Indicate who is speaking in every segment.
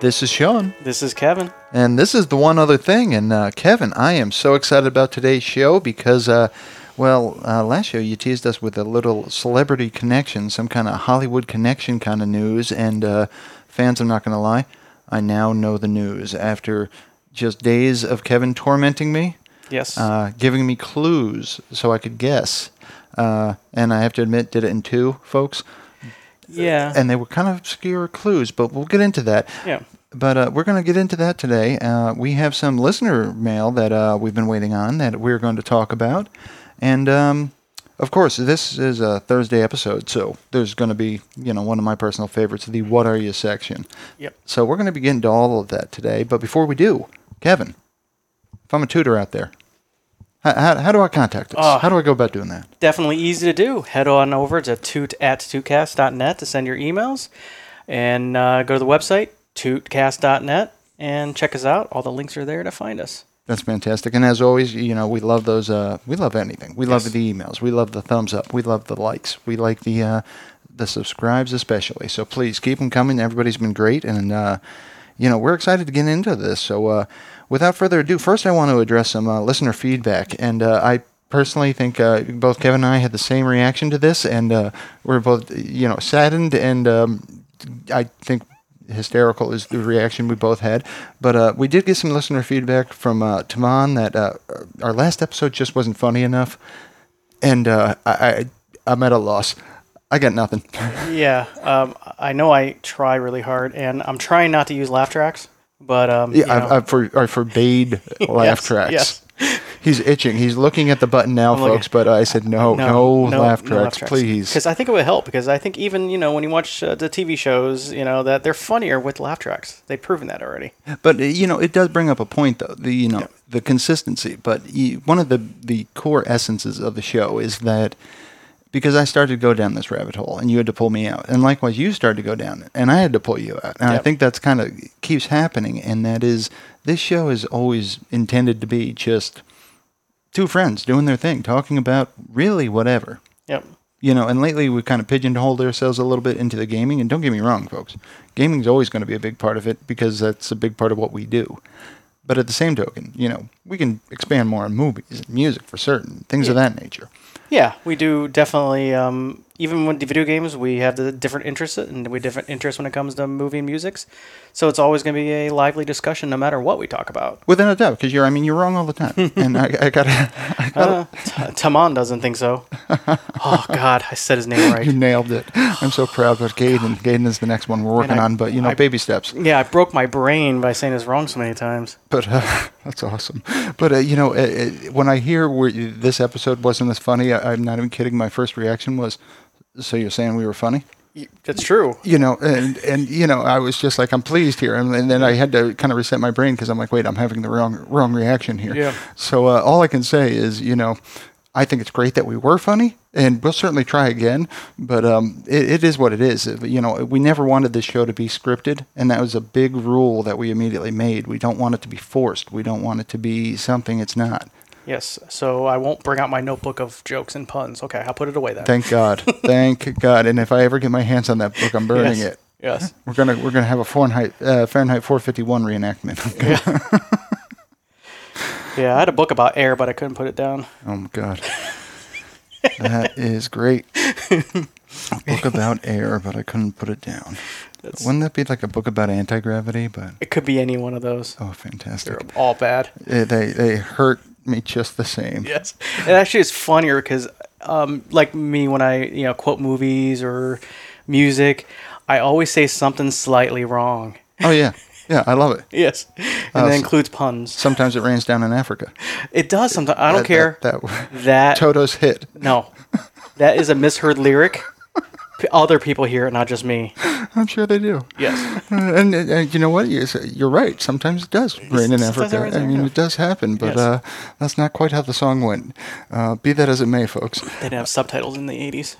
Speaker 1: This is Sean.
Speaker 2: This is Kevin.
Speaker 1: And this is the one other thing. And uh, Kevin, I am so excited about today's show because, uh, well, uh, last show you teased us with a little celebrity connection, some kind of Hollywood connection kind of news. And uh, fans, I'm not going to lie, I now know the news after just days of Kevin tormenting me,
Speaker 2: Yes.
Speaker 1: uh, giving me clues so I could guess. Uh, and I have to admit, did it in two, folks.
Speaker 2: yeah.
Speaker 1: And they were kind of obscure clues, but we'll get into that.
Speaker 2: yeah.
Speaker 1: But uh, we're going to get into that today. Uh, we have some listener mail that uh, we've been waiting on that we're going to talk about. And um, of course, this is a Thursday episode, so there's going to be, you know, one of my personal favorites, the What Are You section.
Speaker 2: Yep.
Speaker 1: So we're going to begin to all of that today. But before we do, Kevin, if I'm a tutor out there, how, how, how do I contact us?
Speaker 2: Ah.
Speaker 1: how do I go about doing that?
Speaker 2: Definitely easy to do. Head on over to toot at tootcast.net to send your emails and uh, go to the website, tootcast.net, and check us out. All the links are there to find us.
Speaker 1: That's fantastic. And as always, you know, we love those. Uh, we love anything. We love
Speaker 2: Yes.
Speaker 1: the emails. We love the thumbs up. We love the likes. We like the uh, the subscribes especially. So please keep them coming. Everybody's been great, and uh, you know we're excited to get into this. So uh, without further ado, first I want to address some uh, listener feedback, and uh, I personally think uh, both Kevin and I had the same reaction to this, and uh, we're both you know saddened and um, I think hysterical is the reaction we both had. But uh, we did get some listener feedback from uh, Taman that uh, our last episode just wasn't funny enough, and uh, I, I I'm at a loss. I got nothing.
Speaker 2: Yeah. Um, I know I try really hard, and I'm trying not to use laugh tracks, but. Um, you
Speaker 1: yeah,
Speaker 2: know.
Speaker 1: I, I, for, I forbade laugh
Speaker 2: Yes,
Speaker 1: tracks.
Speaker 2: yes.
Speaker 1: He's itching. He's looking at the button now,
Speaker 2: looking.
Speaker 1: folks. But I said no, no, laugh tracks, please.
Speaker 2: Because I think it would help. Because I think even you know when you watch uh, the TV shows, you know that they're funnier with laugh tracks. They've proven that already.
Speaker 1: But uh, you know, it does bring up a point, though. The you know the consistency. But you, one of the the core essences of the show is that because I started to go down this rabbit hole, and you had to pull me out, and likewise you started to go down it, and I had to pull you out, and I
Speaker 2: Yep.
Speaker 1: think that's kind of keeps happening, and that is this show is always intended to be just two friends doing their thing, talking about really whatever
Speaker 2: Yep.
Speaker 1: you know, and lately we've kind of pigeonholed ourselves a little bit into the gaming. And don't get me wrong, folks, gaming's always going to be a big part of it because that's a big part of what we do. But at the same token, you know, we can expand more on movies and music for certain things of that nature.
Speaker 2: Yeah, we do definitely. Um, even with the video games, we have the different interests, and we have different interests when it comes to movie and musics. So it's always going to be a lively discussion, no matter what we talk about.
Speaker 1: Without a doubt, because you're, I mean, you're wrong all the time. and I, I gotta, I gotta,
Speaker 2: Uh, T- Taman doesn't think so. Oh God, I said his name
Speaker 1: you
Speaker 2: right.
Speaker 1: nailed it. I'm so proud of Gaiden. Gaiden is the next one we're working
Speaker 2: I-
Speaker 1: on, but you know,
Speaker 2: I-
Speaker 1: baby steps.
Speaker 2: Yeah, I broke my brain by saying this wrong so many times.
Speaker 1: But uh, that's awesome. But uh, you know, uh, uh, when I hear where you, this episode wasn't as funny, I, I'm not even kidding. My first reaction was, "So you're saying we were funny?"
Speaker 2: Y- That's true.
Speaker 1: You know, and and you know, I was just like, "I'm pleased here," and, and then I had to kind of reset my brain because I'm like, "Wait, I'm having the wrong wrong reaction here."
Speaker 2: Yeah.
Speaker 1: So uh, all I can say is, you know, I think it's great that we were funny, and we'll certainly try again. But um, it, it is what it is. Uh, You know, we never wanted this show to be scripted, and that was a big rule that we immediately made. We don't want it to be forced. We don't want it to be something it's not.
Speaker 2: Yes. So I won't bring out my notebook of jokes and puns. Okay, I'll put it away then.
Speaker 1: Thank God. Thank God. And if I ever get my hands on that book, I'm burning
Speaker 2: yes.
Speaker 1: it.
Speaker 2: Yes.
Speaker 1: We're gonna we're gonna have a Fahrenheit uh, Fahrenheit 451 reenactment.
Speaker 2: Yeah, I had a book about air, but I couldn't put it down.
Speaker 1: Oh my god. that is great. A book about air, but I couldn't put it down.
Speaker 2: That's-
Speaker 1: Wouldn't that be like a book about anti gravity? But
Speaker 2: It could be any one of those.
Speaker 1: oh, fantastic!
Speaker 2: They're all bad.
Speaker 1: Eh, They they hurt me just the same.
Speaker 2: Yes. It actually is funnier because, um, like me, when I you know quote movies or music, I always say something slightly wrong.
Speaker 1: Oh yeah, yeah, I love it.
Speaker 2: Yes, and
Speaker 1: Oh,
Speaker 2: that includes puns.
Speaker 1: Sometimes it rains down in Africa.
Speaker 2: It does sometimes. I don't
Speaker 1: That-
Speaker 2: care.
Speaker 1: That, that
Speaker 2: that
Speaker 1: Toto's hit.
Speaker 2: no, that is a misheard lyric. P- Other people hear it, not just me.
Speaker 1: I'm sure they do.
Speaker 2: Yes.
Speaker 1: Uh, and, and- and you know what? You're, you're right. Sometimes it does rain in
Speaker 2: does
Speaker 1: Africa.
Speaker 2: rain in
Speaker 1: I mean,
Speaker 2: Africa.
Speaker 1: it does happen, but
Speaker 2: Yes.
Speaker 1: uh, that's not quite how the song went. Uh, be that as it may, folks.
Speaker 2: They didn't have subtitles in the 80s.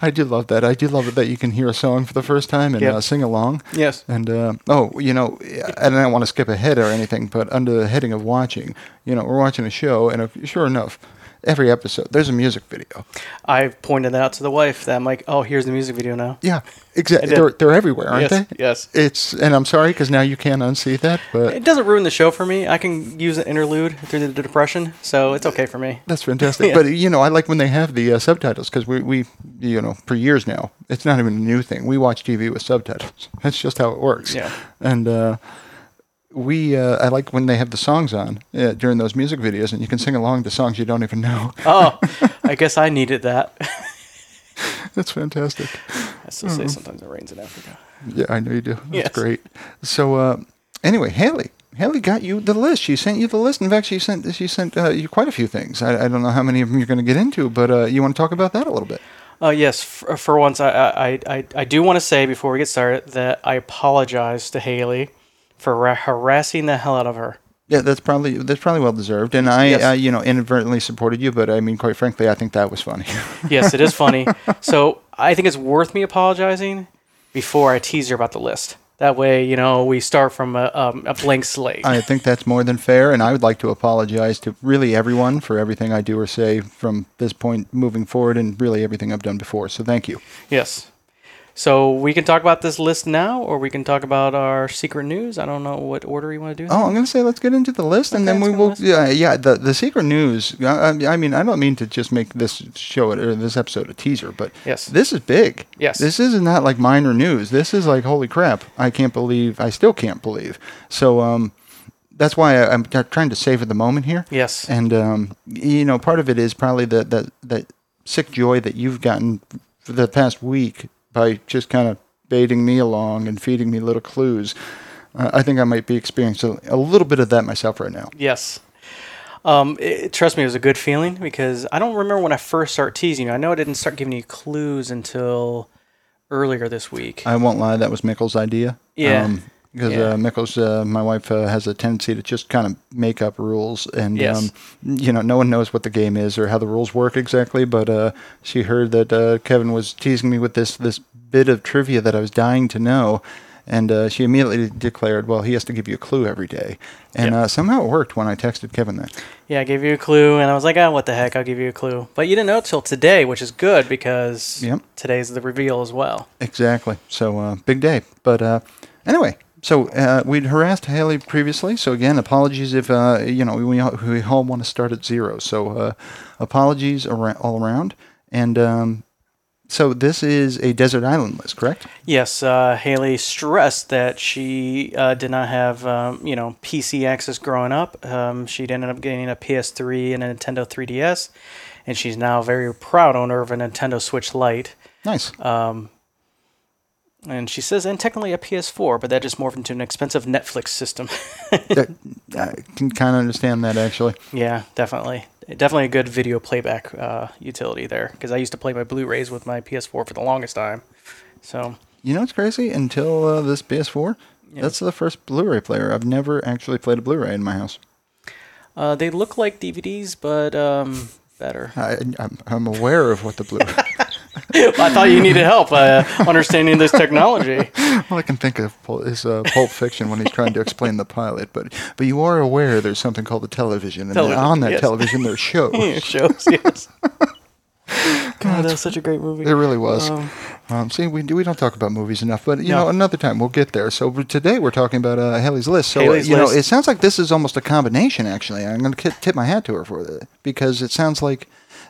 Speaker 1: I do love that. I do love it that you can hear a song for the first time and
Speaker 2: Yep.
Speaker 1: uh, sing along.
Speaker 2: Yes.
Speaker 1: And uh, oh, you know, and I don't want to skip ahead or anything, but under the heading of watching, you know, we're watching a show, and if, uh, sure enough, every episode, there's a music video.
Speaker 2: I pointed that out to the wife that I'm like, oh, here's the music video now.
Speaker 1: Yeah,
Speaker 2: I
Speaker 1: exactly.
Speaker 2: did.
Speaker 1: They're, they're everywhere, aren't
Speaker 2: Yes,
Speaker 1: they?
Speaker 2: yes.
Speaker 1: It's and I'm sorry because now you can't unsee that, but
Speaker 2: It doesn't ruin the show for me. I can use an interlude through the depression, so it's okay for me.
Speaker 1: that's fantastic.
Speaker 2: Yeah.
Speaker 1: But you know, I like when they have the uh, subtitles because we, we you know for years now it's not even a new thing. We watch TV with subtitles. That's just how it works.
Speaker 2: Yeah.
Speaker 1: And uh, we uh, I like when they have the songs on uh, during those music videos, and you can sing along to songs you don't even know.
Speaker 2: Oh, I guess I needed that.
Speaker 1: that's fantastic.
Speaker 2: I still
Speaker 1: Hmm.
Speaker 2: say sometimes it rains in Africa.
Speaker 1: Yeah, I know you do. That's
Speaker 2: Yes.
Speaker 1: great. So uh, anyway, Haley, Haley got you the list. She sent you the list. In fact, she sent she sent uh, you quite a few things. I, I don't know how many of them you're going to get into, but uh, you want to talk about that a little bit.
Speaker 2: Uh, yes, for, for once, I, I, I, I do want to say before we get started that I apologize to Haley for ra- harassing the hell out of her.
Speaker 1: Yeah, that's probably that's probably well deserved. And I,
Speaker 2: Yes.
Speaker 1: I, you know, inadvertently supported you, but I mean, quite frankly, I think that was funny.
Speaker 2: Yes, it is funny. so I think it's worth me apologizing before I tease her about the list. That way, you know, we start from a, um, a blank slate.
Speaker 1: I think that's more than fair, and I would like to apologize to really everyone for everything I do or say from this point moving forward, and really everything I've done before. So thank you.
Speaker 2: yes. So we can talk about this list now, or we can talk about our secret news. I don't know what order you want to do.
Speaker 1: Oh, I'm going to say let's get into the list, and
Speaker 2: Okay,
Speaker 1: then
Speaker 2: let's
Speaker 1: we
Speaker 2: go
Speaker 1: will.
Speaker 2: to the
Speaker 1: Yeah, yeah. The the secret news. I, I- I mean, I don't mean to just make this show or this episode a teaser, but
Speaker 2: Yes.
Speaker 1: this is big.
Speaker 2: Yes.
Speaker 1: this is not like minor news. This is like holy crap! I can't believe. I still can't believe. So um, that's why I, I'm t- trying to savor the moment here.
Speaker 2: Yes.
Speaker 1: And um, you know, part of it is probably that that that sick joy that you've gotten for the past week by just kind of baiting me along and feeding me little clues. Uh, I think I might be experiencing a little bit of that myself right now.
Speaker 2: Yes. Um, it, trust me, it was a good feeling because I don't remember when I first started teasing you. I know I didn't start giving you clues until earlier this week.
Speaker 1: I won't lie, that was Mickle's idea.
Speaker 2: Yeah.
Speaker 1: because
Speaker 2: Yeah.
Speaker 1: uh, Mickle's, uh, my wife, uh, has a tendency to just kind of make up rules, and
Speaker 2: Yes.
Speaker 1: um, you know, no one knows what the game is or how the rules work exactly. But uh, she heard that uh, Kevin was teasing me with this this bit of trivia that I was dying to know, and uh, she immediately declared, "Well, he has to give you a clue every day." And
Speaker 2: Yeah.
Speaker 1: uh, somehow it worked when I texted Kevin that.
Speaker 2: yeah, I gave you a clue, and I was like, "Ah, what the heck? I'll give you a clue." But you didn't know till today, which is good because
Speaker 1: Yep.
Speaker 2: today's the reveal as well.
Speaker 1: Exactly. So uh, big day. But uh, anyway, so uh, we'd harassed Haley previously. So again, apologies if uh, you know we all, we all want to start at zero. So uh, apologies ar- all around. And um, so this is a desert island list, correct?
Speaker 2: Yes, uh, Haley stressed that she uh, did not have um, you know PC access growing up. Um, she'd ended up getting a PS3 and a Nintendo 3DS, and she's now a very proud owner of a Nintendo Switch Lite.
Speaker 1: Nice.
Speaker 2: And she says, and technically a PS4, but that just morphed into an expensive Netflix system.
Speaker 1: That- Uh, I can kind of understand that actually.
Speaker 2: yeah, definitely. Definitely a good video playback uh, utility there, because I used to play my Blu rays with my PS4 for the longest time. So,
Speaker 1: You know what's crazy? Until uh, this PS4,
Speaker 2: Yeah.
Speaker 1: that's the first Blu-ray player I've never actually played a Blu-ray in my house.
Speaker 2: uh, they look like DVDs, but um, better.
Speaker 1: I, I'm, I'm aware of what the Blu.
Speaker 2: I thought you needed help uh, understanding this technology.
Speaker 1: All I can think of Pul- is uh, Pulp Fiction when he's trying to explain the pilot, but but you are aware there's something called the television, and
Speaker 2: Television,
Speaker 1: on that
Speaker 2: yes.
Speaker 1: television there's shows.
Speaker 2: Shows, yes. God, that was such a great movie.
Speaker 1: It really was. Um,
Speaker 2: Um,
Speaker 1: see, we do, we don't talk about movies enough, but you
Speaker 2: No.
Speaker 1: know, another time we'll get there. So but today we're talking about uh, Haley's list. So uh,
Speaker 2: Haley's
Speaker 1: you
Speaker 2: List.
Speaker 1: know, it sounds like this is almost a combination. Actually, I'm going to tip my hat to her for that because it sounds like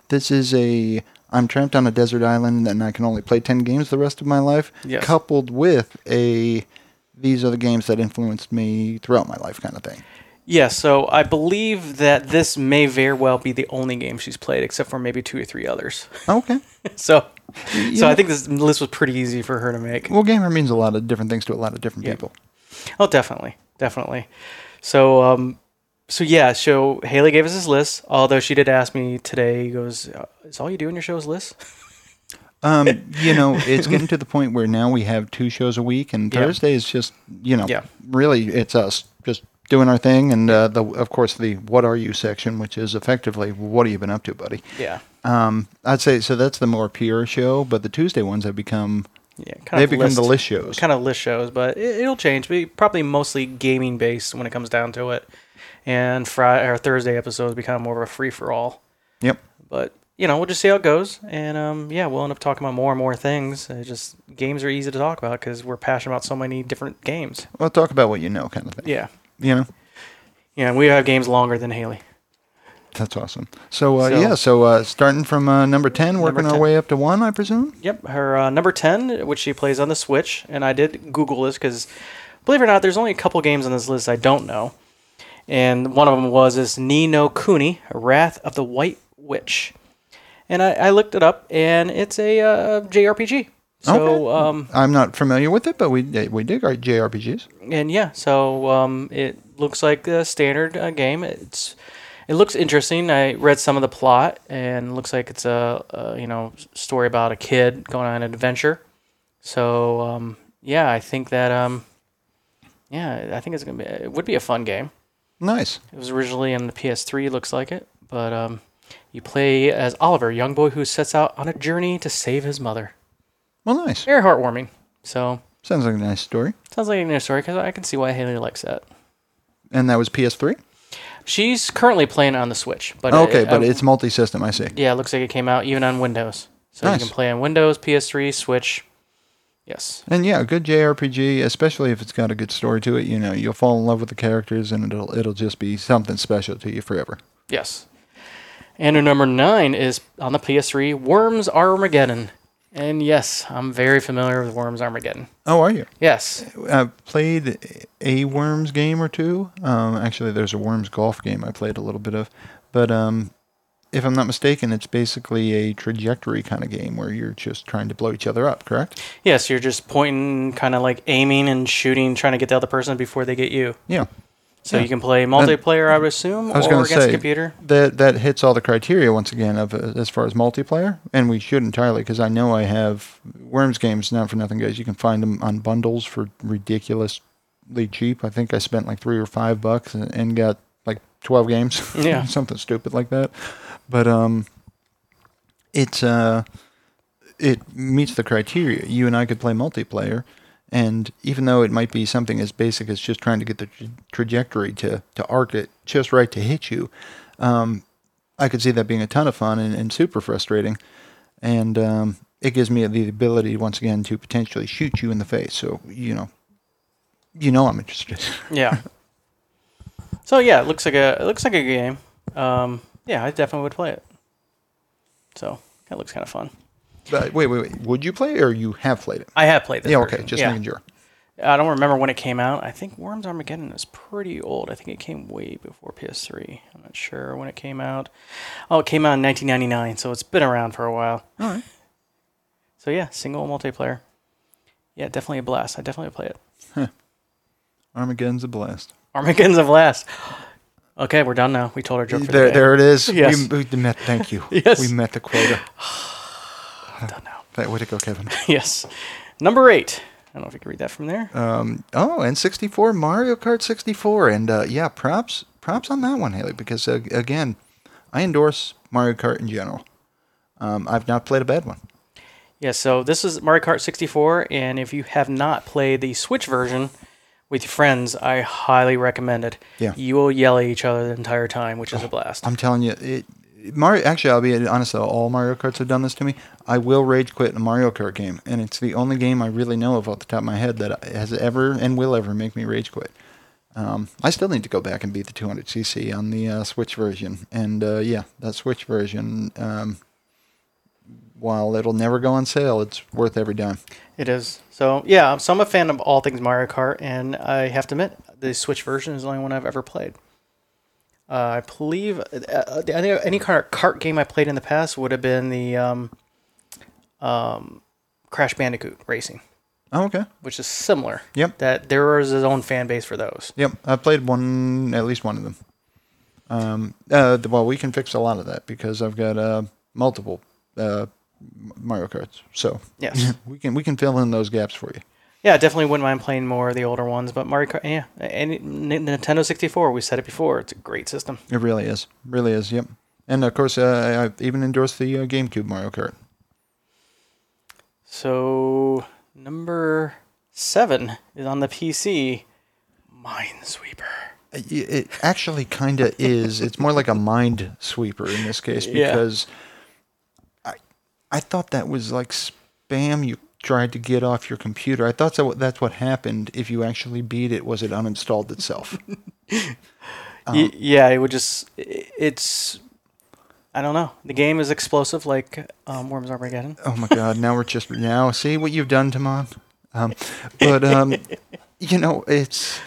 Speaker 1: this is a I'm trapped on a desert island and I can only play ten games the rest of my life,
Speaker 2: Yes.
Speaker 1: coupled with a these are the games that influenced me throughout my life, kind of thing.
Speaker 2: Yeah, so I believe that this may very well be the only game she's played, except for maybe two or three others.
Speaker 1: Okay.
Speaker 2: so, so
Speaker 1: know-
Speaker 2: I think this list was pretty easy for her to make.
Speaker 1: Well, gamer means a lot of different things to a lot of different people.
Speaker 2: Oh, definitely, definitely. So, um, so yeah, so Haley gave us this list. Although she did ask me today, he goes, uh, "Is all you do in your shows list?"
Speaker 1: Um, you know, it's getting to the point where now we have two shows a week, and
Speaker 2: Yeah.
Speaker 1: Thursday is just, you know,
Speaker 2: Yeah.
Speaker 1: really it's us just doing our thing, and uh, the of course the "What Are You" section, which is effectively "What have you been up to, buddy?"
Speaker 2: Yeah,
Speaker 1: Um, I'd say so. That's the more pure show, but the Tuesday ones have become
Speaker 2: yeah. Kind
Speaker 1: they become the list shows.
Speaker 2: kind of list shows, but it, it'll change. We probably mostly gaming based when it comes down to it. And Friday or Thursday episodes become more of a free for all.
Speaker 1: Yep.
Speaker 2: But you know, we'll just see how it goes, and um, yeah, we'll end up talking about more and more things. It just games are easy to talk about because we're passionate about so many different games.
Speaker 1: Well, talk about what you know, kind of thing.
Speaker 2: Yeah,
Speaker 1: You know,
Speaker 2: yeah, we have games longer than Haley.
Speaker 1: that's awesome. So, uh,
Speaker 2: So-
Speaker 1: yeah, so uh, starting from uh, number 10, working our
Speaker 2: 10.
Speaker 1: way up to one, I presume?
Speaker 2: Yep, her uh, number 10, which she plays on the Switch. And I did Google this because, believe it or not, there's only a couple games on this list I don't know. And one of them was this Nino Kuni, Wrath of the White Witch. And I, I looked it up, and it's a uh, JRPG. So, um,
Speaker 1: I'm not familiar with it, but we we dig our JRPGs.
Speaker 2: and yeah, so um, it looks like a standard uh, game. It's it looks interesting. I read some of the plot, and it looks like it's a, a you know s- story about a kid going on an adventure. So um, yeah, I think that um, yeah, I think it's gonna be it would be a fun game.
Speaker 1: Nice.
Speaker 2: It was originally on the PS3, looks like it, but um, you play as Oliver, a young boy who sets out on a journey to save his mother.
Speaker 1: Well, nice.
Speaker 2: Very heartwarming. So
Speaker 1: Sounds like a nice story.
Speaker 2: sounds like a new story because I can see why Haley likes that.
Speaker 1: And that was PS3?
Speaker 2: She's currently playing it on the Switch, but
Speaker 1: Okay,
Speaker 2: it,
Speaker 1: but
Speaker 2: I-
Speaker 1: it's multi system, I see.
Speaker 2: yeah, it looks like it came out even on Windows, so
Speaker 1: Nice.
Speaker 2: you can play on Windows, PS3, Switch. Yes,
Speaker 1: And yeah, a good JRPG, especially if it's got a good story to it, you know, you'll fall in love with the characters and it'll it'll just be something special to you forever.
Speaker 2: yes. And her number nine is on the PS3, Worms Armageddon, and yes, I'm very familiar with Worms Armageddon.
Speaker 1: Oh, are you?
Speaker 2: Yes,
Speaker 1: I've played a Worms game or two. Um, actually, there's a Worms golf game I played a little bit of, but um, if I'm not mistaken, it's basically a trajectory kind of game where you're just trying to blow each other up. Correct?
Speaker 2: yes, you're just pointing, kind of like aiming and shooting, trying to get the other person before they get you.
Speaker 1: Yeah.
Speaker 2: So
Speaker 1: Yeah.
Speaker 2: you can play multiplayer, I would assume,
Speaker 1: I was
Speaker 2: or
Speaker 1: going
Speaker 2: against
Speaker 1: to say
Speaker 2: a computer.
Speaker 1: that that hits all the criteria once again of uh, as far as multiplayer, and we should entirely because I know I have Worms games not for nothing, guys. You can find them on bundles for ridiculously cheap. I think I spent like three or five bucks and, and got like twelve games,
Speaker 2: Yeah.
Speaker 1: something stupid like that. But um, it's uh, it meets the criteria. You and I could play multiplayer. And even though it might be something as basic as just trying to get the tra- trajectory to, to arc it just right to hit you, um, I could see that being a ton of fun and, and super frustrating. And um, it gives me the ability, once again, to potentially shoot you in the face. So, you know, you know I'm interested.
Speaker 2: Yeah. so yeah, it looks like a it looks like a good game. Um, yeah, I definitely would play it. So that looks kind of fun.
Speaker 1: But wait, wait, wait. Would you play or you have played it?
Speaker 2: I have played this.
Speaker 1: Yeah, okay.
Speaker 2: version,
Speaker 1: Just
Speaker 2: yeah.
Speaker 1: making sure.
Speaker 2: I don't remember when it came out. I think Worms Armageddon is pretty old. I think it came way before PS3. I'm not sure when it came out. Oh, it came out in 1999, so it's been around for a while.
Speaker 1: All right.
Speaker 2: So yeah, single and multiplayer. Yeah, definitely a blast. I definitely play it.
Speaker 1: Armageddon's a blast.
Speaker 2: Armageddon's a blast. Okay, we're done now. We told our joke for
Speaker 1: There,
Speaker 2: the day.
Speaker 1: there it is.
Speaker 2: Yes.
Speaker 1: We, we met, thank you.
Speaker 2: Yes.
Speaker 1: We met the quota.
Speaker 2: Done now.
Speaker 1: That way to go, Kevin.
Speaker 2: yes. Number eight. I don't know if you can read that from there.
Speaker 1: Um, oh, and 64 Mario Kart 64, and uh, yeah, props props on that one, Haley, because uh, again, I endorse Mario Kart in general. Um, I've not played a bad one.
Speaker 2: Yeah, so this is Mario Kart 64, and if you have not played the Switch version with your friends, I highly recommend it.
Speaker 1: Yeah. Oh,
Speaker 2: You will yell at each other the entire time, which is a blast.
Speaker 1: I'm telling you, it, Mario. Actually, I'll be honest though. All Mario Karts have done this to me. I will rage quit a Mario Kart game, and it's the only game I really know of off the top of my head that has ever and will ever make me rage quit. Um, I still need to go back and beat the 200cc on the uh, Switch version, and uh, yeah, that Switch version. Um, while it'll never go on sale, it's worth every dime.
Speaker 2: It is. So, yeah, so I'm a fan of all things Mario Kart, and I have to admit, the Switch version is the only one I've ever played. Uh, I believe uh, uh, any, any kind of kart game I played in the past would have been the um, um, Crash Bandicoot Racing,
Speaker 1: Oh, okay.
Speaker 2: which is similar.
Speaker 1: Yep.
Speaker 2: That there is his own fan base for those.
Speaker 1: Yep, I played one, at least one of them. Um, uh, the- well, we can fix a lot of that because I've got uh, multiple uh, M- Mario Karts, so
Speaker 2: Yes.
Speaker 1: we can we can fill in those gaps for you.
Speaker 2: yeah, I definitely wouldn't mind playing more of the older ones, but Mario Kart, yeah, and it- N- Nintendo 64, we said it before, it's a great system.
Speaker 1: It really is, really is. Yep, and of course, uh, I- I even endorsed the uh, GameCube Mario Kart.
Speaker 2: So, number seven is on the PC Minesweeper.
Speaker 1: it actually kind of is. It's more like a mind sweeper in this case
Speaker 2: Yeah.
Speaker 1: because I I thought that was like spam you tried to get off your computer. I thought so, that's what happened. If you actually beat it, was it uninstalled itself? Uh-huh.
Speaker 2: Y- yeah, it would just. i- It's. I don't know. The game is explosive, like um, Worms Armageddon.
Speaker 1: oh my god! Now we're just now see what you've done, Tamon. Um, but um, you know it's.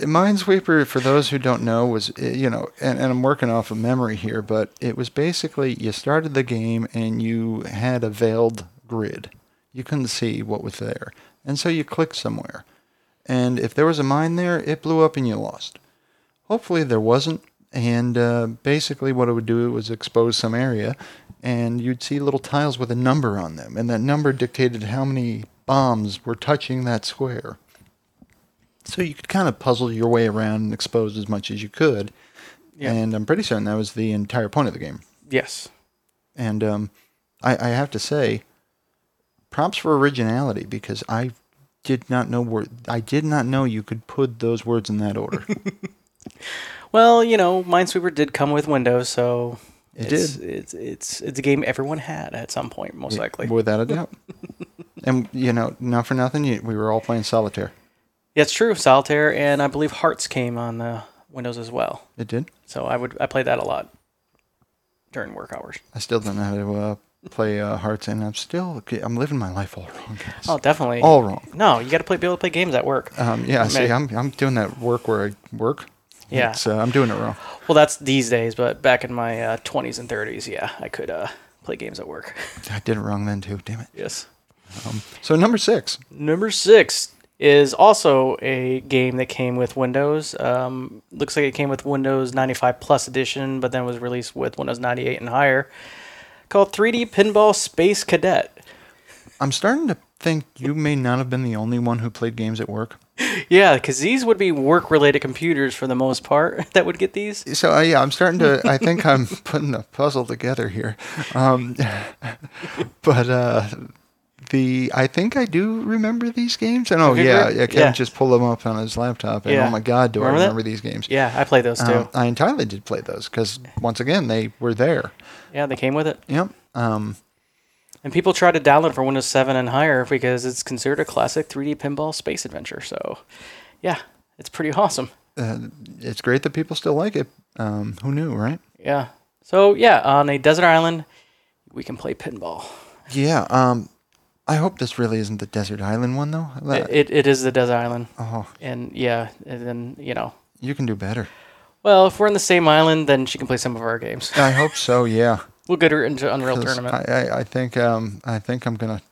Speaker 1: Minesweeper, for those who don't know, was uh, you know, and, and I'm working off of memory here, but it was basically you started the game and you had a veiled grid. You couldn't see what was there, and so you clicked somewhere, and if there was a mine there, it blew up and you lost. Hopefully there wasn't, and uh, basically what it would do was expose some area, and you'd see little tiles with a number on them, and that number dictated how many bombs were touching that square. So you could kind of puzzle your way around and expose as much as you could.
Speaker 2: Yeah.
Speaker 1: And I'm pretty certain that was the entire point of the game.
Speaker 2: Yes.
Speaker 1: And um, I, I have to say, props for originality because I did not know word, I did not know you could put those words in that order.
Speaker 2: Well, you know, Minesweeper did come with Windows, so
Speaker 1: It
Speaker 2: it's, It's it's it's a game everyone had at some point, most likely.
Speaker 1: Without a doubt. and you know, not for nothing, you, we were all playing solitaire.
Speaker 2: Yeah, it's true. Solitaire and I believe Hearts came on the Windows as well.
Speaker 1: It did.
Speaker 2: So I would I played that a lot during work hours.
Speaker 1: I still don't know how to uh, play uh, Hearts, and I'm still I'm living my life all wrong, guys.
Speaker 2: Oh, Uh. definitely.
Speaker 1: All wrong.
Speaker 2: No, you got to play be able to play games at work.
Speaker 1: Um, yeah, see,
Speaker 2: Man.
Speaker 1: I'm I'm doing that work where I work.
Speaker 2: Yeah.
Speaker 1: so I'm doing it wrong.
Speaker 2: Well, that's these days, but back in my uh, 20s and 30s, yeah, I could uh, play games at work.
Speaker 1: I did it wrong then too. Damn it.
Speaker 2: yes.
Speaker 1: So number six.
Speaker 2: Number six is also a game that came with Windows. Um, looks like it came with Windows 95 Plus Edition, but then was released with Windows 98 and higher. Called 3D Pinball Space Cadet.
Speaker 1: I'm starting to think you may not have been the only one who played games at work.
Speaker 2: Yeah, because these would be work-related computers for the most part that would get these.
Speaker 1: So uh, yeah, I'm starting to. I think I'm putting the puzzle together here. Um, but uh, the I think I do remember these games. And oh
Speaker 2: Okay,
Speaker 1: yeah,
Speaker 2: great.
Speaker 1: yeah. Kevin
Speaker 2: Yeah.
Speaker 1: just pulled them up on his laptop, and
Speaker 2: Yeah.
Speaker 1: oh my god, do
Speaker 2: Remember
Speaker 1: I
Speaker 2: that?
Speaker 1: remember these games?
Speaker 2: Yeah, I played those too.
Speaker 1: Um, I entirely did play those because once again they were there.
Speaker 2: yeah, they came with it.
Speaker 1: Yep. Um,
Speaker 2: And people try to download for Windows 7 and higher because it's considered a classic 3D pinball space adventure. So, yeah, it's pretty awesome.
Speaker 1: uh, it's great that people still like it. Um, who knew, right?
Speaker 2: Yeah. So, yeah, on a desert island, we can play pinball.
Speaker 1: Yeah. Um, I hope this really isn't the desert island one though.
Speaker 2: It, it, it is the desert island.
Speaker 1: oh,
Speaker 2: And, yeah, and then, you know.
Speaker 1: you can do better.
Speaker 2: Well, if we're on the same island, then she can play some of our games.
Speaker 1: I hope so. Yeah.
Speaker 2: We'll get her into Unreal
Speaker 1: 'Cause
Speaker 2: Tournament.
Speaker 1: I, I, I think um, I think I'm gonna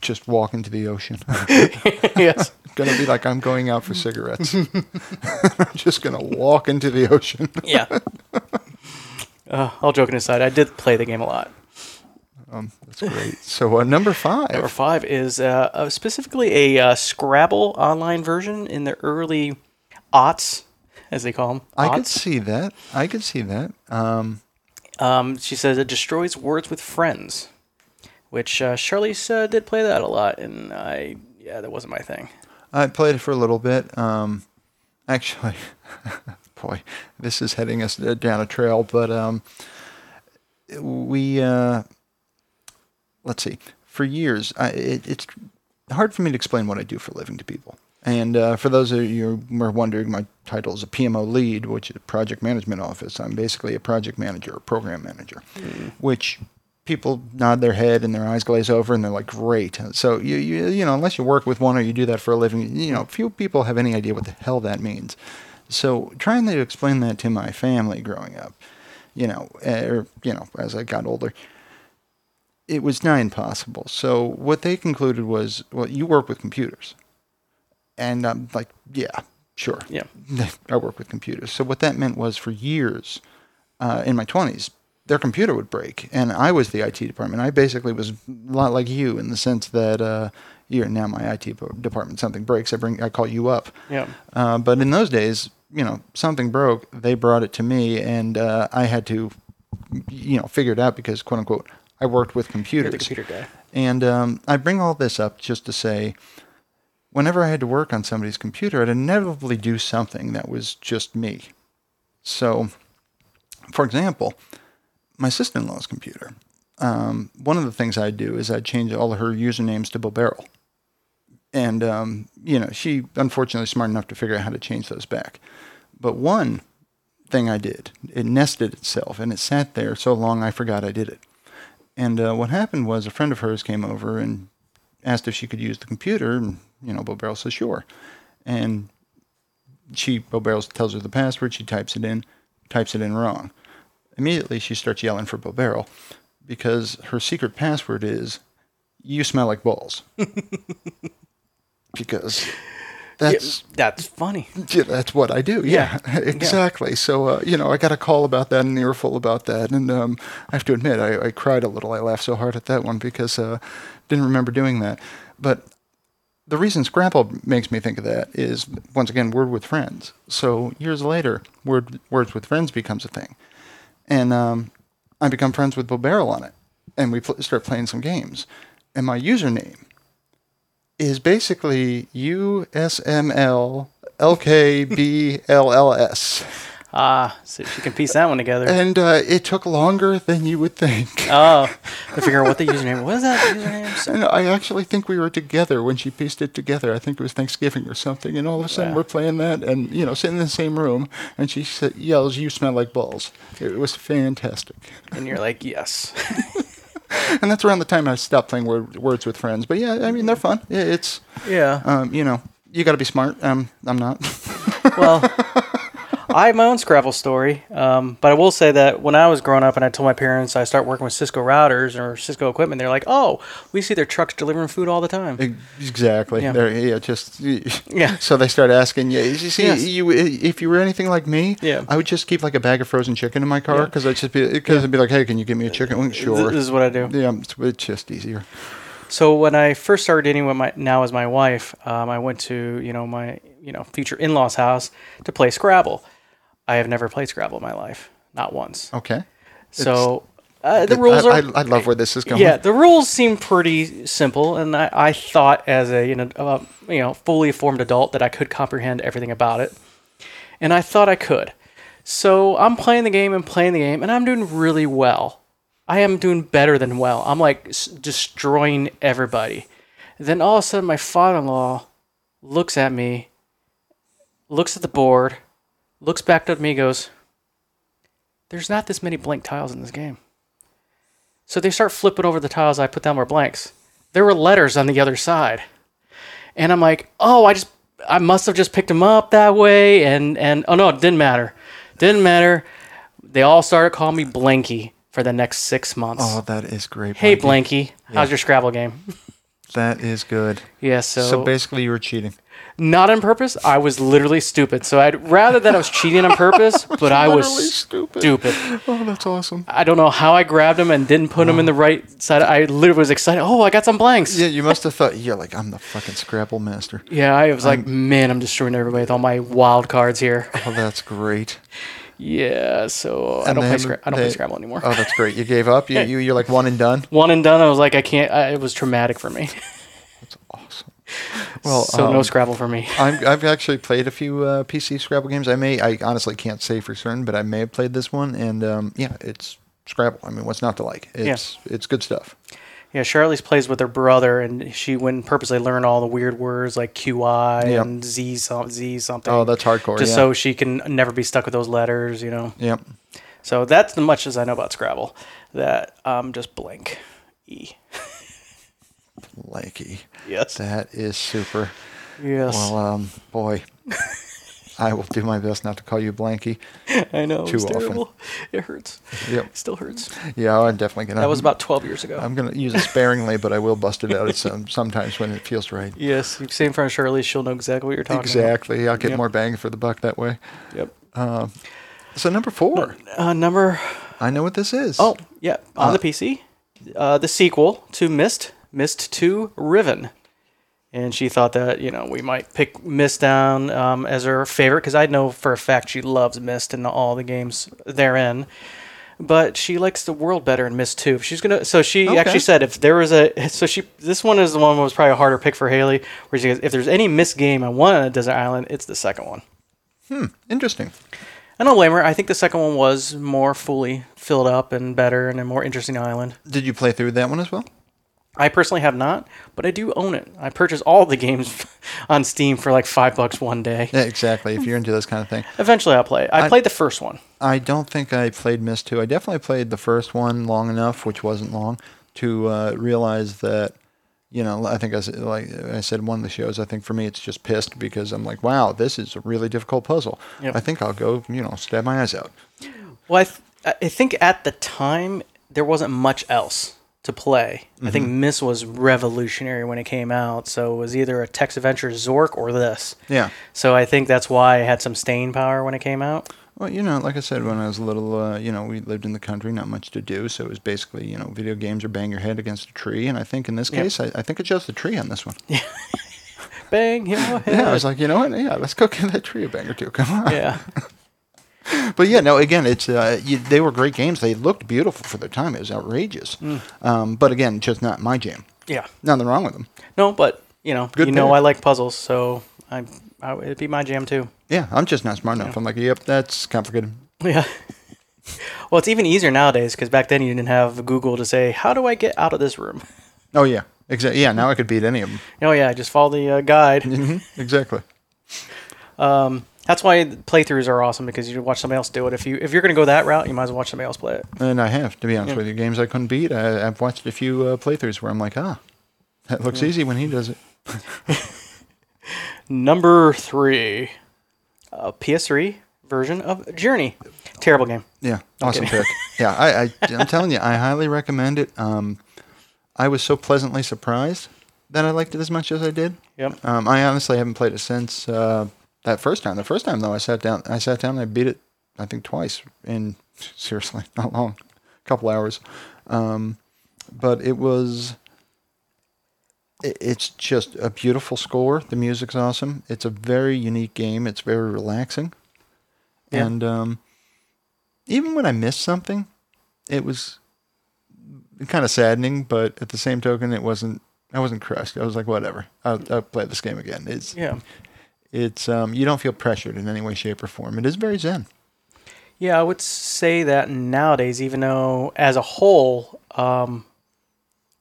Speaker 1: just walk into the ocean.
Speaker 2: yes.
Speaker 1: gonna be like I'm going out for cigarettes. I'm just gonna walk into the ocean.
Speaker 2: Yeah. Uh, all joking aside, I did play the game a lot.
Speaker 1: Um, that's great. So uh, number five.
Speaker 2: Number five is uh, uh, specifically a uh, Scrabble online version in the early aughts, as they call them.
Speaker 1: I could see that. I could see that. Um,
Speaker 2: Um, she says it destroys words with friends, which uh, Charlize uh, did play that a lot, and I yeah, that wasn't my thing.
Speaker 1: I played it for a little bit. Um, actually, boy, this is heading us down a trail. But um, we uh, let's see. For years, I, it, it's hard for me to explain what I do for a living to people. And uh, for those of you who are wondering, my title is a PMO lead, which is project management office. I'm basically a project manager, a program manager, which people nod their head and their eyes glaze over and they're like, great. So, you, you, you know, unless you work with one or you do that for a living, you know, few people have any idea what the hell that means. So trying to explain that to my family growing up, you know, or, you know, as I got older, it was nigh impossible. So what they concluded was, well, you work with computers, and I'm like, yeah, sure,
Speaker 2: Yeah.
Speaker 1: I work with computers. So what that meant was, for years, uh, in my twenties, their computer would break, and I was the IT department. I basically was a lot like you in the sense that uh, you're now my IT po- department. Something breaks, I bring, I call you up.
Speaker 2: Yeah.
Speaker 1: Uh, but in those days, you know, something broke. They brought it to me, and uh, I had to, you know, figure it out because, quote unquote, I worked with computers.
Speaker 2: You're the computer guy.
Speaker 1: And um, I bring all this up just to say, whenever I had to work on somebody's computer, I'd inevitably do something that was just me. So, for example, my sister in law's computer. Um, one of the things I do is I change all of her usernames to Bobarrel. And, um, you know, she unfortunately is smart enough to figure out how to change those back. But one thing I did, it nested itself and it sat there so long I forgot I did it. And uh, what happened was a friend of hers came over and asked if she could use the computer. And, you know, Bobarrel says, sure. And she, Bobarrel tells her the password. She types it in, types it in wrong. Immediately, she starts yelling for Bobarrel because her secret password is, you smell like balls. because that's
Speaker 2: That's funny.
Speaker 1: yeah, that's what I do. Yeah, exactly. So uh, you know, I got a call about that, an earful about that, and um, I have to admit, I, I cried a little. I laughed so hard at that one because uh, didn't remember doing that. But the reason Scrapple makes me think of that is once again, Word with Friends. So years later, Word Words with Friends becomes a thing, and um, I become friends with Bo Barrel on it, and we pl- start playing some games, and my username is basically USML LKBLLS.
Speaker 2: Ah, so she can piece that one together.
Speaker 1: And uh, it took longer than you would think.
Speaker 2: Oh, to figure out what the username was. That username. So-
Speaker 1: And I actually think we were together when she pieced it together. I think it was Thanksgiving or something. And all of a sudden,
Speaker 2: Wow.
Speaker 1: we're playing that and, you know, sitting in the same room. And she sa- yells, You smell like balls. It was fantastic.
Speaker 2: And you're like, yes.
Speaker 1: And that's around the time I stopped playing word, Words with Friends. But yeah, I mean, they're fun. Yeah, It's,
Speaker 2: Yeah.
Speaker 1: um, you know, you got to be smart. Um, I'm not.
Speaker 2: well, I have my own Scrabble story, um, but I will say that when I was growing up and I told my parents I start working with Cisco routers or Cisco equipment, they're like, "Oh, we see their trucks delivering food all the time."
Speaker 1: Exactly.
Speaker 2: Yeah.
Speaker 1: They're, yeah. Just
Speaker 2: Yeah.
Speaker 1: So they start asking you. You see,
Speaker 2: Yes.
Speaker 1: you if you were anything like me,
Speaker 2: Yeah.
Speaker 1: I would just keep like a bag of frozen chicken in my car because I'd just be because I'd be like, hey, can you give me a chicken wing?
Speaker 2: Th-
Speaker 1: Sure.
Speaker 2: This is what I do.
Speaker 1: yeah, it's, it's just easier.
Speaker 2: So when I first started dating with my now as my wife, um, I went to you know my you know future in laws house to play Scrabble. I have never played Scrabble in my life, not once.
Speaker 1: Okay.
Speaker 2: So uh, the rules
Speaker 1: Oh, I,
Speaker 2: are.
Speaker 1: I, I love where this is going.
Speaker 2: Yeah, the rules seem pretty simple, and I, I thought as a you know uh, you know fully formed adult that I could comprehend everything about it, and I thought I could. So I'm playing the game and playing the game, and I'm doing really well. I am doing better than well. I'm like s- destroying everybody. Then all of a sudden, my father-in-law looks at me, looks at the board, looks back at me, goes, "There's not this many blank tiles in this game." So they start flipping over the tiles. I put down more blanks. There were letters on the other side, and I'm like, oh, I just I must have just picked them up that way, and and oh no, it didn't matter, didn't matter. They all started calling me Blanky for the next six months.
Speaker 1: Oh, that is great.
Speaker 2: hey,
Speaker 1: Mikey.
Speaker 2: Blanky, how's your Scrabble game?
Speaker 1: That is good.
Speaker 2: yeah, so,
Speaker 1: So, basically, you were cheating.
Speaker 2: not on purpose. I was literally stupid. So I'd rather that I was cheating on purpose, but I
Speaker 1: Literally
Speaker 2: was
Speaker 1: stupid.
Speaker 2: stupid.
Speaker 1: Oh, that's awesome.
Speaker 2: I don't know how I grabbed him and didn't put him in the right side. I literally was excited. Oh, I got some blanks.
Speaker 1: Uh-huh. Yeah, you must have thought you're like I'm the fucking Scrabble master.
Speaker 2: Yeah, I was like,
Speaker 1: Um,
Speaker 2: man, I'm destroying everybody with all my wild cards here.
Speaker 1: Oh, that's great.
Speaker 2: yeah, so I
Speaker 1: And
Speaker 2: don't play
Speaker 1: then
Speaker 2: Scra- I don't play
Speaker 1: they-
Speaker 2: Scrabble anymore.
Speaker 1: Oh, that's great. You gave up. You, you you're like one and done.
Speaker 2: One and done. I was like, I can't. I, it was traumatic for me.
Speaker 1: Awesome. Well,
Speaker 2: so no
Speaker 1: um,
Speaker 2: Scrabble for me.
Speaker 1: I'm, I've actually played a few uh, PC Scrabble games. I may, I honestly can't say for certain, but I may have played this one, and um, yeah, it's Scrabble. I mean, what's not to like? It's it's good stuff.
Speaker 2: Yeah, Charlize plays with her brother, and she went and purposely learned all the weird words like QI
Speaker 1: Yeah.
Speaker 2: and Z some, Z something.
Speaker 1: Oh, that's hardcore.
Speaker 2: just
Speaker 1: yeah.
Speaker 2: so she can never be stuck with those letters, you know.
Speaker 1: Yep.
Speaker 2: So that's the much as I know about Scrabble. That um, just blank E.
Speaker 1: Likey.
Speaker 2: Yes.
Speaker 1: That is super.
Speaker 2: Yes.
Speaker 1: Well, um, boy, I will do my best not to call you Blanky.
Speaker 2: I know.
Speaker 1: uh, too
Speaker 2: It's
Speaker 1: often.
Speaker 2: terrible. It hurts.
Speaker 1: Yep.
Speaker 2: It still hurts.
Speaker 1: Yeah, I'm definitely gonna.
Speaker 2: That was about 12 years ago.
Speaker 1: I'm gonna use it sparingly, but I will bust it out at some sometimes when it feels right.
Speaker 2: yes, you say in front of Shirley, she'll know exactly what you're talking
Speaker 1: Exactly. I'll get
Speaker 2: Yep.
Speaker 1: more bang for the buck that way.
Speaker 2: about. Exactly. Yep.
Speaker 1: So number four.
Speaker 2: Uh, number.
Speaker 1: I know what this is.
Speaker 2: Oh, yeah. On the PC, uh, the sequel to Mist, Mist 2 Riven. And she thought that, you know, we might pick Mist down um, as her favorite because I know for a fact she loves Mist and all the games therein. but she likes the world better in Miss Two. She's gonna. So she
Speaker 1: Okay.
Speaker 2: actually said if there was a. So she. This one is the one that was probably a harder pick for Haley. Where she goes, if there's any Miss game I want on a desert island, it's the second one.
Speaker 1: Interesting.
Speaker 2: I don't blame her. I think the second one was more fully filled up and better and a more interesting island.
Speaker 1: Did you play through that one as well?
Speaker 2: I personally have not, but I do own it. I purchased all the games on Steam for like five bucks one day.
Speaker 1: Yeah, exactly. If you're into this kind of thing,
Speaker 2: Eventually, I'll play. it. I, played the first one.
Speaker 1: I don't think I played Miss Two. I definitely played the first one long enough, which wasn't long, to uh, realize that. You know, I think I said, like I said in one of the shows. I think for me, it's just pissed because I'm like, wow, this is a really difficult puzzle.
Speaker 2: Yep.
Speaker 1: I think I'll go, you know, stab my eyes out.
Speaker 2: Well, I, th- I think at the time there wasn't much else to play. I think Miss was revolutionary when it came out, so it was either a text adventure Zork or this.
Speaker 1: Yeah.
Speaker 2: So I think that's why I had some staying power when it came out.
Speaker 1: Well, you know, like I said, when I was little, uh, you know, we lived in the country, not much to do. So it was basically, you know, video games or bang your head against a tree. And I think in this case, I, I think it's just the tree on this one. Yeah.
Speaker 2: Bang your head.
Speaker 1: I was like, you know what? Yeah, let's go give that tree a bang or two. Come on.
Speaker 2: yeah.
Speaker 1: But yeah, no, again, it's uh, you, they were great games. They looked beautiful for their time. It was outrageous. Um, but again, just not my jam.
Speaker 2: Yeah.
Speaker 1: Nothing wrong with them.
Speaker 2: No, but you know,
Speaker 1: Good
Speaker 2: you know,
Speaker 1: pick.
Speaker 2: I like puzzles, so I, I it'd be my jam too.
Speaker 1: Yeah, I'm just not smart enough. I'm like, yep, that's complicated.
Speaker 2: Yeah. well, it's even easier nowadays because back then you didn't have Google to say, "How do I get out of this room?"
Speaker 1: Oh, yeah. Exactly. Yeah, now I could beat any of them.
Speaker 2: Oh yeah, just follow the uh, guide.
Speaker 1: Mm-hmm. Exactly.
Speaker 2: That's why playthroughs are awesome because you watch somebody else do it. If you if you're gonna go that route, you might as well watch somebody else play it.
Speaker 1: And I have, to be honest with you, games I couldn't beat. I, I've watched a few uh, playthroughs where I'm like, ah, that looks easy when he does it.
Speaker 2: Number three, a PS3 version of Journey. Terrible game.
Speaker 1: Yeah, awesome pick. Yeah, I, I, I'm telling you, I highly recommend it. Um, I was so pleasantly surprised that I liked it as much as I did.
Speaker 2: Yep.
Speaker 1: Um, I honestly haven't played it since uh, that first time. The first time though, I sat down, I sat down and I beat it, I think twice in seriously not long, a couple hours. Um, but it was, it, it's just a beautiful score. The music's awesome. It's a very unique game. It's very relaxing,
Speaker 2: Yeah.
Speaker 1: and um, even when I missed something, it was kind of saddening. But at the same token, it wasn't. I wasn't crushed. I was like, whatever. I'll, I'll play this game again. It's
Speaker 2: Yeah.
Speaker 1: it's um, you don't feel pressured in any way, shape, or form. It is very zen.
Speaker 2: Yeah, I would say that nowadays, even though as a whole, um,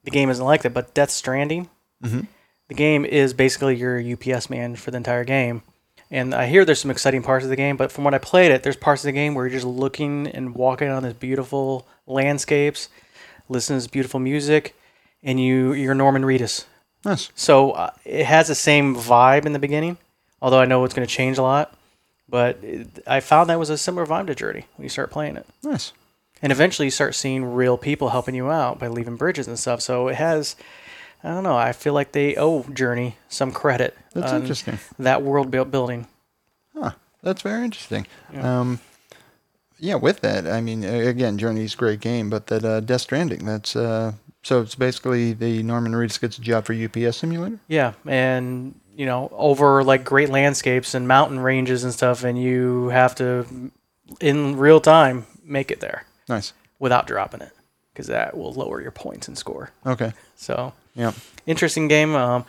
Speaker 2: the game isn't like that, but Death Stranding, the game is basically your UPS man for the entire game. And I hear there's some exciting parts of the game, but from what I played it, there's parts of the game where you're just looking and walking on these beautiful landscapes, listening to this beautiful music, and you you're Norman Reedus.
Speaker 1: Nice.
Speaker 2: So uh, it has the same vibe in the beginning, although I know it's going to change a lot. But it, I found that was a similar vibe to Journey when you start playing it,
Speaker 1: Nice.
Speaker 2: and eventually you start seeing real people helping you out by leaving bridges and stuff. So it has, I don't know, I feel like they owe Journey some credit.
Speaker 1: That's
Speaker 2: on
Speaker 1: interesting.
Speaker 2: That world built building.
Speaker 1: Huh. That's very interesting. Yeah. Um, yeah. With that, I mean, a- again, Journey's a great game, but that uh, Death Stranding. That's uh, so it's basically the Norman Reedus gets a job for UPS Simulator.
Speaker 2: Yeah, and you know, over like great landscapes and mountain ranges and stuff, and you have to, in real time, make it there
Speaker 1: Nice.
Speaker 2: without dropping it, because that will lower your points and score.
Speaker 1: Okay.
Speaker 2: So
Speaker 1: Yeah.
Speaker 2: interesting game. Um,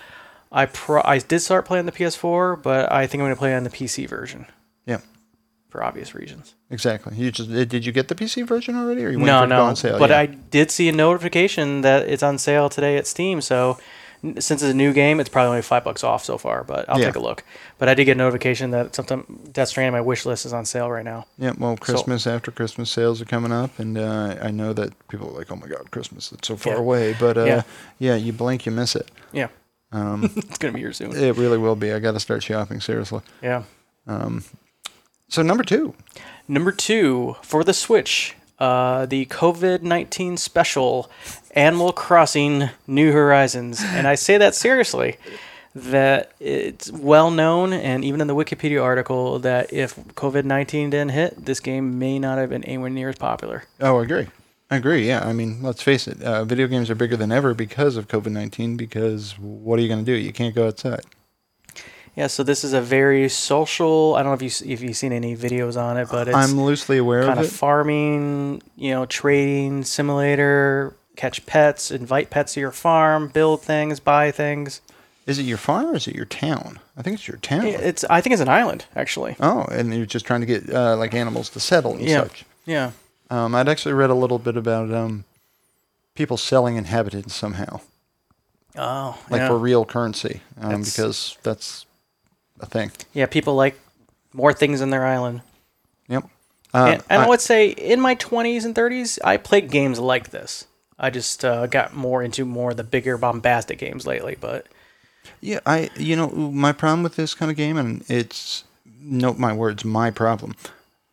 Speaker 2: I pro- I did start playing the PS4, but I think I'm gonna play on the PC version
Speaker 1: Yeah.
Speaker 2: for obvious reasons.
Speaker 1: Exactly. You just uh, did you get the PC version already, or you waiting
Speaker 2: no,
Speaker 1: for it to
Speaker 2: no.
Speaker 1: go on sale?
Speaker 2: but
Speaker 1: Yeah.
Speaker 2: I did see a notification that it's on sale today at Steam. So n- since it's a new game, it's probably only five bucks off so far. But I'll
Speaker 1: Yeah.
Speaker 2: take a look. But I did get a notification that something Death Stranding on my wish list is on sale right now.
Speaker 1: Yeah, well, Christmas after Christmas sales are coming up, and uh, I know that people are like, "Oh my God, Christmas! It's so far
Speaker 2: Yeah.
Speaker 1: away." But uh, yeah.
Speaker 2: Yeah.
Speaker 1: you blink, you miss it.
Speaker 2: Yeah,
Speaker 1: Um,
Speaker 2: it's gonna be here soon.
Speaker 1: it really will be. I got to start shopping seriously.
Speaker 2: Yeah.
Speaker 1: Um, so number two,
Speaker 2: Number two for the Switch, uh, the COVID 19 special Animal Crossing New Horizons. And I say that seriously, that it's well known, and even in the Wikipedia article, that if COVID 19 didn't hit, this game may not have been anywhere near as popular.
Speaker 1: oh, I agree. I agree. Yeah, I mean, let's face it. Uh, video games are bigger than ever because of COVID nineteen. Because what are you going to do? You can't go outside.
Speaker 2: Yeah, so this is a very social. I don't know if you s- if you've seen any videos on it, but it's
Speaker 1: I'm loosely aware
Speaker 2: kind
Speaker 1: of it.
Speaker 2: of farming, you know, trading simulator, catch pets, invite pets to your farm, build things, buy things.
Speaker 1: Is it your farm or is it your town? I think it's your town.
Speaker 2: It's I think it's an island actually.
Speaker 1: oh, and you're just trying to get uh, like animals to settle and
Speaker 2: Yeah.
Speaker 1: such.
Speaker 2: Yeah.
Speaker 1: Um, I'd actually read a little bit about um, people selling inhabitants somehow,
Speaker 2: Oh,
Speaker 1: like
Speaker 2: yeah.
Speaker 1: for real currency, um,
Speaker 2: That's-
Speaker 1: because that's a thing.
Speaker 2: yeah, people like more things in their island.
Speaker 1: Yep. Uh,
Speaker 2: and, and I,
Speaker 1: I-
Speaker 2: would say in my 20s and 30s, I played games like this. I just uh, got more into more of the bigger bombastic games lately, but
Speaker 1: Yeah, I you know my problem with this kind of game, and it's note my words, my problem.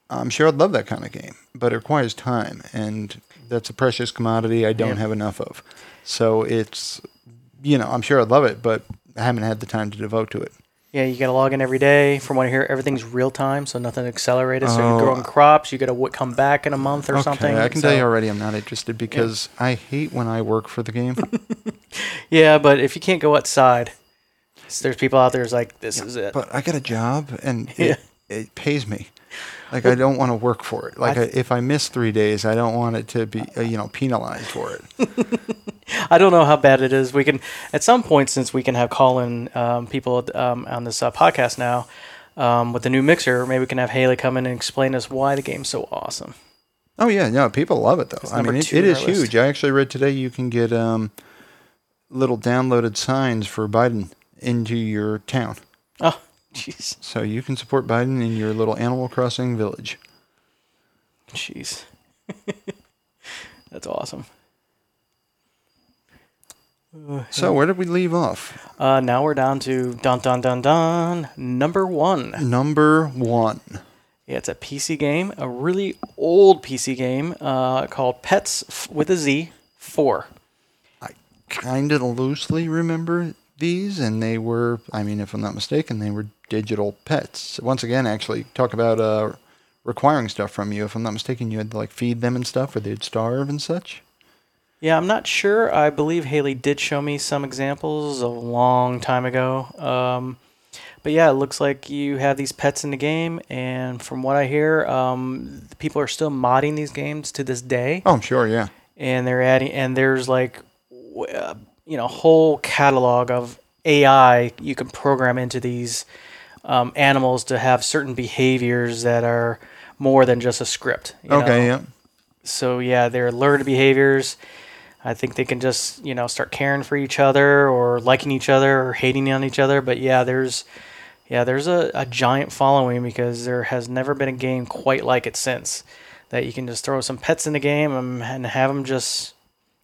Speaker 1: I'm sure I'd love that kind of game, but it requires time, and that's a precious commodity I don't
Speaker 2: Yeah.
Speaker 1: have enough of. So it's you know I'm sure I'd love it, but I haven't had the time to devote to it.
Speaker 2: yeah, you got to log in every day. From what I hear, everything's real time, so nothing accelerated. So
Speaker 1: Oh.
Speaker 2: you're growing crops. You got to w- come back in a month or something.
Speaker 1: I can
Speaker 2: so-
Speaker 1: tell you already, I'm not interested because I hate when I work for the game.
Speaker 2: Yeah, but if you can't go outside, s- there's people out there who's like, this is it.
Speaker 1: but I got a job and it,
Speaker 2: Yeah.
Speaker 1: it pays me. Like I don't want to work for it. Like I
Speaker 2: I-
Speaker 1: if I miss three days, I don't want it to be uh, you know penalized for it.
Speaker 2: I don't know how bad it is. We can at some point since we can have call in um, people um, on this uh, podcast now um, with the new mixer. Maybe we can have Haley come in and explain us why the game's so awesome.
Speaker 1: Oh yeah, no, people love it though. I
Speaker 2: number
Speaker 1: mean, it,
Speaker 2: two
Speaker 1: it
Speaker 2: on
Speaker 1: is
Speaker 2: our list.
Speaker 1: huge. I actually read today you can get um, little downloaded signs for Biden into your town,
Speaker 2: Oh, jeez,
Speaker 1: so you can support Biden in your little Animal Crossing village.
Speaker 2: jeez, that's awesome.
Speaker 1: So where did we leave off?
Speaker 2: Uh, now we're down to dun dun dun dun number one.
Speaker 1: Number one.
Speaker 2: Yeah, it's a PC game, a really old PC game uh, called Pets F- with a Z Four.
Speaker 1: I kind of loosely remember these, and they were, I mean, if I'm not mistaken, they were digital pets. Once again, actually, talk about uh, requiring stuff from you. If I'm not mistaken, you had to like feed them and stuff, or they'd starve and such.
Speaker 2: Yeah, I'm not sure. I believe Haley did show me some examples a long time ago. Um, but yeah, it looks like you have these pets in the game, and from what I hear, um, people are still modding these games to this day,
Speaker 1: Oh, I'm sure, yeah.
Speaker 2: and they're adding. And there's like, w- uh, you know, whole catalog of AI you can program into these um, animals to have certain behaviors that are more than just a script. you
Speaker 1: okay,
Speaker 2: know?
Speaker 1: yeah.
Speaker 2: so yeah, their learned behaviors. I think they can just you know start caring for each other or liking each other or hating on each other. But yeah, there's yeah there's a, a giant following because there has never been a game quite like it since that you can just throw some pets in the game and, and have them just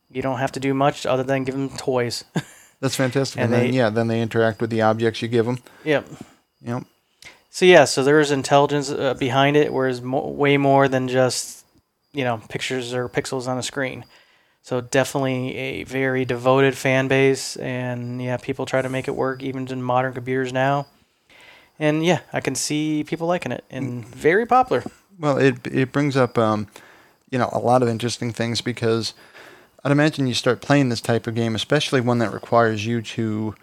Speaker 2: you don't have to do much other than give them toys.
Speaker 1: That's fantastic. And,
Speaker 2: And
Speaker 1: then,
Speaker 2: they-
Speaker 1: yeah, then they interact with the objects you give them.
Speaker 2: yep.
Speaker 1: Yep.
Speaker 2: So yeah, so there's intelligence uh, behind it, whereas mo- way more than just you know pictures or pixels on a screen. So definitely a very devoted fan base, and yeah, people try to make it work even in modern computers now. And yeah, I can see people liking it and
Speaker 1: Mm-hmm.
Speaker 2: very popular.
Speaker 1: Well, it it brings up um, you know, a lot of interesting things because I'd imagine you start playing this type of game, especially one that requires you to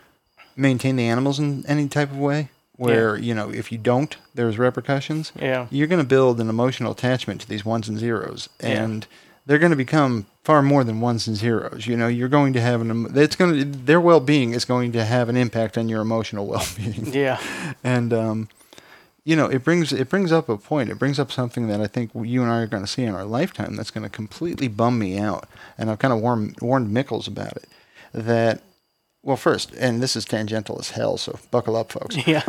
Speaker 1: maintain the animals in any type of way, where you know if you don't, there's repercussions.
Speaker 2: Yeah,
Speaker 1: You're going to build an emotional attachment to these ones and zeros,
Speaker 2: Yeah.
Speaker 1: and they're going to become far more than ones and zeros. You know, you're going to have an em- it's going to their well being is going to have an impact on your emotional well being
Speaker 2: yeah,
Speaker 1: and um, you know it brings it brings up a point it brings up something that i think you and i are going to see in our lifetime that's going to completely bum me out and i've kind of warned warned mickles about it that well first and this is tangential as hell so buckle up folks
Speaker 2: yeah.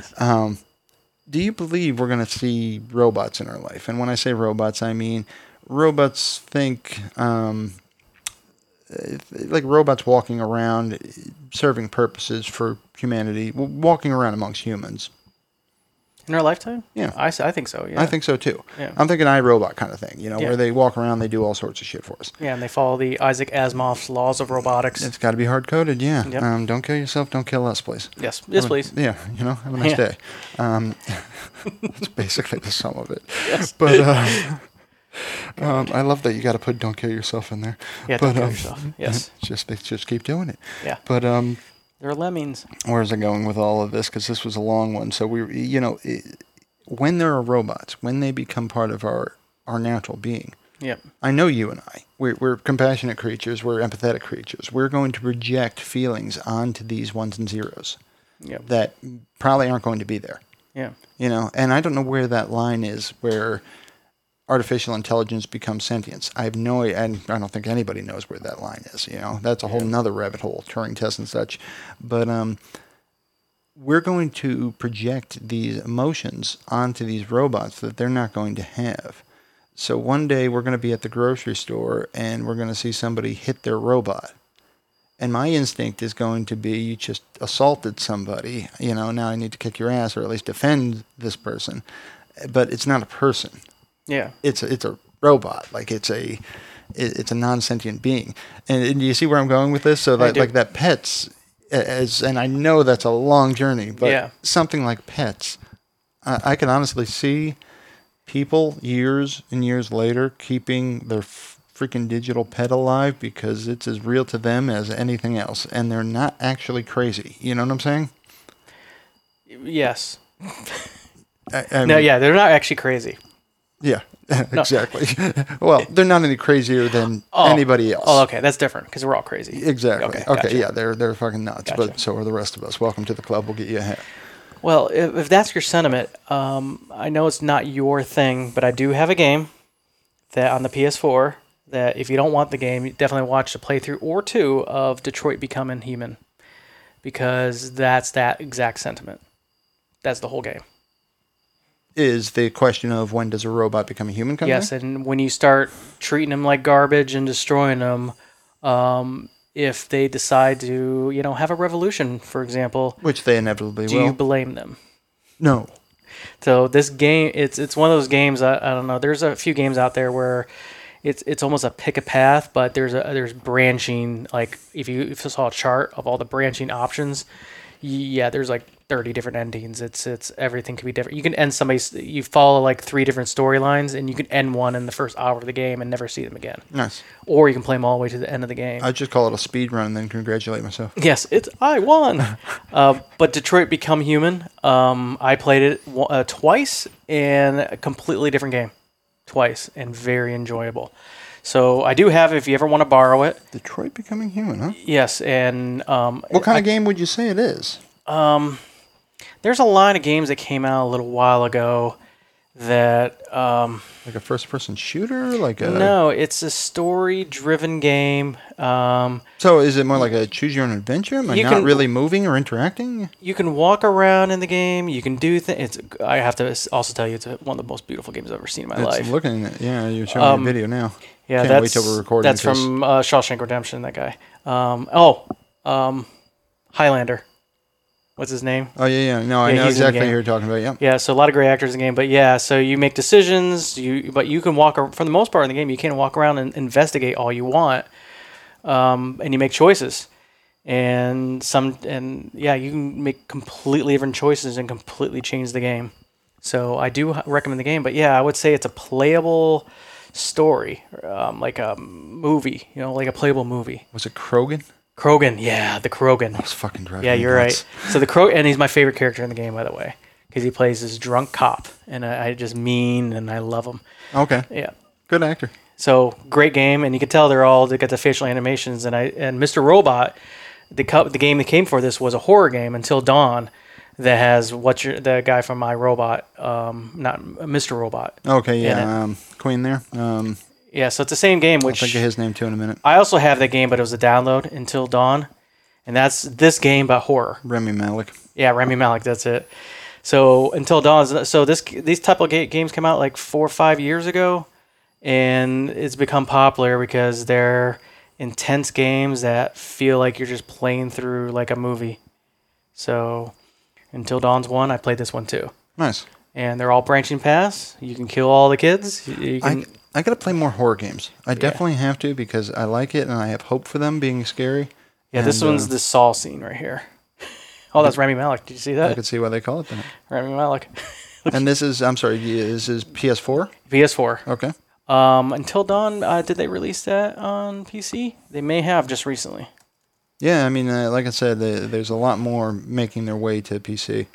Speaker 1: do you believe we're going to see robots in our life? And when I say robots, I mean robots think um, uh, like robots walking around uh, serving purposes for humanity, w- walking around amongst humans.
Speaker 2: In our lifetime,
Speaker 1: Yeah.
Speaker 2: I, s- I think so. Yeah,
Speaker 1: I think so too.
Speaker 2: Yeah.
Speaker 1: I'm thinking iRobot kind of thing, you know,
Speaker 2: Yeah.
Speaker 1: where they walk around, they do all sorts of shit for us.
Speaker 2: yeah, and they follow the Isaac Asimov's laws of robotics.
Speaker 1: It's got to be hard coded, yeah.
Speaker 2: Yep.
Speaker 1: Um, don't kill yourself, don't kill us, please.
Speaker 2: yes, yes,
Speaker 1: Have a-
Speaker 2: please.
Speaker 1: Yeah, you know, have a nice
Speaker 2: Yeah.
Speaker 1: day. Um, that's basically the sum of it. But um, um, I love that you got to put "Don't kill yourself" in there.
Speaker 2: Yeah,
Speaker 1: but,
Speaker 2: don't kill
Speaker 1: um,
Speaker 2: yourself. Yes.
Speaker 1: Just they just keep doing it.
Speaker 2: Yeah.
Speaker 1: But um,
Speaker 2: They're lemmings.
Speaker 1: Where's I going with all of this? Because this was a long one. So we, you know, it, when there are robots, when they become part of our our natural being,
Speaker 2: Yep.
Speaker 1: I know you and I. We're, we're compassionate creatures. We're empathetic creatures. We're going to project feelings onto these ones and zeros
Speaker 2: Yep.
Speaker 1: that probably aren't going to be there.
Speaker 2: yeah.
Speaker 1: You know, and I don't know where that line is where artificial intelligence becomes sentience. I have no, and I don't think anybody knows where that line is. You know, that's a whole nother rabbit hole, Turing tests and such. But um, we're going to project these emotions onto these robots that they're not going to have. So one day we're going to be at the grocery store and we're going to see somebody hit their robot. And my instinct is going to be you just assaulted somebody, you know, now I need to kick your ass or at least defend this person. But it's not a person.
Speaker 2: Yeah.
Speaker 1: It's a, it's a robot. Like it's a it- it's a non-sentient being. And, and you see where I'm going with this? So like
Speaker 2: do.
Speaker 1: like that pets as and I know that's a long journey, but
Speaker 2: Yeah.
Speaker 1: something like pets I, I can honestly see people years and years later keeping their f- freaking digital pet alive because it's as real to them as anything else and they're not actually crazy you know what i'm saying
Speaker 2: Yes.
Speaker 1: I, I
Speaker 2: No,
Speaker 1: mean,
Speaker 2: yeah, they're not actually crazy.
Speaker 1: yeah exactly well they're not any crazier than anybody else
Speaker 2: Oh, okay, that's different because we're all crazy.
Speaker 1: exactly okay,
Speaker 2: Okay, gotcha.
Speaker 1: yeah they're they're fucking nuts but
Speaker 2: Gotcha.
Speaker 1: so are the rest of us welcome to the club we'll get you a hat
Speaker 2: Well, if, if that's your sentiment, um, I know it's not your thing, but I do have a game that on the PS4 that if you don't want the game, you definitely watch a playthrough or two of Detroit Becoming Human because that's that exact sentiment. That's the whole game.
Speaker 1: is the question of when does a robot become a human come
Speaker 2: Yes, and when you start treating them like garbage and destroying them, um, if they decide to, you know, have a revolution, for example,
Speaker 1: which they inevitably
Speaker 2: do
Speaker 1: will
Speaker 2: you blame them?
Speaker 1: no
Speaker 2: So this game, it's it's one of those games. I, I don't know. There's a few games out there where it's it's almost a pick a path, but there's a there's branching. Like if you if you saw a chart of all the branching options, yeah, there's like 30 different endings. It's it's everything could be different. You can end somebody's. You follow like three different storylines, and you can end one in the first hour of the game and never see them again.
Speaker 1: nice
Speaker 2: Or you can play them all the way to the end of the game.
Speaker 1: I just call it a speed run and then congratulate myself.
Speaker 2: Yes, it's I won. uh, but Detroit Become Human, um, I played it wa- uh, twice in a completely different game, twice and very enjoyable. So I do have, it if you ever want to borrow it,
Speaker 1: Detroit becoming human, huh?
Speaker 2: yes. And um,
Speaker 1: What kind of game would you say it is?
Speaker 2: there's a line of games that came out a little while ago that um,
Speaker 1: Like a first person shooter? Like a
Speaker 2: no, it's a story-driven game. Um,
Speaker 1: So is it more like a choose your own adventure? Am I
Speaker 2: You
Speaker 1: not
Speaker 2: can-
Speaker 1: really moving or interacting?
Speaker 2: you can walk around in the game. You can do things. I have to also tell you, it's one of the most beautiful games I've ever seen in my life. Um,
Speaker 1: It's looking at yeah, you're showing me a video now.
Speaker 2: Yeah,
Speaker 1: Can't
Speaker 2: that's
Speaker 1: wait till we're recording.
Speaker 2: That's
Speaker 1: 'cause-
Speaker 2: from uh, Shawshank Redemption. That guy. Um, oh, um, Highlander. What's his name?
Speaker 1: Oh yeah, yeah. No, I know
Speaker 2: Yeah, he's in the
Speaker 1: exactly who
Speaker 2: game.
Speaker 1: you're talking about. Yeah.
Speaker 2: Yeah, so a lot of great actors in the game, but yeah, so you make decisions. You but you can walk ar- for the most part in the game. You can walk around and investigate all you want, um, and you make choices. And some and yeah, you can make completely different choices and completely change the game. So I do h- recommend the game, but yeah, I would say it's a playable story, um, like a movie. You know, like a playable movie.
Speaker 1: Was it Krogan?
Speaker 2: Krogan, yeah, the Krogan.
Speaker 1: It's fucking driving.
Speaker 2: Yeah,
Speaker 1: me
Speaker 2: you're
Speaker 1: nuts.
Speaker 2: right. So the crow, and he's my favorite character in the game, by the way, because he plays this drunk cop, and I, I just mean, and I love him.
Speaker 1: Okay.
Speaker 2: Yeah.
Speaker 1: Good actor.
Speaker 2: So great game, and you can tell they're all they got the facial animations, and I and Mr. Robot, the co- the game that came for this was a horror game until Dawn, that has what your the guy from My Robot, um, not Mr. Robot.
Speaker 1: Okay,
Speaker 2: In
Speaker 1: yeah. Um, Queen there. Um,
Speaker 2: Yeah, so it's the same game, which
Speaker 1: think of his name too in a minute.
Speaker 2: I also have that game, but it was a download until Dawn, and that's this game but horror.
Speaker 1: Remy Malik.
Speaker 2: Yeah, Remy Malik. That's it. So until dawn. So this these type of ga- games came out like four or five years ago, and it's become popular because they're intense games that feel like you're just playing through like a movie. So until dawn's one. I played this one too,
Speaker 1: Nice.
Speaker 2: and they're all branching paths. You can kill all the kids. You- you
Speaker 1: I,
Speaker 2: can-
Speaker 1: I gotta play more horror games. I definitely have to because I like it and I have hope for them being scary.
Speaker 2: yeah, this
Speaker 1: and,
Speaker 2: one's
Speaker 1: uh,
Speaker 2: the Saw scene right here. Oh, that's Remy Malik. Did you see
Speaker 1: I
Speaker 2: that?
Speaker 1: could see why they call it that.
Speaker 2: Remy Malik.
Speaker 1: And this is, I'm sorry, yeah, this is PS4.
Speaker 2: PS4.
Speaker 1: Okay.
Speaker 2: Um, Until Dawn, uh, did they release that on PC? They may have just recently.
Speaker 1: Yeah, I mean, uh, like I said, the, there's a lot more making their way to PC.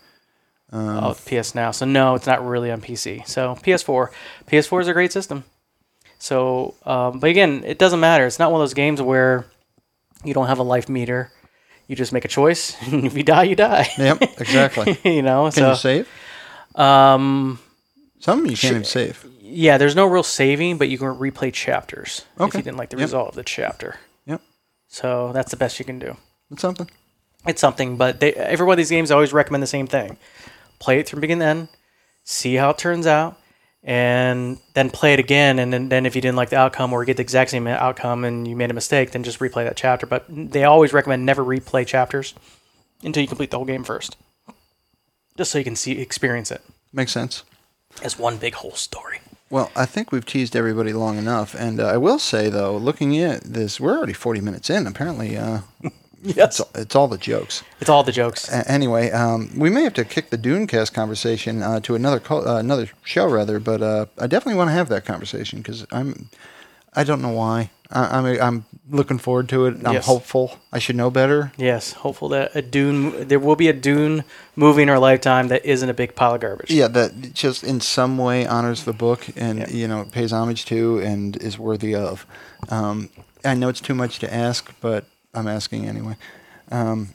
Speaker 1: Um,
Speaker 2: oh, PS Now. So no, it's not really on PC. So PS4, PS4 is a great system. So, um, but again, it doesn't matter. It's not one of those games where you don't have a life meter. You just make a choice, and if you die, you die.
Speaker 1: Yep, exactly.
Speaker 2: you know.
Speaker 1: Can you
Speaker 2: so,
Speaker 1: save?
Speaker 2: um,
Speaker 1: Some you can't
Speaker 2: Sure.
Speaker 1: even save.
Speaker 2: yeah, there's no real saving, but you can replay chapters if
Speaker 1: Okay.
Speaker 2: you didn't like the
Speaker 1: Yep.
Speaker 2: result of the chapter.
Speaker 1: Yep,
Speaker 2: So that's the best you can do.
Speaker 1: it's something.
Speaker 2: it's something. But they, every one of these games, I always recommend the same thing: play it from beginning to end, see how it turns out, and then play it again. And then, then if you didn't like the outcome or get the exact same outcome and you made a mistake, then just replay that chapter. But they always recommend never replay chapters until you complete the whole game first, just so you can see experience it
Speaker 1: Makes sense.
Speaker 2: as one big whole story.
Speaker 1: Well, I think we've teased everybody long enough, and uh, I will say though, looking at this, we're already 40 minutes in. Apparently, uh,
Speaker 2: Yes,
Speaker 1: it's, it's all the jokes.
Speaker 2: it's all the jokes.
Speaker 1: A- anyway, um, we may have to kick the Dunecast conversation uh, to another co- uh, another show rather, but uh, I definitely want to have that conversation because I'm I don't know why I, I'm I'm looking forward to it. I'm
Speaker 2: Yes.
Speaker 1: hopeful. I should know better.
Speaker 2: Yes, hopeful that a Dune, there will be a Dune movie in our lifetime that isn't a big pile of garbage.
Speaker 1: Yeah, that just in some way honors the book and
Speaker 2: Yeah.
Speaker 1: you know pays homage to and is worthy of. Um, I know it's too much to ask, but I'm asking anyway. Um,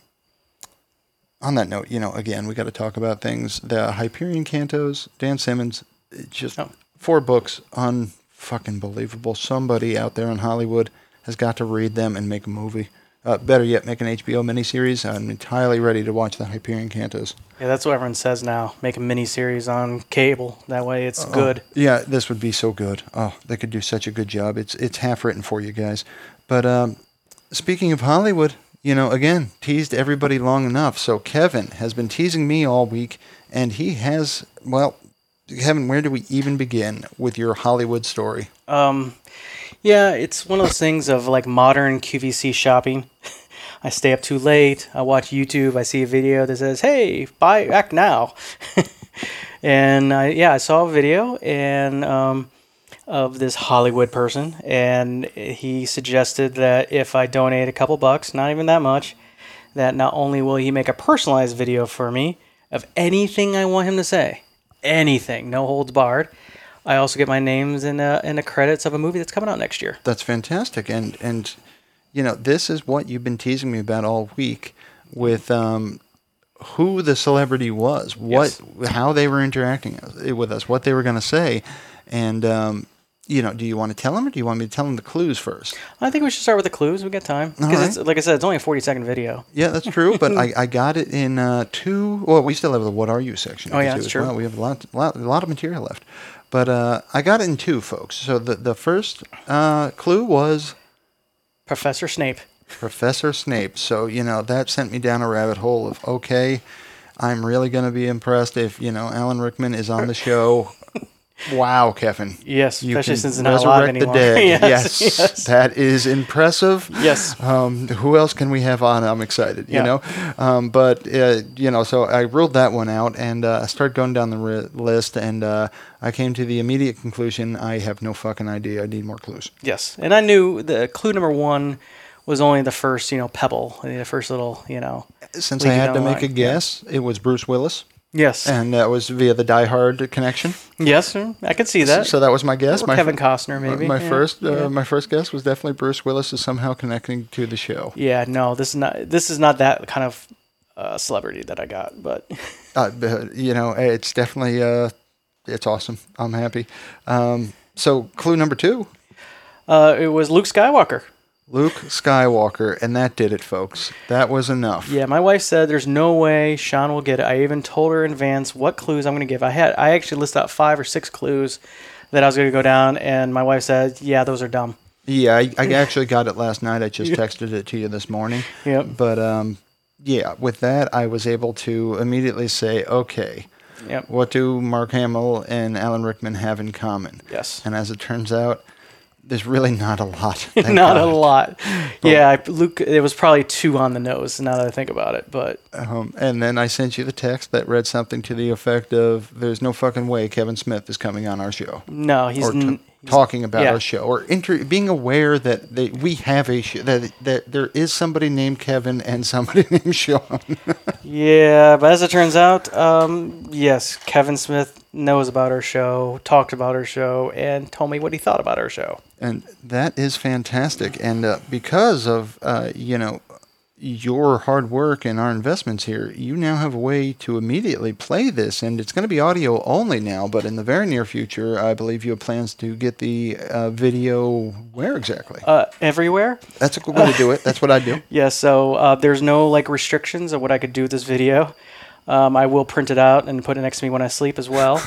Speaker 1: on that note, you know, again, we got to talk about things. The Hyperion Cantos, Dan Simmons, it just
Speaker 2: Oh.
Speaker 1: four books, unfucking believable. Somebody out there in Hollywood has got to read them and make a movie. Uh, better yet, make an HBO miniseries. I'm entirely ready to watch the Hyperion Cantos.
Speaker 2: Yeah, that's what everyone says now. Make a mini series on cable. That way it's
Speaker 1: Oh,
Speaker 2: good.
Speaker 1: yeah, this would be so good. Oh, they could do such a good job. It's it's half written for you guys. But um, speaking of Hollywood, you know, again, teased everybody long enough. So Kevin has been teasing me all week, and he has. Well, Kevin, where do we even begin with your Hollywood story?
Speaker 2: Um, yeah, it's one of those things of like modern QVC shopping. I stay up too late. I watch YouTube. I see a video that says, "Hey, buy act now," and I, yeah, I saw a video and um, of this Hollywood person, and he suggested that if I donate a couple bucks, not even that much, that not only will he make a personalized video for me of anything I want him to say, anything, no holds barred. I also get my names in uh, in the credits of a movie that's coming out next year.
Speaker 1: That's fantastic, and and you know, this is what you've been teasing me about all week with. Um, who the celebrity was, what, how they were interacting with us, what they were going to say, and um, you know, do you want to tell them or do you want me to tell them the clues first?
Speaker 2: I think we should start with the clues. We got time
Speaker 1: All
Speaker 2: because, it's
Speaker 1: right.
Speaker 2: like I said, it's only a forty second video.
Speaker 1: Yeah, that's true, but I, I got it in uh, two. Well, we still have the "What Are You" section.
Speaker 2: Oh,
Speaker 1: to
Speaker 2: yeah,
Speaker 1: do
Speaker 2: that's
Speaker 1: as
Speaker 2: true.
Speaker 1: Well. We have a lot, lot, a lot of material left, but uh, I got it in two, folks. So the the first uh, clue was
Speaker 2: Professor Snape.
Speaker 1: Professor Snape. So, you know, that sent me down a rabbit hole of, okay, I'm really going to be impressed if, you know, Alan Rickman is on the show. wow, Kevin.
Speaker 2: Yes,
Speaker 1: You
Speaker 2: especially
Speaker 1: can
Speaker 2: since it's not alive
Speaker 1: resurrect the
Speaker 2: anymore.
Speaker 1: dead.
Speaker 2: yes,
Speaker 1: yes,
Speaker 2: yes.
Speaker 1: that is impressive.
Speaker 2: Yes.
Speaker 1: Um, who else can we have on? I'm excited, you
Speaker 2: Yeah.
Speaker 1: know. Um, but uh, you know, so I ruled that one out, and uh, I started going down the ri list, and uh, I came to the immediate conclusion: I have no fucking idea. I need more clues.
Speaker 2: Yes, and I knew the clue number one was only the first, you know, pebble, the first little, you know.
Speaker 1: Since
Speaker 2: lead
Speaker 1: I
Speaker 2: you
Speaker 1: had
Speaker 2: down
Speaker 1: to
Speaker 2: the
Speaker 1: make a
Speaker 2: line. Yeah.
Speaker 1: guess, it was Bruce Willis.
Speaker 2: Yes,
Speaker 1: and that was via the Die Hard connection.
Speaker 2: yes, mm, I could see that.
Speaker 1: so that was my guess.
Speaker 2: Or
Speaker 1: My
Speaker 2: Kevin
Speaker 1: fir-
Speaker 2: Costner, maybe.
Speaker 1: My
Speaker 2: yeah,
Speaker 1: first, uh,
Speaker 2: yeah.
Speaker 1: my first guess was definitely Bruce Willis is somehow connecting to the show.
Speaker 2: Yeah, no, this is not. This is not that kind of uh, celebrity that I got, but
Speaker 1: Uh, but, you know, it's definitely, uh, it's awesome. I'm happy. Um, so clue number two,
Speaker 2: uh, it was Luke Skywalker.
Speaker 1: Luke Skywalker, and that did it, folks. That was enough.
Speaker 2: Yeah, my wife said there's no way Sean will get it. I even told her in advance what clues I'm going to give. I had I actually listed out five or six clues that I was going to go down, and my wife said, "Yeah, those are dumb."
Speaker 1: Yeah, I, I actually got it last night. I just texted it to you this morning.
Speaker 2: Yep.
Speaker 1: But um, yeah, with that, I was able to immediately say, okay,
Speaker 2: Yep.
Speaker 1: what do Mark Hamill and Alan Rickman have in common?
Speaker 2: Yes.
Speaker 1: And as it turns out, There's really not a lot.
Speaker 2: Not
Speaker 1: thank
Speaker 2: a
Speaker 1: God. Oh.
Speaker 2: lot. Yeah, I, Luke. It was probably two on the nose. Now that I think about it, but
Speaker 1: Um, and then I sent you the text that read something to the effect of "There's no fucking way Kevin Smith is coming on our show."
Speaker 2: no, he's
Speaker 1: or t-
Speaker 2: n- he's-
Speaker 1: talking about
Speaker 2: yeah.
Speaker 1: our show, or inter- being aware that they, we have a sh- that that there is somebody named Kevin and somebody named Sean.
Speaker 2: Yeah, but as it turns out, um, yes, Kevin Smith knows about our show, talked about our show, and told me what he thought about our show.
Speaker 1: and that is fantastic. And uh, because of uh, you know your hard work and our investments here, you now have a way to immediately play this, and it's going to be audio only now. But in the very near future, I believe you have plans to get the uh, video. Where exactly?
Speaker 2: Uh, everywhere.
Speaker 1: That's a good way to do it. That's what I do.
Speaker 2: Yeah, so uh, there's no like restrictions of what I could do with this video. Um, I will print it out and put it next to me when I sleep as well.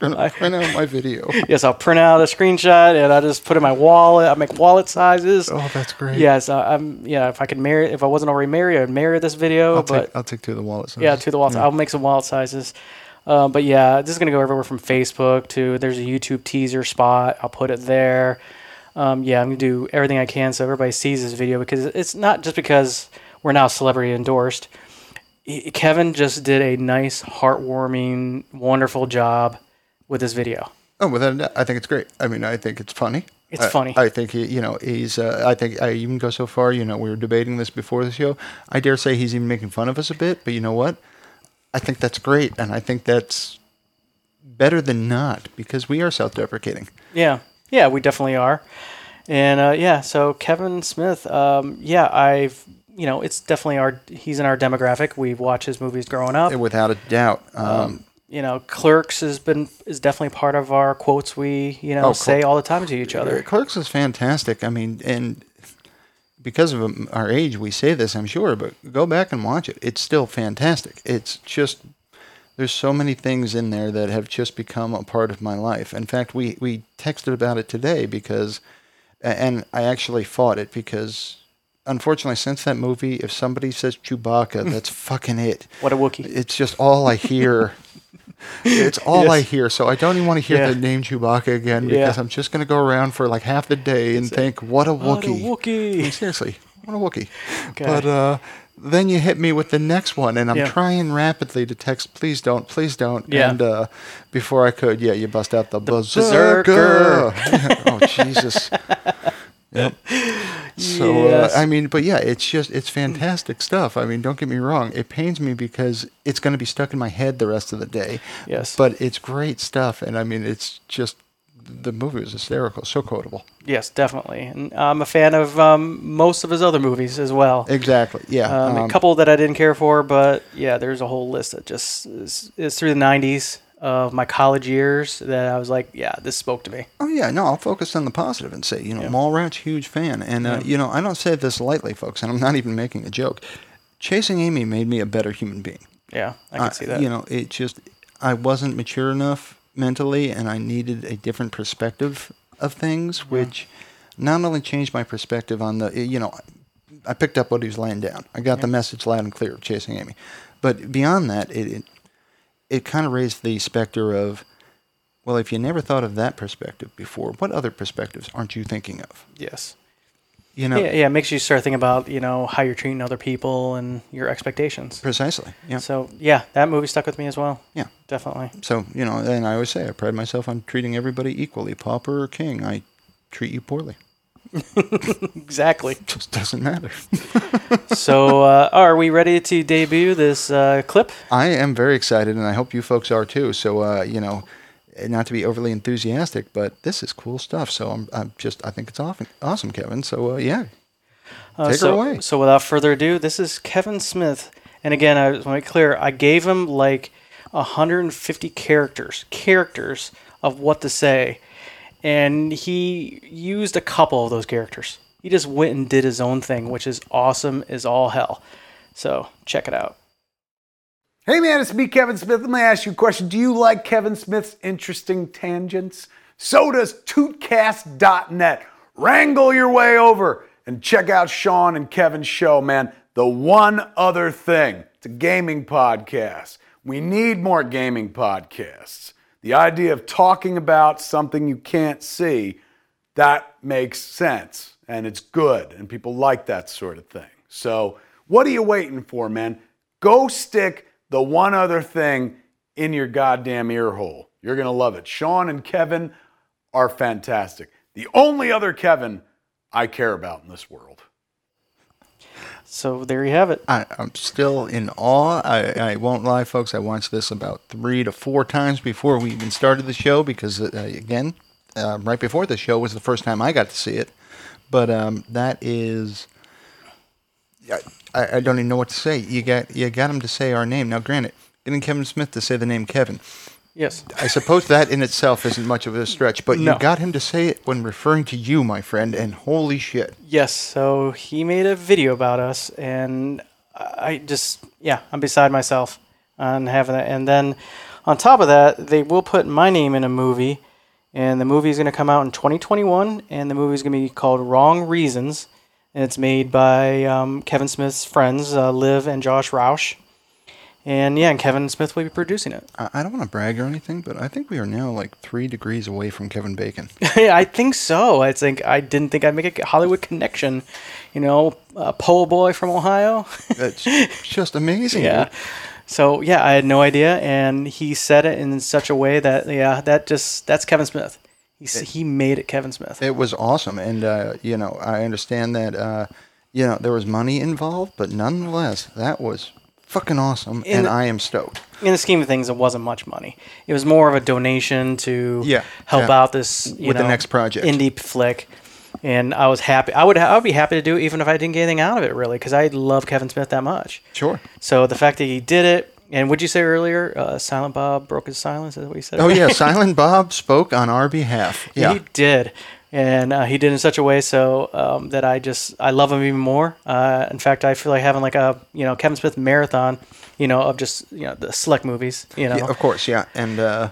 Speaker 1: Print out my video.
Speaker 2: yes, I'll print out a screenshot and I'll just put it in my wallet. I make wallet sizes.
Speaker 1: Oh, that's great.
Speaker 2: Yes, I- I'm. Yeah, if I could marry, if I wasn't already married, I'd marry this video.
Speaker 1: I'll
Speaker 2: but
Speaker 1: take, I'll take two of the wallets.
Speaker 2: Yeah, to the wallet. I'll make some wallet sizes. Uh, but yeah, this is gonna go everywhere from Facebook to there's a YouTube teaser spot. I'll put it there. Um, yeah, I'm gonna do everything I can so everybody sees this video because it's not just because we're now celebrity endorsed. E- Kevin just did a nice, heartwarming, wonderful job with this video.
Speaker 1: Oh, without a doubt. I think it's great. I mean, I think it's funny.
Speaker 2: It's
Speaker 1: I-
Speaker 2: funny.
Speaker 1: I think he, you know, he's. Uh, I think I even go so far. You know, we were debating this before the show. I dare say he's even making fun of us a bit. But you know what? I think that's great, and I think that's better than not because we are self-deprecating.
Speaker 2: Yeah, yeah, we definitely are. And uh, yeah, so Kevin Smith, um, yeah, I've you know it's definitely our he's in our demographic. We watch his movies growing up.
Speaker 1: Without a doubt. Um,
Speaker 2: you know, Clerks has been is definitely part of our quotes we you know
Speaker 1: Oh,
Speaker 2: say all the time to each other.
Speaker 1: Clerks is fantastic. I mean, and because of um, our age, we say this, I'm sure, but go back and watch it. It's still fantastic. It's just there's so many things in there that have just become a part of my life. In fact, we we texted about it today because, a- and I actually fought it because. Unfortunately, since that movie, if somebody says Chewbacca, that's fucking it.
Speaker 2: What a Wookiee!
Speaker 1: It's just all I hear. it's all I hear. So I don't even want to hear
Speaker 2: Yeah.
Speaker 1: the name Chewbacca again
Speaker 2: Yeah.
Speaker 1: because I'm just going to go around for like half the day and think, what a
Speaker 2: What a
Speaker 1: Wookiee.
Speaker 2: Wookiee!
Speaker 1: Seriously, what a Wookiee.
Speaker 2: Okay.
Speaker 1: But uh, then you hit me with the next one, and I'm
Speaker 2: Yeah.
Speaker 1: trying rapidly to text, please don't, please don't.
Speaker 2: Yeah.
Speaker 1: And uh, before I could, yeah, you bust out the,
Speaker 2: Berserker.
Speaker 1: berserker. oh, Jesus. Yep. So
Speaker 2: Yes.
Speaker 1: uh, I mean, but yeah, it's just it's fantastic stuff. I mean, don't get me wrong. It pains me because it's going to be stuck in my head the rest of the day.
Speaker 2: Yes.
Speaker 1: But it's great stuff, and I mean, it's just the movie was hysterical, so quotable.
Speaker 2: yes, definitely. And I'm a fan of um, most of his other movies as well.
Speaker 1: Exactly. Yeah.
Speaker 2: Um, a
Speaker 1: um,
Speaker 2: couple that I didn't care for, but yeah, there's a whole list that just is, is through the '90s of my college years that I was like, yeah, this spoke to me.
Speaker 1: Oh yeah, no, I'll focus on the positive and say, you know,
Speaker 2: Yeah.
Speaker 1: Mallrats, huge fan, and uh, you know, I don't say this lightly, folks, and I'm not even making a joke. Chasing Amy made me a better human being.
Speaker 2: Yeah, I can
Speaker 1: Uh,
Speaker 2: see that.
Speaker 1: You know, it just I wasn't mature enough mentally, and I needed a different perspective of things, which not only changed my perspective on the you know, I picked up what he was laying down. I got the message loud and clear of chasing Amy, but beyond that, it it, it kind of raised the specter of. Well, if you never thought of that perspective before, what other perspectives aren't you thinking of?
Speaker 2: yes.
Speaker 1: You know,
Speaker 2: Yeah, yeah, it makes you start thinking about you know how you're treating other people and your expectations.
Speaker 1: precisely. Yeah.
Speaker 2: So yeah, that movie stuck with me as well.
Speaker 1: yeah.
Speaker 2: Definitely.
Speaker 1: So, you know, and I always say I pride myself on treating everybody equally, pauper or king. I treat you poorly.
Speaker 2: Exactly.
Speaker 1: Just doesn't matter.
Speaker 2: so, uh, are we ready to debut this uh, clip?
Speaker 1: I am very excited, and I hope you folks are too. So, uh, you know, not to be overly enthusiastic, but this is cool stuff. So I'm, I'm just, I think it's awesome, awesome Kevin. So, uh, yeah.
Speaker 2: Uh,
Speaker 1: Take her
Speaker 2: so,
Speaker 1: away.
Speaker 2: So, without further ado, this is Kevin Smith. And again, I just want to make clear I gave him like 150 characters, characters of what to say. And he used a couple of those characters. He just went and did his own thing, which is awesome as all hell. So, check it out.
Speaker 3: Hey man, it's me, Kevin Smith. Let me ask you a question. Do you like Kevin Smith's interesting tangents? So does tootcast.net. Wrangle your way over and check out Sean and Kevin's show, man. The one other thing. It's a gaming podcast. We need more gaming podcasts. The idea of talking about something you can't see, that makes sense and it's good and people like that sort of thing. So, what are you waiting for, man? Go stick the one other thing in your goddamn ear hole. You're going to love it. Sean and Kevin are fantastic. The only other Kevin I care about in this world.
Speaker 2: So there you have it.
Speaker 1: I, I'm still in awe. I, I won't lie, folks. I watched this about three to four times before we even started the show because, uh, again, uh, right before the show was the first time I got to see it. But um, that is, I, I I don't even know what to say. You got you got him to say our name. Now, granted, getting Kevin Smith to say the name Kevin,
Speaker 2: Yes.
Speaker 1: I suppose that in itself isn't much of a stretch. But
Speaker 2: No.
Speaker 1: you got him to say it when referring to you, my friend. And holy shit,
Speaker 2: Yes. So he made a video about us, and I I just, yeah, I'm beside myself on having that. And then on top of that, they will put my name in a movie, and the movie is going to come out in 2021, and the movie is going to be called Wrong Reasons, and it's made by um, Kevin Smith's friends, uh, Liv and Josh Roush. And yeah, and Kevin Smith will be producing it.
Speaker 1: I, I don't want to brag or anything, but I think we are now like three degrees away from Kevin Bacon.
Speaker 2: I think so. I think I didn't think I'd make a Hollywood connection. You know, a pole boy from Ohio.
Speaker 1: That's just amazing.
Speaker 2: Yeah.
Speaker 1: dude.
Speaker 2: So yeah, I had no idea, and he said it in such a way that yeah, that just that's Kevin Smith. He s he made it Kevin Smith.
Speaker 1: It was awesome, and uh, you know, I understand that uh, you know there was money involved, but nonetheless, that was fucking awesome,
Speaker 2: In-
Speaker 1: and I am stoked.
Speaker 2: in the scheme of things, it wasn't much money. It was more of a donation to
Speaker 1: Yeah,
Speaker 2: help
Speaker 1: yeah.
Speaker 2: out this you
Speaker 1: With the
Speaker 2: know,
Speaker 1: next project.
Speaker 2: indie flick. And I was happy. I would I would be happy to do it even if I didn't get anything out of it really because I love Kevin Smith that much.
Speaker 1: Sure.
Speaker 2: So the fact that he did it, and would you say earlier, uh, Silent Bob broke his silence? Is that what you said?
Speaker 1: Oh yeah, Silent Bob spoke on our behalf. Yeah.
Speaker 2: He did, and uh, he did in such a way so um, that I just I love him even more. Uh, in fact, I feel like having like a you know Kevin Smith marathon, you know, of just you know the select movies, you know.
Speaker 1: Yeah, of course, yeah, and uh,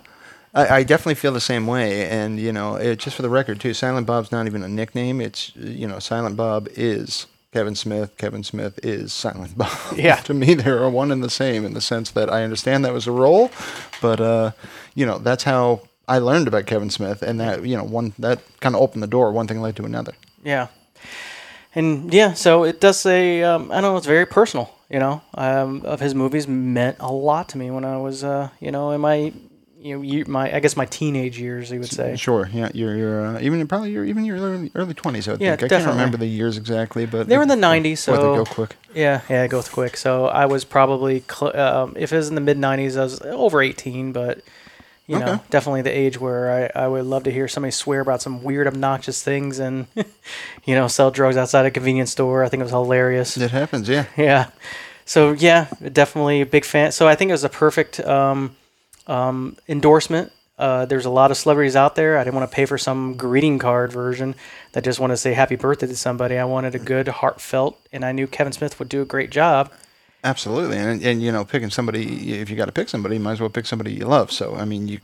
Speaker 1: I, I definitely feel the same way. And you know, it, just for the record, too, Silent Bob's not even a nickname. It's you know, Silent Bob is Kevin Smith. Kevin Smith is Silent Bob.
Speaker 2: Yeah.
Speaker 1: to me, they are one and the same in the sense that I understand that was a role, but uh, you know, that's how I learned about Kevin Smith, and that you know, one that kind of opened the door. One thing led to another.
Speaker 2: Yeah. And yeah, so it does say um, I don't know. It's very personal, you know. Um, of his movies meant a lot to me when I was, uh, you know, in my, you know, ye- my I guess my teenage years, you would say.
Speaker 1: Sure, yeah, you're, you're uh, even probably you're even your early- early twenties. I would
Speaker 2: Yeah,
Speaker 1: think I
Speaker 2: definitely.
Speaker 1: can't remember the years exactly, but
Speaker 2: They were in the '90s, so
Speaker 1: Boy, they go quick.
Speaker 2: Yeah, yeah, it goes quick. So I was probably, cl- um, if it was in the mid '90s, I was over 18, but you know,
Speaker 1: Okay.
Speaker 2: definitely the age where I, I would love to hear somebody swear about some weird, obnoxious things, and you know, sell drugs outside a convenience store. I think it was hilarious. Yeah.
Speaker 1: It happens, yeah.
Speaker 2: So yeah, definitely a big fan. So I think it was a perfect um, um, endorsement. Uh, there's a lot of celebrities out there. I didn't want to pay for some greeting card version that just wanted to say happy birthday to somebody. I wanted a good, heartfelt, and I knew Kevin Smith would do a great job.
Speaker 1: Absolutely, and and you know, picking somebody—if you got to pick somebody, you might as well pick somebody you love. So, I mean, you,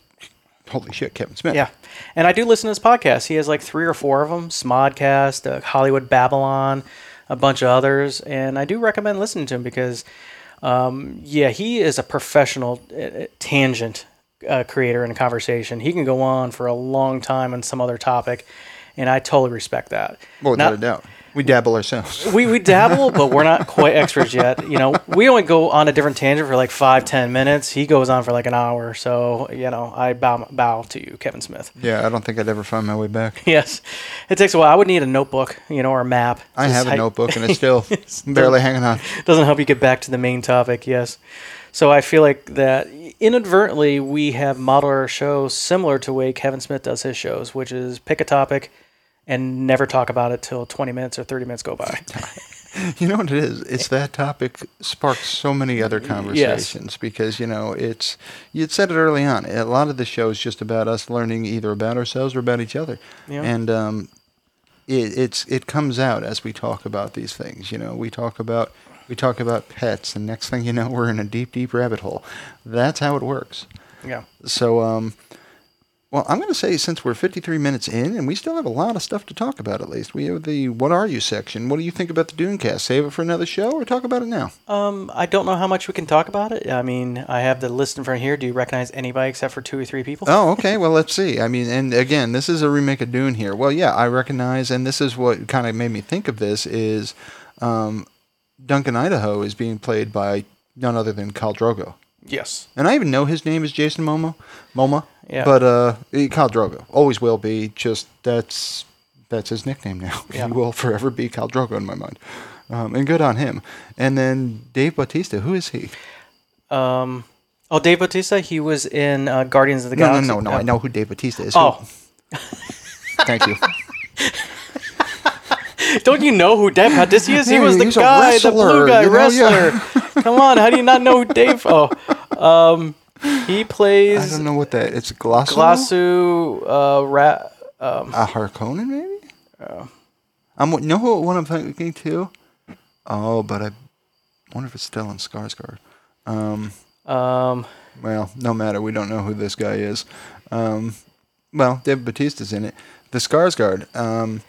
Speaker 1: holy shit, Kevin Smith.
Speaker 2: Yeah, and I do listen to his podcast. He has like three or four of them: Smodcast, uh, Hollywood Babylon, a bunch of others. And I do recommend listening to him because, um, yeah, he is a professional uh, tangent uh, creator in a conversation. He can go on for a long time on some other topic, and I totally respect that.
Speaker 1: well, without
Speaker 2: Not-
Speaker 1: a doubt, we dabble ourselves.
Speaker 2: we, we dabble, but we're not quite experts yet. You know, we only go on a different tangent for like five, ten minutes. He goes on for like an hour. So, you know, I bow, bow to you, Kevin Smith.
Speaker 1: yeah, I don't think I'd ever find my way back.
Speaker 2: Yes, it takes a while. I would need a notebook, you know, or a map.
Speaker 1: I
Speaker 2: Just
Speaker 1: have a
Speaker 2: hy-
Speaker 1: notebook, and it's still barely hanging on.
Speaker 2: Doesn't help you get back to the main topic. Yes, so I feel like that inadvertently we have modeled our show similar to the way Kevin Smith does his shows, which is pick a topic and never talk about it till 20 minutes or 30 minutes go by.
Speaker 1: You know what it is? It's that topic sparks so many other conversations because you know it's you'd said it early on. A lot of the show is just about us learning either about ourselves or about each other,
Speaker 2: Yeah.
Speaker 1: and um, it, it's it comes out as we talk about these things. You know, we talk about we talk about pets, and next thing you know, we're in a deep, deep rabbit hole. That's how it works.
Speaker 2: Yeah.
Speaker 1: So, um, Well, I'm going to say since we're 53 minutes in and we still have a lot of stuff to talk about, at least we have the "What Are You" section. What do you think about the Dunecast? Save it for another show or talk about it now?
Speaker 2: Um, I don't know how much we can talk about it. I mean, I have the list in front here. Do you recognize anybody except for two or three people?
Speaker 1: Oh, okay. Well, let's see. I mean, and again, this is a remake of Dune here. Well, yeah, I recognize, and this is what kind of made me think of this is um, Duncan Idaho is being played by none other than Khal Drogo.
Speaker 2: Yes.
Speaker 1: And I even know his name is Jason Momo, Moma.
Speaker 2: Yeah.
Speaker 1: But uh, eh, Khal Drogo always will be. Just that's that's his nickname now.
Speaker 2: Yeah.
Speaker 1: He will forever be Khal Drogo in my mind. Um, and good on him. And then Dave Bautista, who is he?
Speaker 2: Um, oh, Dave Bautista. He was in uh, Guardians of the
Speaker 1: No, no,
Speaker 2: Galaxy.
Speaker 1: no, no.
Speaker 2: Oh.
Speaker 1: I know who Dave Bautista is.
Speaker 2: Oh,
Speaker 1: thank you.
Speaker 2: don't you know who Dave Bautista is? He
Speaker 1: Yeah,
Speaker 2: was the
Speaker 1: he's a
Speaker 2: guy, the
Speaker 1: wrestler,
Speaker 2: blue guy
Speaker 1: you know, yeah.
Speaker 2: wrestler. Come on, how do you not know who Dave? Oh, um, he
Speaker 1: I
Speaker 2: plays
Speaker 1: don't know what that. It's Glossu.
Speaker 2: Glossu. Uh, Ra- um,
Speaker 1: A Uh, Harkonnen, maybe.
Speaker 2: Oh.
Speaker 1: I'm you know who one I'm thinking too. Oh, but I wonder if it's Stellan Skarsgård. Um,
Speaker 2: um,
Speaker 1: well, no matter. We don't know who this guy is. Um, well, David Batista's in it. The Skarsgård. Um,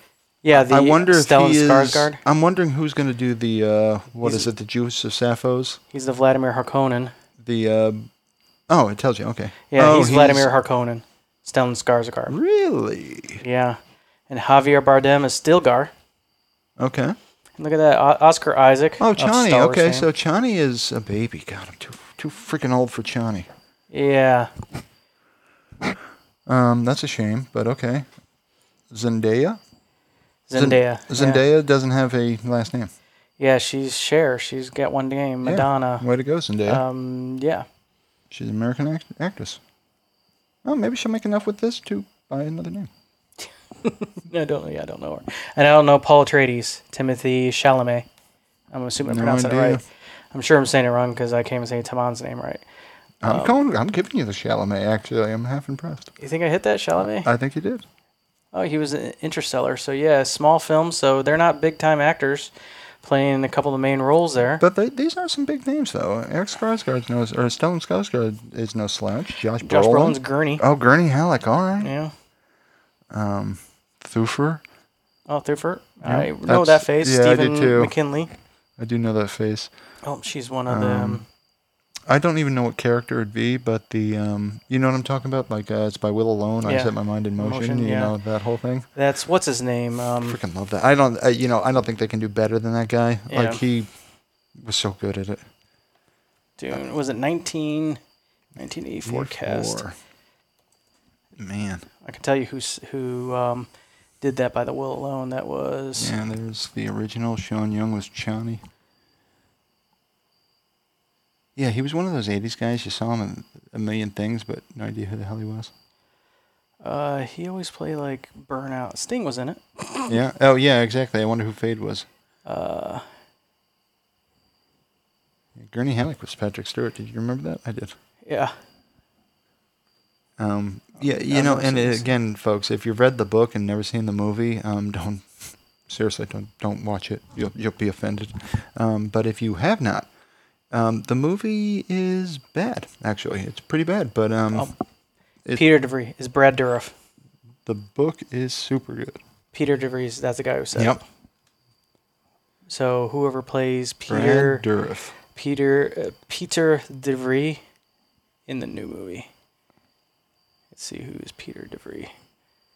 Speaker 2: yeah, the
Speaker 1: I wonder if
Speaker 2: Stellan
Speaker 1: he is.
Speaker 2: Skarsgård.
Speaker 1: I'm wondering who's going to do the uh, what is it? The Juice of Sappho's.
Speaker 2: He's the Vladimir Harkonnen.
Speaker 1: The uh, oh, it tells you. Okay.
Speaker 2: Yeah,
Speaker 1: Oh,
Speaker 2: he's Vladimir Harkonnen. Stellan Skarsgård.
Speaker 1: Really?
Speaker 2: Yeah, and Javier Bardem is Stilgar.
Speaker 1: Okay.
Speaker 2: And look at that, O- Oscar Isaac.
Speaker 1: Oh,
Speaker 2: of Star
Speaker 1: Chani.
Speaker 2: Wars
Speaker 1: Okay,
Speaker 2: fame.
Speaker 1: so Chani is a baby. God, I'm too too freaking old for Chani.
Speaker 2: yeah,
Speaker 1: Um, that's a shame, but okay. Zendaya. Zen-
Speaker 2: Zendaya. Yeah.
Speaker 1: Zendaya doesn't have a last name.
Speaker 2: Yeah, she's Cher. She's got one name,
Speaker 1: Yeah.
Speaker 2: Madonna.
Speaker 1: Way to go, Zendaya.
Speaker 2: Um, yeah.
Speaker 1: She's an American act- actress. Oh, maybe she'll make enough with this to buy another name.
Speaker 2: I don't. Yeah, I don't know her. And I don't know Paul Atreides, Timothy Chalamet. I'm assuming I'm
Speaker 1: No
Speaker 2: pronouncing it
Speaker 1: idea.
Speaker 2: right. I'm sure I'm saying it wrong because I can't say Taman's name right.
Speaker 1: I'm
Speaker 2: Um,
Speaker 1: going. I'm giving you the Chalamet. Actually, I'm half impressed.
Speaker 2: You think I hit that Chalamet?
Speaker 1: I think you did.
Speaker 2: oh, he was in Interstellar. So yeah, small film. So they're not big time actors, playing a couple of the main roles there.
Speaker 1: But they, these are some big names, though. Eric Skarsgård's no, or Stellan Skarsgård is no slouch. Josh,
Speaker 2: Josh Brolin's
Speaker 1: Brolin.
Speaker 2: Gurney.
Speaker 1: Oh, Gurney Halleck. All right.
Speaker 2: Yeah.
Speaker 1: Thuffer.
Speaker 2: Oh, Thurfert. I know
Speaker 1: that's-
Speaker 2: that face.
Speaker 1: yeah, I do
Speaker 2: Stephen
Speaker 1: too.
Speaker 2: McKinley.
Speaker 1: I do know that face.
Speaker 2: Oh, she's one of the um,
Speaker 1: I don't even know what character it'd be, but the um, you know what I'm talking about? Like uh, it's by Will Alone. I
Speaker 2: Yeah.
Speaker 1: set my mind in motion.
Speaker 2: Motion,
Speaker 1: you
Speaker 2: yeah.
Speaker 1: know that whole thing.
Speaker 2: That's what's his name. Um,
Speaker 1: Mm-hmm. Freaking love that. I don't. Uh, you know, I don't think they can do better than that guy.
Speaker 2: Yeah.
Speaker 1: Like he was so good at it.
Speaker 2: dude, was it 19, 1984 cast?
Speaker 1: Before. Man.
Speaker 2: I can tell you who's who um, did that by the will alone. That was
Speaker 1: Yeah. There's the original. Sean Young was Johnny. Yeah, he was one of those '80s guys. You saw him in a million things, but no idea who the hell he was.
Speaker 2: uh, he always played like Burnout. Sting was in it.
Speaker 1: Yeah. Oh, yeah. Exactly. I wonder who Fade was. Uh. Gurney Halleck was Patrick Stewart. Did you remember that? I did.
Speaker 2: Yeah,
Speaker 1: Um. Yeah. You
Speaker 2: I've
Speaker 1: know,
Speaker 2: never
Speaker 1: and
Speaker 2: seen
Speaker 1: it-
Speaker 2: this.
Speaker 1: again, folks, if you've read the book and never seen the movie, um, don't seriously don't don't watch it. You'll you'll be offended. Um, but if you have not, um, the movie is bad. Actually, it's pretty bad. But um,
Speaker 2: Oh.
Speaker 1: It-
Speaker 2: Peter DeVries is Brad Dourif.
Speaker 1: the book is super good.
Speaker 2: Peter DeVries, that's the guy who said. it.
Speaker 1: Yep.
Speaker 2: So whoever plays Peter
Speaker 1: Brad Dourif.
Speaker 2: Peter uh, Peter DeVries in the new movie. Let's see who is Peter DeVries.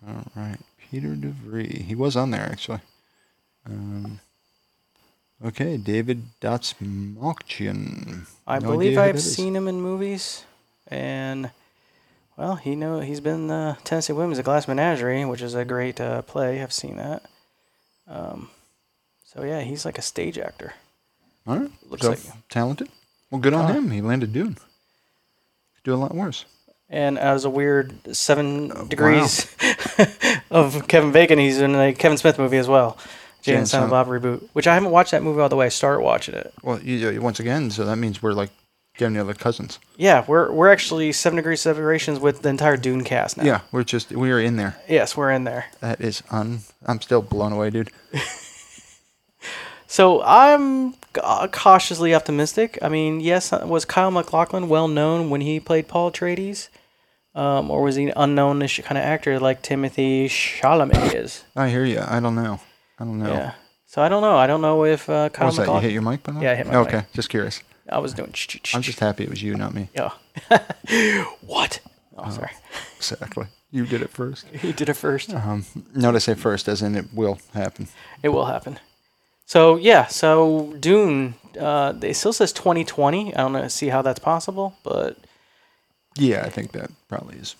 Speaker 1: All right, Peter DeVry. He was on there actually. Um, okay, David Dotsmalchian.
Speaker 2: I believe I've seen him in movies, and well, he know he's been uh, Tennessee Women's A Glass Menagerie, which is a great uh, play. I've seen that. Um, so yeah, he's like a stage actor.
Speaker 1: All right,
Speaker 2: Looks
Speaker 1: looks Uh, so
Speaker 2: like-
Speaker 1: talented. Well, good on
Speaker 2: Huh.
Speaker 1: him. He landed Dune. Could do a lot worse.
Speaker 2: And as a weird seven degrees of Kevin Bacon, he's in a Kevin Smith movie as well, Jay and
Speaker 1: Jay and
Speaker 2: Silent Bob reboot, which I haven't watched that movie all the way. I started watching it.
Speaker 1: Well, you, you- once again, so that means we're like damn near like cousins.
Speaker 2: Yeah, we're we're actually seven degrees separations with the entire Dune cast now.
Speaker 1: Yeah, we're just we are in there.
Speaker 2: Yes, we're in there.
Speaker 1: That is un. I'm still blown away, dude.
Speaker 2: So I'm ca- cautiously uh, optimistic. I mean, yes, was Kyle McLaughlin well known when he played Paul Atreides? um, or was he an unknownish kind of actor like Timothy Chalamet is?
Speaker 1: I hear you. I don't know. I don't know.
Speaker 2: Yeah. So I don't know. I don't know if uh, Kyle
Speaker 1: What was that? You
Speaker 2: MacLachlan-
Speaker 1: hit your mic button?
Speaker 2: Yeah, I hit my
Speaker 1: Okay,
Speaker 2: mic.
Speaker 1: just curious.
Speaker 2: I was doing.
Speaker 1: I'm just happy it was you, not me.
Speaker 2: Yeah. what?
Speaker 1: Uh-huh.
Speaker 2: Oh, sorry.
Speaker 1: Exactly. You did it first.
Speaker 2: He did it first.
Speaker 1: Uh-huh. Notice I first, as in it will happen.
Speaker 2: It will happen. So yeah, so Dune. Uh, it still says 2020. I don't know, see how that's possible, but
Speaker 1: Yeah, I think that probably has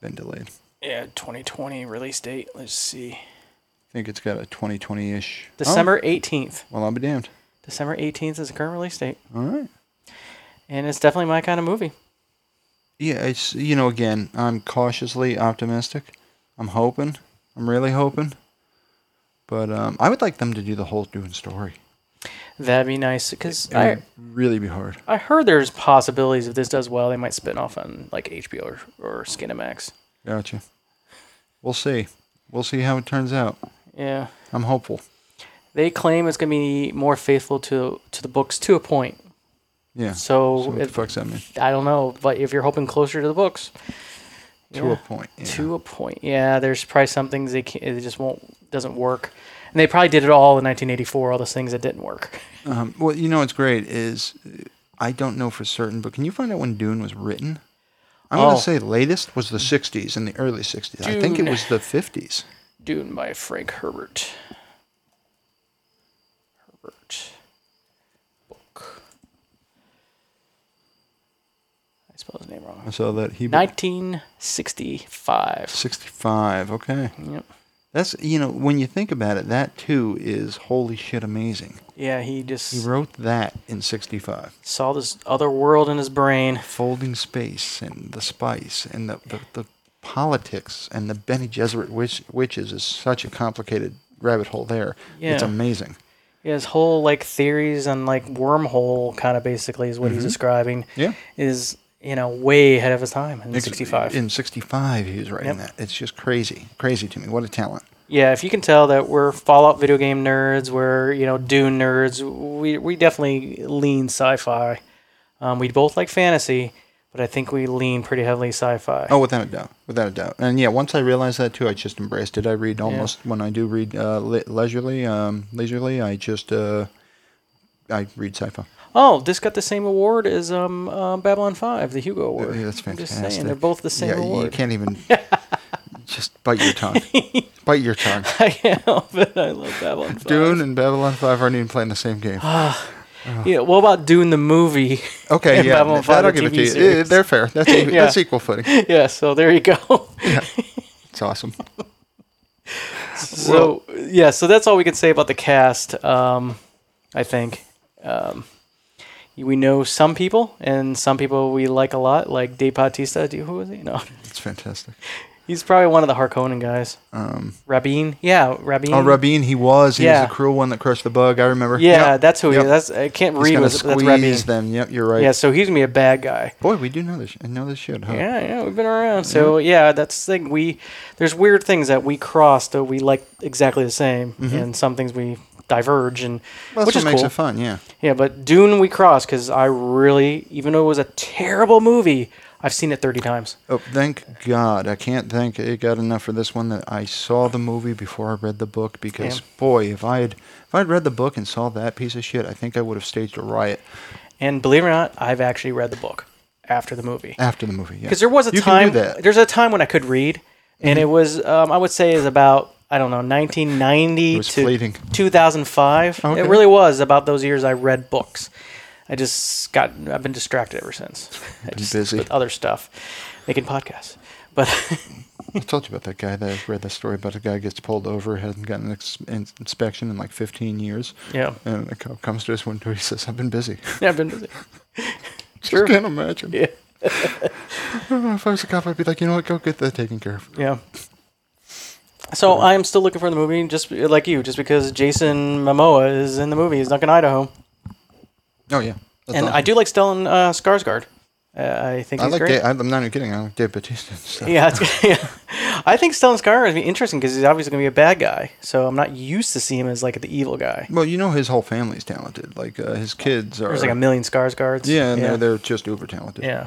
Speaker 1: been delayed.
Speaker 2: yeah, 2020 release date. Let's see,
Speaker 1: I think it's got a 2020 ish.
Speaker 2: December 18th.
Speaker 1: well, I'll be damned.
Speaker 2: December 18th is the current release date,
Speaker 1: All right.
Speaker 2: and it's definitely my kind of movie.
Speaker 1: Yeah, it's, you know, again, I'm cautiously optimistic. I'm hoping. I'm really hoping. But um, I would like them to do the whole Dune story.
Speaker 2: That'd be nice because
Speaker 1: It
Speaker 2: I
Speaker 1: would really be hard.
Speaker 2: I heard there's possibilities if this does well, they might spin off on like HBO or, or Skinemax.
Speaker 1: Gotcha. We'll see. We'll see how it turns out.
Speaker 2: Yeah.
Speaker 1: I'm hopeful.
Speaker 2: They claim it's gonna be more faithful to to the books to a point.
Speaker 1: Yeah.
Speaker 2: So,
Speaker 1: what
Speaker 2: if-
Speaker 1: the fuck's that mean?
Speaker 2: I don't know, but if you're hoping closer to the books,
Speaker 1: To
Speaker 2: Yeah.
Speaker 1: a point. Yeah.
Speaker 2: to a point, yeah, there's probably some things they can it just won't doesn't work, and they probably did it all in 1984, all those things that didn't work.
Speaker 1: Um, well, you know what's great is uh, I don't know for certain, but can you find out when Dune was written? I'm
Speaker 2: Oh.
Speaker 1: gonna say latest was the '60s and the early '60s. I think it
Speaker 2: Dune.
Speaker 1: was the '50s.
Speaker 2: Dune by Frank Herbert. Herbert. Book. I spelled his name
Speaker 1: I
Speaker 2: wrong.
Speaker 1: saw that he
Speaker 2: 1965.
Speaker 1: 65. Okay,
Speaker 2: Yep.
Speaker 1: that's you know when you think about it, that too is holy shit amazing.
Speaker 2: Yeah, he just
Speaker 1: He wrote that in '65.
Speaker 2: saw this other world in his brain.
Speaker 1: Folding space and the spice and the the, the politics and the Benny Gesserit witch, witches is such a complicated rabbit hole. There, it's
Speaker 2: Yeah.
Speaker 1: amazing.
Speaker 2: Yeah, his whole like theories on like wormhole kind of basically is what he's describing.
Speaker 1: Mm-hmm. Yeah.
Speaker 2: Is you know way ahead of his time in
Speaker 1: Ex-
Speaker 2: '65.
Speaker 1: In 65, he was writing
Speaker 2: Yep.
Speaker 1: that. It's just crazy. Crazy to me. What a talent.
Speaker 2: Yeah, if you can tell that we're Fallout video game nerds, we're you know Dune nerds. We we definitely lean sci-fi. Um, we both like fantasy, but I think we lean pretty heavily sci-fi.
Speaker 1: Oh, without a doubt. Without a doubt. And yeah, once I realized that too, I just embraced it. I read almost, when I do read uh, le- leisurely, um, leisurely, I just, uh, I read sci-fi.
Speaker 2: Oh, this got the same award as um uh, Babylon Five, the Hugo Award.
Speaker 1: Yeah, that's
Speaker 2: I'm just
Speaker 1: fantastic.
Speaker 2: saying, they're both the same
Speaker 1: yeah, You
Speaker 2: award.
Speaker 1: can't even, just bite your tongue. bite your tongue.
Speaker 2: I can't help it. I love Babylon Five.
Speaker 1: Dune and Babylon 5 aren't even playing the same game.
Speaker 2: Yeah, what about Dune the movie?
Speaker 1: Okay,
Speaker 2: and
Speaker 1: yeah,
Speaker 2: Babylon
Speaker 1: th- that'll
Speaker 2: 5,
Speaker 1: give
Speaker 2: the
Speaker 1: it to you.
Speaker 2: TV
Speaker 1: Eh,
Speaker 2: series?
Speaker 1: They're fair. That's, e-
Speaker 2: Yeah.
Speaker 1: that's equal footing.
Speaker 2: yeah, so there you go.
Speaker 1: It's awesome.
Speaker 2: So yeah, so that's all we can say about the cast. Um, I think um, we know some people, and some people we like a lot, like Dave Bautista. Do you, who is he? No,
Speaker 1: It's fantastic.
Speaker 2: he's probably one of the Harkonnen guys. Um, Rabin, yeah, Rabin.
Speaker 1: Oh, Rabin, he was. He
Speaker 2: Yeah.
Speaker 1: was the cruel one that crushed the bug. I remember.
Speaker 2: Yeah,
Speaker 1: Yep.
Speaker 2: that's who.
Speaker 1: Yep.
Speaker 2: He, that's I can't
Speaker 1: He's
Speaker 2: read.
Speaker 1: gonna
Speaker 2: Was, that's
Speaker 1: squeeze
Speaker 2: Rabin.
Speaker 1: them. Yep, you're right.
Speaker 2: Yeah, so he's gonna be a bad guy.
Speaker 1: Boy, we do know this. I know this shit, huh?
Speaker 2: Yeah, yeah, we've been around. So yeah, that's the thing. We there's weird things that we cross that we like exactly the same, and some things we diverge, and
Speaker 1: Mm-hmm. Well, that's
Speaker 2: which
Speaker 1: what makes
Speaker 2: is cool.
Speaker 1: it fun. Yeah.
Speaker 2: Yeah, but Dune we crossed because I really, even though it was a terrible movie, I've seen it 30 times.
Speaker 1: Oh, thank God. I can't thank it got enough for this one that I saw the movie before I read the book because
Speaker 2: Yeah.
Speaker 1: boy, if I had if I had read the book and saw that piece of shit, I think I would have staged a riot
Speaker 2: And believe it or not, I've actually read the book after the movie.
Speaker 1: after the movie. Yeah.
Speaker 2: Because there was a
Speaker 1: You
Speaker 2: time,
Speaker 1: Can do that. Mm-hmm.
Speaker 2: there's a time when I could read, and it was, um, I would say, is about I don't know, 1990
Speaker 1: was
Speaker 2: to
Speaker 1: fleeting.
Speaker 2: 2005.
Speaker 1: Okay.
Speaker 2: It really was about those years I read books. I just got, I've been distracted ever since. I just,
Speaker 1: busy.
Speaker 2: with other stuff, making podcasts, but.
Speaker 1: I told you about that guy that I read that story about a guy gets pulled over, hasn't gotten an ex- in- inspection in like 15 years.
Speaker 2: Yeah.
Speaker 1: And the cop comes to his window. He says, "I've been busy.
Speaker 2: I've been busy.
Speaker 1: Just can't imagine.
Speaker 2: Yeah.
Speaker 1: If I was a cop, I'd be like, you know what? Go get that taken care of.
Speaker 2: Yeah. So I am still looking for the movie, just be- like you, just because Jason Momoa is in the movie. He's not in Idaho,
Speaker 1: Oh yeah. That's
Speaker 2: and I
Speaker 1: awesome.
Speaker 2: do like Stellan uh, Skarsgård. Uh, I think
Speaker 1: I
Speaker 2: he's
Speaker 1: like.
Speaker 2: great.
Speaker 1: Dave, I'm not even kidding. I like Dave Batista. and stuff.
Speaker 2: Yeah, it's, yeah, I think Stellan Skarsgård is gonna be interesting because he's obviously going to be a bad guy. So I'm not used to seeing him as like the evil guy.
Speaker 1: Well, you know his whole family's talented. Like uh, his kids are.
Speaker 2: There's like a million Skarsgårds.
Speaker 1: yeah, and
Speaker 2: yeah.
Speaker 1: they're they're just uber talented.
Speaker 2: yeah.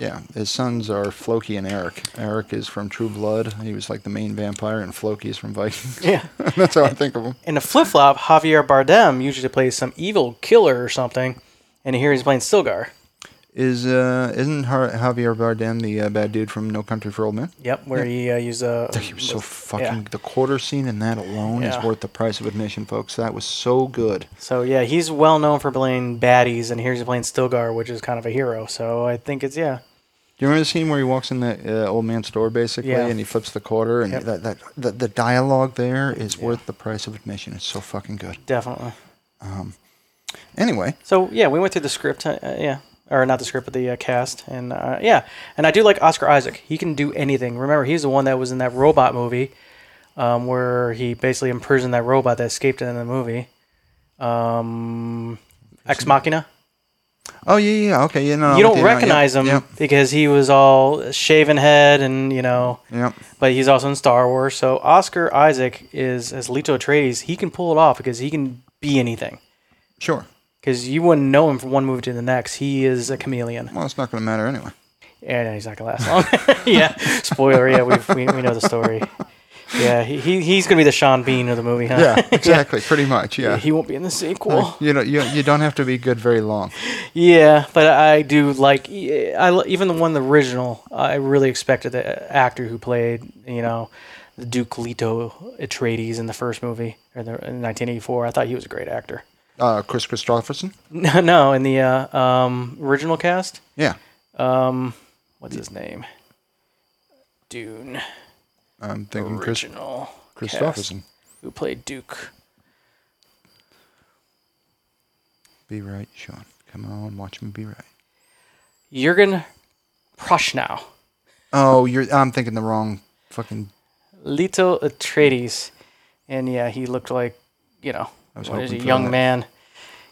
Speaker 1: Yeah, his sons are Floki and Eric. Eric is from True Blood. He was like the main vampire, and Floki is from Vikings.
Speaker 2: Yeah.
Speaker 1: That's how I think of him.
Speaker 2: In the flip flop, Javier Bardem usually plays some evil killer or something, and here he's playing Stilgar.
Speaker 1: Is uh, isn't Har- Javier Bardem the uh, bad dude from No Country for Old Men?
Speaker 2: Yep, where he uh, used a.
Speaker 1: He was so fucking. The quarter scene in that alone
Speaker 2: Yeah.
Speaker 1: is worth the price of admission, folks. That was so good.
Speaker 2: So yeah, he's well known for playing baddies, and here he's playing Stilgar, which is kind of a hero. So I think it's yeah,
Speaker 1: Do you remember the scene where he walks in the uh, old man's door basically,
Speaker 2: Yeah.
Speaker 1: and he flips the quarter, and
Speaker 2: Yep.
Speaker 1: that, that the, the dialogue there is worth the price of admission. It's so fucking good.
Speaker 2: definitely.
Speaker 1: Anyway,
Speaker 2: So yeah, we went through the script. Uh, uh, yeah, or not the script, but the uh, cast, and uh, yeah, and I do like Oscar Isaac. He can do anything. Remember, he's the one that was in that robot movie, um, where he basically imprisoned that robot that escaped in the movie. Um, Ex Machina.
Speaker 1: oh yeah, yeah, okay, yeah, no, no, I'm
Speaker 2: You don't
Speaker 1: with now. Yep,
Speaker 2: recognize him
Speaker 1: Yep,
Speaker 2: because he was all shaven head and you know.
Speaker 1: yep.
Speaker 2: but he's also in Star Wars. So Oscar Isaac is as Leto Atreides. He can pull it off because he can be anything.
Speaker 1: Sure.
Speaker 2: Because you wouldn't know him from one movie to the next. He is a chameleon,
Speaker 1: Well, it's not going to matter anyway.
Speaker 2: and he's not gonna last long. yeah, spoiler. Yeah, we've, we we know the story. Yeah, he, he he's gonna be the Sean Bean of the movie, huh?
Speaker 1: Yeah, exactly. Pretty much. Yeah.
Speaker 2: He won't be in the sequel.
Speaker 1: you know, you, you don't have to be good very long.
Speaker 2: Yeah, but I do like I li- even the one the original. I really expected the actor who played you know the Duke Leto Atreides in the first movie or the, in 1984. I thought he was a great actor.
Speaker 1: Uh, Chris Christopherson.
Speaker 2: No, no, in the uh, um, original cast,
Speaker 1: Yeah.
Speaker 2: um, what's his name? Dune
Speaker 1: I'm thinking Chris
Speaker 2: original
Speaker 1: Christopherson.
Speaker 2: cast, who played Duke.
Speaker 1: Be right, Sean. Come on, watch me be right.
Speaker 2: Jürgen Prochnow,
Speaker 1: Oh, you're. I'm thinking the wrong fucking.
Speaker 2: Leto Atreides, and yeah, he looked like you know
Speaker 1: was
Speaker 2: what is
Speaker 1: hoping
Speaker 2: he,
Speaker 1: for
Speaker 2: young
Speaker 1: that.
Speaker 2: man.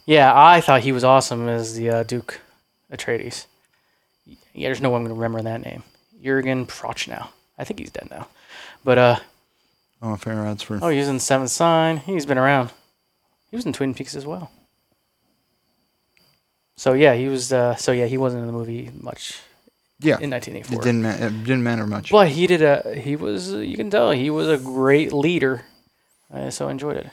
Speaker 2: Yeah, I thought he was awesome as the uh, Duke Atreides. Yeah, there's no way I'm gonna remember that name. Jürgen Prochnow. I think he's dead now, but uh.
Speaker 1: Oh, fair odds for.
Speaker 2: Oh, he was in Seventh Sign. He's been around. He was in Twin Peaks as well. So yeah, he was. Uh, so yeah, he wasn't in the movie much
Speaker 1: yeah.
Speaker 2: in
Speaker 1: It
Speaker 2: 1984.
Speaker 1: didn't ma- it didn't matter much.
Speaker 2: But he did a. He was. uh, You can tell he was a great leader. I so enjoyed it.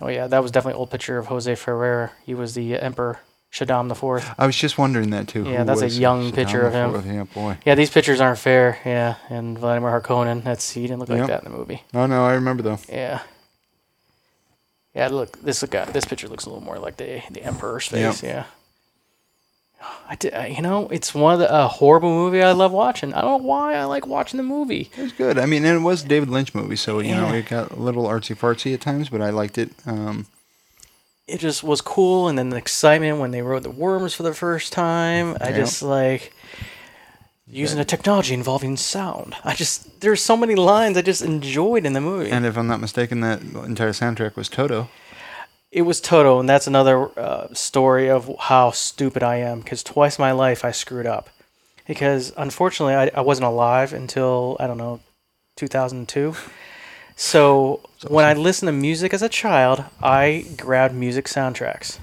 Speaker 2: Oh yeah, that was definitely an old picture of Jose Ferrer. He was the Emperor Shaddam the Fourth.
Speaker 1: I was just wondering that too.
Speaker 2: Yeah,
Speaker 1: Who
Speaker 2: that's a
Speaker 1: was
Speaker 2: young
Speaker 1: Saddam
Speaker 2: picture of him.
Speaker 1: before? Yeah, boy.
Speaker 2: Yeah, these pictures aren't fair. Yeah, and Vladimir Harkonnen. That's he didn't look like
Speaker 1: Yep.
Speaker 2: that in the movie.
Speaker 1: No, no, I remember though.
Speaker 2: Yeah. Yeah, look, this look uh, this picture looks a little more like the the Emperor's
Speaker 1: Yep.
Speaker 2: face. Yeah. I did, I- you know, it's one of the a horrible movie I love watching. I don't know why I like watching the movie.
Speaker 1: It was good. I mean, and it was a David Lynch movie, so you know it got a little artsy fartsy at times, but I liked it. Um,
Speaker 2: It just was cool, and then the excitement when they rode the worms for the first time. I
Speaker 1: Yep.
Speaker 2: just like using a technology involving sound. I just there's so many lines I just enjoyed in the movie.
Speaker 1: and if I'm not mistaken, that entire soundtrack was Toto.
Speaker 2: it was Toto, and that's another uh, story of how stupid I am. Because twice my life I screwed up. Because unfortunately, I, I wasn't alive until I don't know, 2002. So when I listened to music as a child, I grabbed music soundtracks.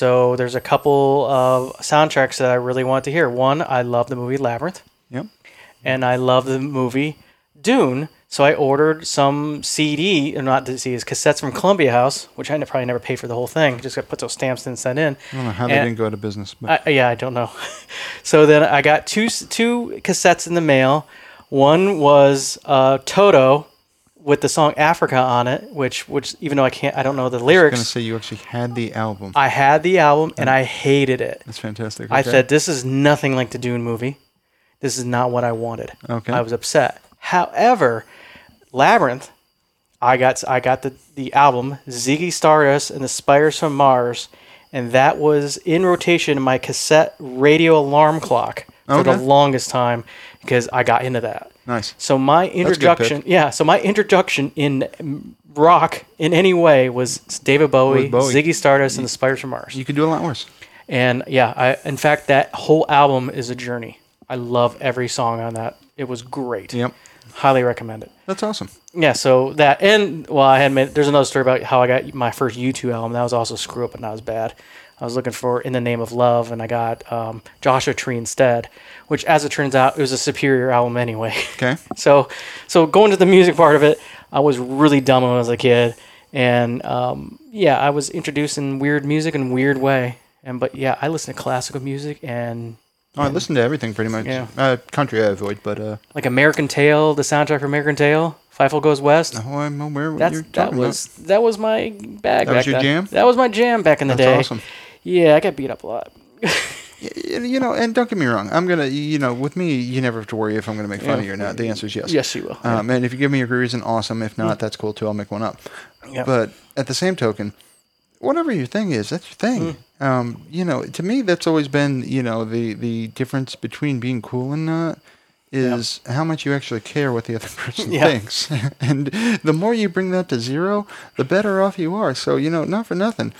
Speaker 2: So there's a couple of soundtracks that I really want to hear. One, I love the movie Labyrinth
Speaker 1: Yep.
Speaker 2: and I love the movie Dune. So I ordered some CD, or not CDs, cassettes from Columbia House, which I ne- probably never paid for the whole thing. Just got put those stamps and sent in.
Speaker 1: I don't know how they
Speaker 2: And-
Speaker 1: didn't go out of business, but
Speaker 2: I, yeah, I don't know. so then I got two s- two cassettes in the mail. One was uh, Toto with the song Africa on it, which which even though I can't, I don't know the
Speaker 1: I'm gonna
Speaker 2: lyrics.
Speaker 1: say you actually had the album.
Speaker 2: I had the album and I hated it.
Speaker 1: That's fantastic.
Speaker 2: I
Speaker 1: Okay.
Speaker 2: said, "This is nothing like the Dune movie. This is not what I wanted."
Speaker 1: Okay.
Speaker 2: I was upset. However, Labyrinth, I got I got the the album Ziggy Stardust and the Spiders from Mars, and that was in rotation in my cassette radio alarm clock for the
Speaker 1: Okay.
Speaker 2: longest time because I got into that.
Speaker 1: nice.
Speaker 2: So my
Speaker 1: a good pick.
Speaker 2: introduction, yeah. So my introduction in mm, rock in any way was David Bowie,
Speaker 1: Bowie.
Speaker 2: Ziggy Stardust, and the Spiders from Mars.
Speaker 1: You could do a lot worse.
Speaker 2: And yeah, I in fact that whole album is a journey. I love every song on that. It was great.
Speaker 1: Yep.
Speaker 2: Highly recommend it.
Speaker 1: That's awesome.
Speaker 2: Yeah, so that and well, I had made, there's another story about how I got my first U2 album. That was also a screw up, but not as bad. I was looking for In the Name of Love, and I got um, Joshua Tree instead, which, as it turns out, it was a superior album anyway.
Speaker 1: Okay.
Speaker 2: so, so going to the music part of it, I was really dumb when I was a kid, and um, yeah, I was introducing weird music in a weird way. And but yeah, I listen to classical music and
Speaker 1: Oh, I listen to everything pretty much.
Speaker 2: Yeah.
Speaker 1: Uh, country I avoid, but uh,
Speaker 2: like American Tale, the soundtrack for American Tale, Fifo Goes West.
Speaker 1: oh, I'm aware what
Speaker 2: That's
Speaker 1: you're
Speaker 2: that
Speaker 1: talking
Speaker 2: was that was my bag.
Speaker 1: That was
Speaker 2: back
Speaker 1: your
Speaker 2: then.
Speaker 1: jam?
Speaker 2: That was my jam back in the
Speaker 1: That's
Speaker 2: day.
Speaker 1: awesome.
Speaker 2: Yeah, I got beat up a lot.
Speaker 1: about. Y- You know, and don't get me wrong. I'm gonna, you know, with me, you never have to worry if I'm gonna make fun of you or not. The answer is yes.
Speaker 2: Yes, you will.
Speaker 1: Um, and if you give me a good reason, awesome. If not, that's cool too. I'll make one up.
Speaker 2: Yeah.
Speaker 1: But at the same token, whatever your thing is, that's your thing.
Speaker 2: Hmm.
Speaker 1: Um, you know, to me, that's always been, you know, the the difference between being cool and not is how much you actually care what the other person
Speaker 2: Yeah.
Speaker 1: thinks. and the more you bring that to zero, the better off you are. So, you know, not for nothing.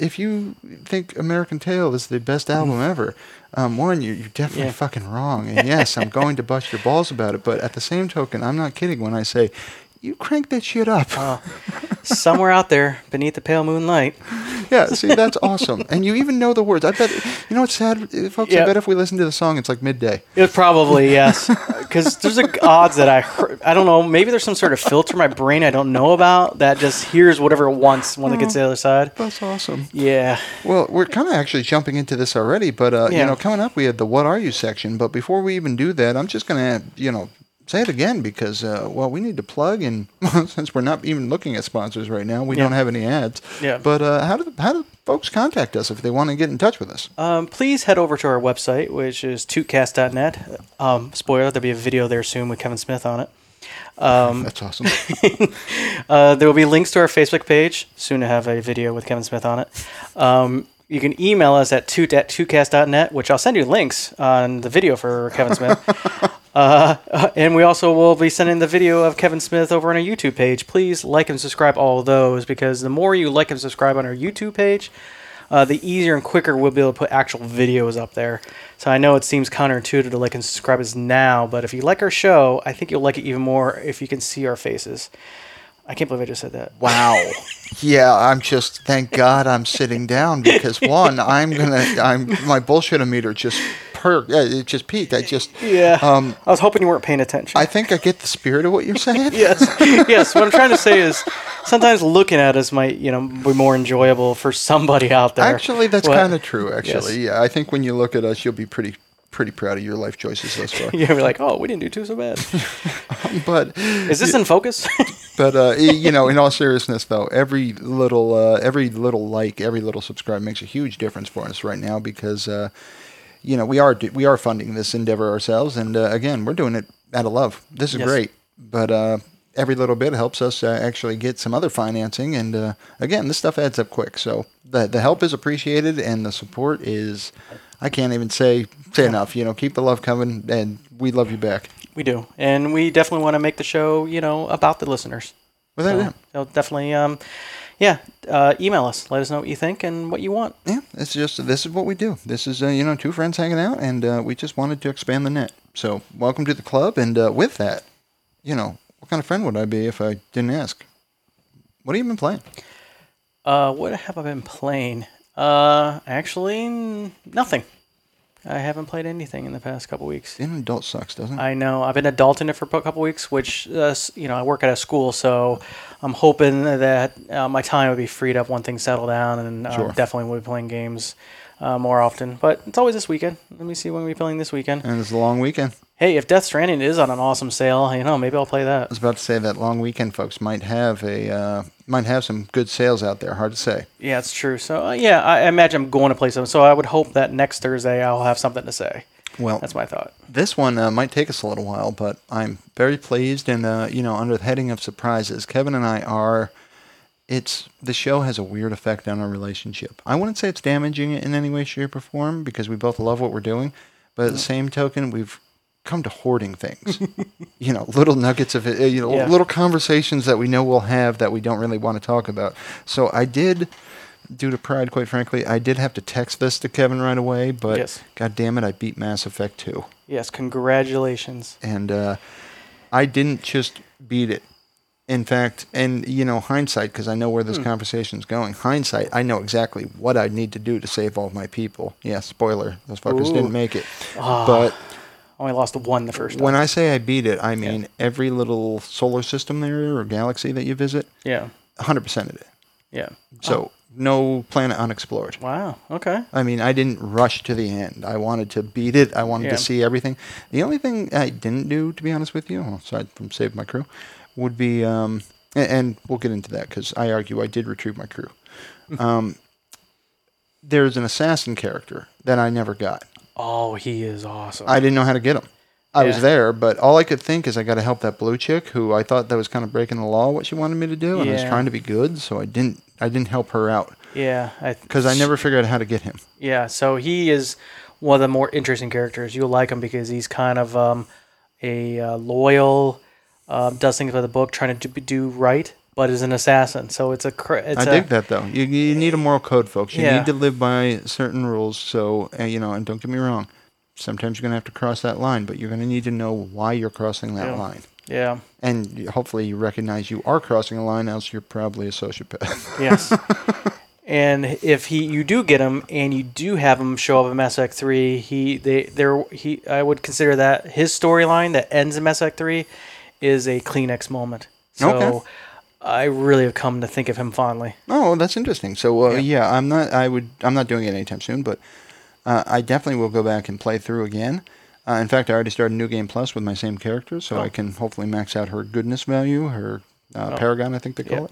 Speaker 1: If you think American Tail is the best album ever, um, one, you're, you're definitely
Speaker 2: Mm-hmm. Yeah.
Speaker 1: fucking wrong. And yes, I'm going to bust your balls about it. But at the same token, I'm not kidding when I say, you crank that shit up.
Speaker 2: Oh. Somewhere out there, beneath the pale moonlight.
Speaker 1: Yeah, see, that's awesome. And you even know the words. I bet, you know what's sad, uh, folks?
Speaker 2: Yeah.
Speaker 1: I bet if we listen to the song, it's like midday.
Speaker 2: It probably yes, because there's a g- odds that I heard, I don't know. Maybe there's some sort of filter in my brain I don't know about that just hears whatever it wants when it gets to the other side.
Speaker 1: That's awesome.
Speaker 2: Yeah,
Speaker 1: Well, we're kind of actually jumping into this already, but, uh,
Speaker 2: Yeah.
Speaker 1: you know, coming up, we had the What Are You section. But before we even do that, I'm just going to, you know, say it again because, uh, well, we need to plug. And since we're not even looking at sponsors right now, we
Speaker 2: Yeah.
Speaker 1: don't have any ads.
Speaker 2: Yeah.
Speaker 1: But uh, how, do, how do folks contact us if they want to get in touch with us?
Speaker 2: Um, please head over to our website, which is tootcast.net. Um, spoiler: there'll be a video there soon with Kevin Smith on it. Um,
Speaker 1: that's awesome.
Speaker 2: Uh, there will be links to our Facebook page. Soon to have a video with Kevin Smith on it. Um, you can email us at toot at tootcast.net, which I'll send you links on the video for Kevin Smith. uh, and we also will be sending the video of Kevin Smith over on our YouTube page. Please like and subscribe all those because the more you like and subscribe on our YouTube page, uh, the easier and quicker we'll be able to put actual videos up there. So I know it seems counterintuitive to like and subscribe us now, but if you like our show, I think you'll like it even more if you can see our faces. I can't believe I just said that.
Speaker 1: Wow. Yeah, I'm just thank God I'm sitting down because one, I'm gonna I'm my bullshit meter just perked. Yeah, it just peaked. I just
Speaker 2: Yeah.
Speaker 1: Um
Speaker 2: I was hoping you weren't paying attention.
Speaker 1: I think I get the spirit of what you're saying.
Speaker 2: yes. yes. What I'm trying to say is sometimes looking at us might, you know, be more enjoyable for somebody out there.
Speaker 1: Actually that's
Speaker 2: What-
Speaker 1: kinda true, actually. Yeah. I think when you look at us you'll be pretty pretty proud of your life choices thus far.
Speaker 2: You're gonna be like, oh, we didn't do too so bad.
Speaker 1: But
Speaker 2: Is this in focus?
Speaker 1: but uh, i- you know, in all seriousness though, every little uh, every little like, every little subscribe makes a huge difference for us right now because uh, you know we are do- we are funding this endeavor ourselves, and uh, again, we're doing it out of love. This is
Speaker 2: Yes.
Speaker 1: great, but uh, every little bit helps us uh, actually get some other financing, and uh, again, this stuff adds up quick. So the the help is appreciated, and the support is. I can't even say say enough. You know, keep the love coming, and we love you back.
Speaker 2: we do, and we definitely want to make the show, you know, about the listeners.
Speaker 1: Without a
Speaker 2: So,
Speaker 1: doubt.
Speaker 2: so definitely, um, yeah, uh, email us. Let us know what you think and what you want.
Speaker 1: Yeah, it's just this is what we do. This is uh, you know two friends hanging out, and uh, we just wanted to expand the net. So welcome to the club, and uh, with that, you know what kind of friend would I be if I didn't ask? What have you been playing?
Speaker 2: Uh, what have I been playing? Uh, actually, n- nothing. I haven't played anything in the past couple weeks.
Speaker 1: Being an adult sucks, doesn't it?
Speaker 2: I know. I've been adult in it for a couple weeks, which uh, s- you know I work at a school, so I'm hoping that uh, my time would be freed up when things settle down, and uh,
Speaker 1: Sure.
Speaker 2: definitely will be playing games uh, more often. But it's always this weekend. Let me see when we're playing this weekend.
Speaker 1: and it's a long weekend. I
Speaker 2: Hey, if Death Stranding is on an awesome sale, you know maybe I'll play that.
Speaker 1: was about to say that long weekend, folks, might have a uh, might have some good sales out there. Hard to say.
Speaker 2: Yeah, it's true. So uh, yeah, I I imagine I'm going to play some. So I would hope that next Thursday I'll have something to say.
Speaker 1: Well,
Speaker 2: That's my thought.
Speaker 1: This one uh, might take us a little while, but I'm very pleased. And, uh, you know, under the heading of surprises, Kevin and I are. It's the show has a weird effect on our relationship. I wouldn't say it's damaging it in any way, shape, or form because we both love what we're doing. But at the same token, we've come to hoarding things. you know, little nuggets of it, uh, you know,
Speaker 2: Yeah.
Speaker 1: little conversations that we know we'll have that we don't really want to talk about. So I did, due to pride, quite frankly, I did have to text this to Kevin right away. But
Speaker 2: Yes.
Speaker 1: god damn it, I beat Mass Effect 2
Speaker 2: Yes, congratulations.
Speaker 1: and uh, I didn't just beat it In fact, and you know, hindsight, because I know where this conversation's going. Hindsight, I know exactly what I need to do to save all my people. Yeah, spoiler, those fuckers
Speaker 2: Ooh.
Speaker 1: didn't make it. But
Speaker 2: Only lost one the first time.
Speaker 1: when I say I beat it, I mean every little solar system there or galaxy that you visit,
Speaker 2: yeah.
Speaker 1: 100% of it.
Speaker 2: Yeah.
Speaker 1: So no planet unexplored.
Speaker 2: Wow. Okay.
Speaker 1: I mean, I didn't rush to the end. I wanted to beat it. I wanted
Speaker 2: Yeah.
Speaker 1: to see everything. The only thing I didn't do, to be honest with you, aside from save my crew, would be, um, and, and we'll get into that because I argue I did retrieve my crew. Um, there's an assassin character that I never got.
Speaker 2: Oh, he is awesome.
Speaker 1: I didn't know how to get him. I was
Speaker 2: Yeah.
Speaker 1: there, but all I could think is I got to help that blue chick who I thought that was kind of breaking the law what she wanted me to do, and I was
Speaker 2: Yeah.
Speaker 1: trying to be good, so I didn't. I didn't help her out
Speaker 2: yeah. I
Speaker 1: because I never figured out how to get him.
Speaker 2: Yeah, so he is one of the more interesting characters. You'll like him because he's kind of um, a uh, loyal, um, does things by the book, trying to do, do right, but is an assassin. So it's a. cr- It's
Speaker 1: I
Speaker 2: a-
Speaker 1: dig that though. You, you need a moral code, folks. You
Speaker 2: Yeah.
Speaker 1: need to live by certain rules. So uh, you know, and don't get me wrong. Sometimes you're gonna have to cross that line, but you're gonna need to know why you're crossing that
Speaker 2: Yeah.
Speaker 1: line,
Speaker 2: Yeah.
Speaker 1: and you- hopefully you recognize you are crossing a line. Else you're probably a sociopath.
Speaker 2: Yes. and if he, you do get him, and you do have him show up in Mass Effect three, he, they, there, he, I would consider that his storyline that ends in Mass Effect three is a Kleenex moment. So
Speaker 1: Okay.
Speaker 2: I really have come to think of him fondly.
Speaker 1: oh, that's interesting. So uh, yeah. I'm not. I would. I'm not doing it anytime soon, but uh, I definitely will go back and play through again. Uh, in fact, I already started New Game Plus with my same character, so I can hopefully max out her goodness value, her uh, Paragon, I think they call
Speaker 2: Yeah.
Speaker 1: it.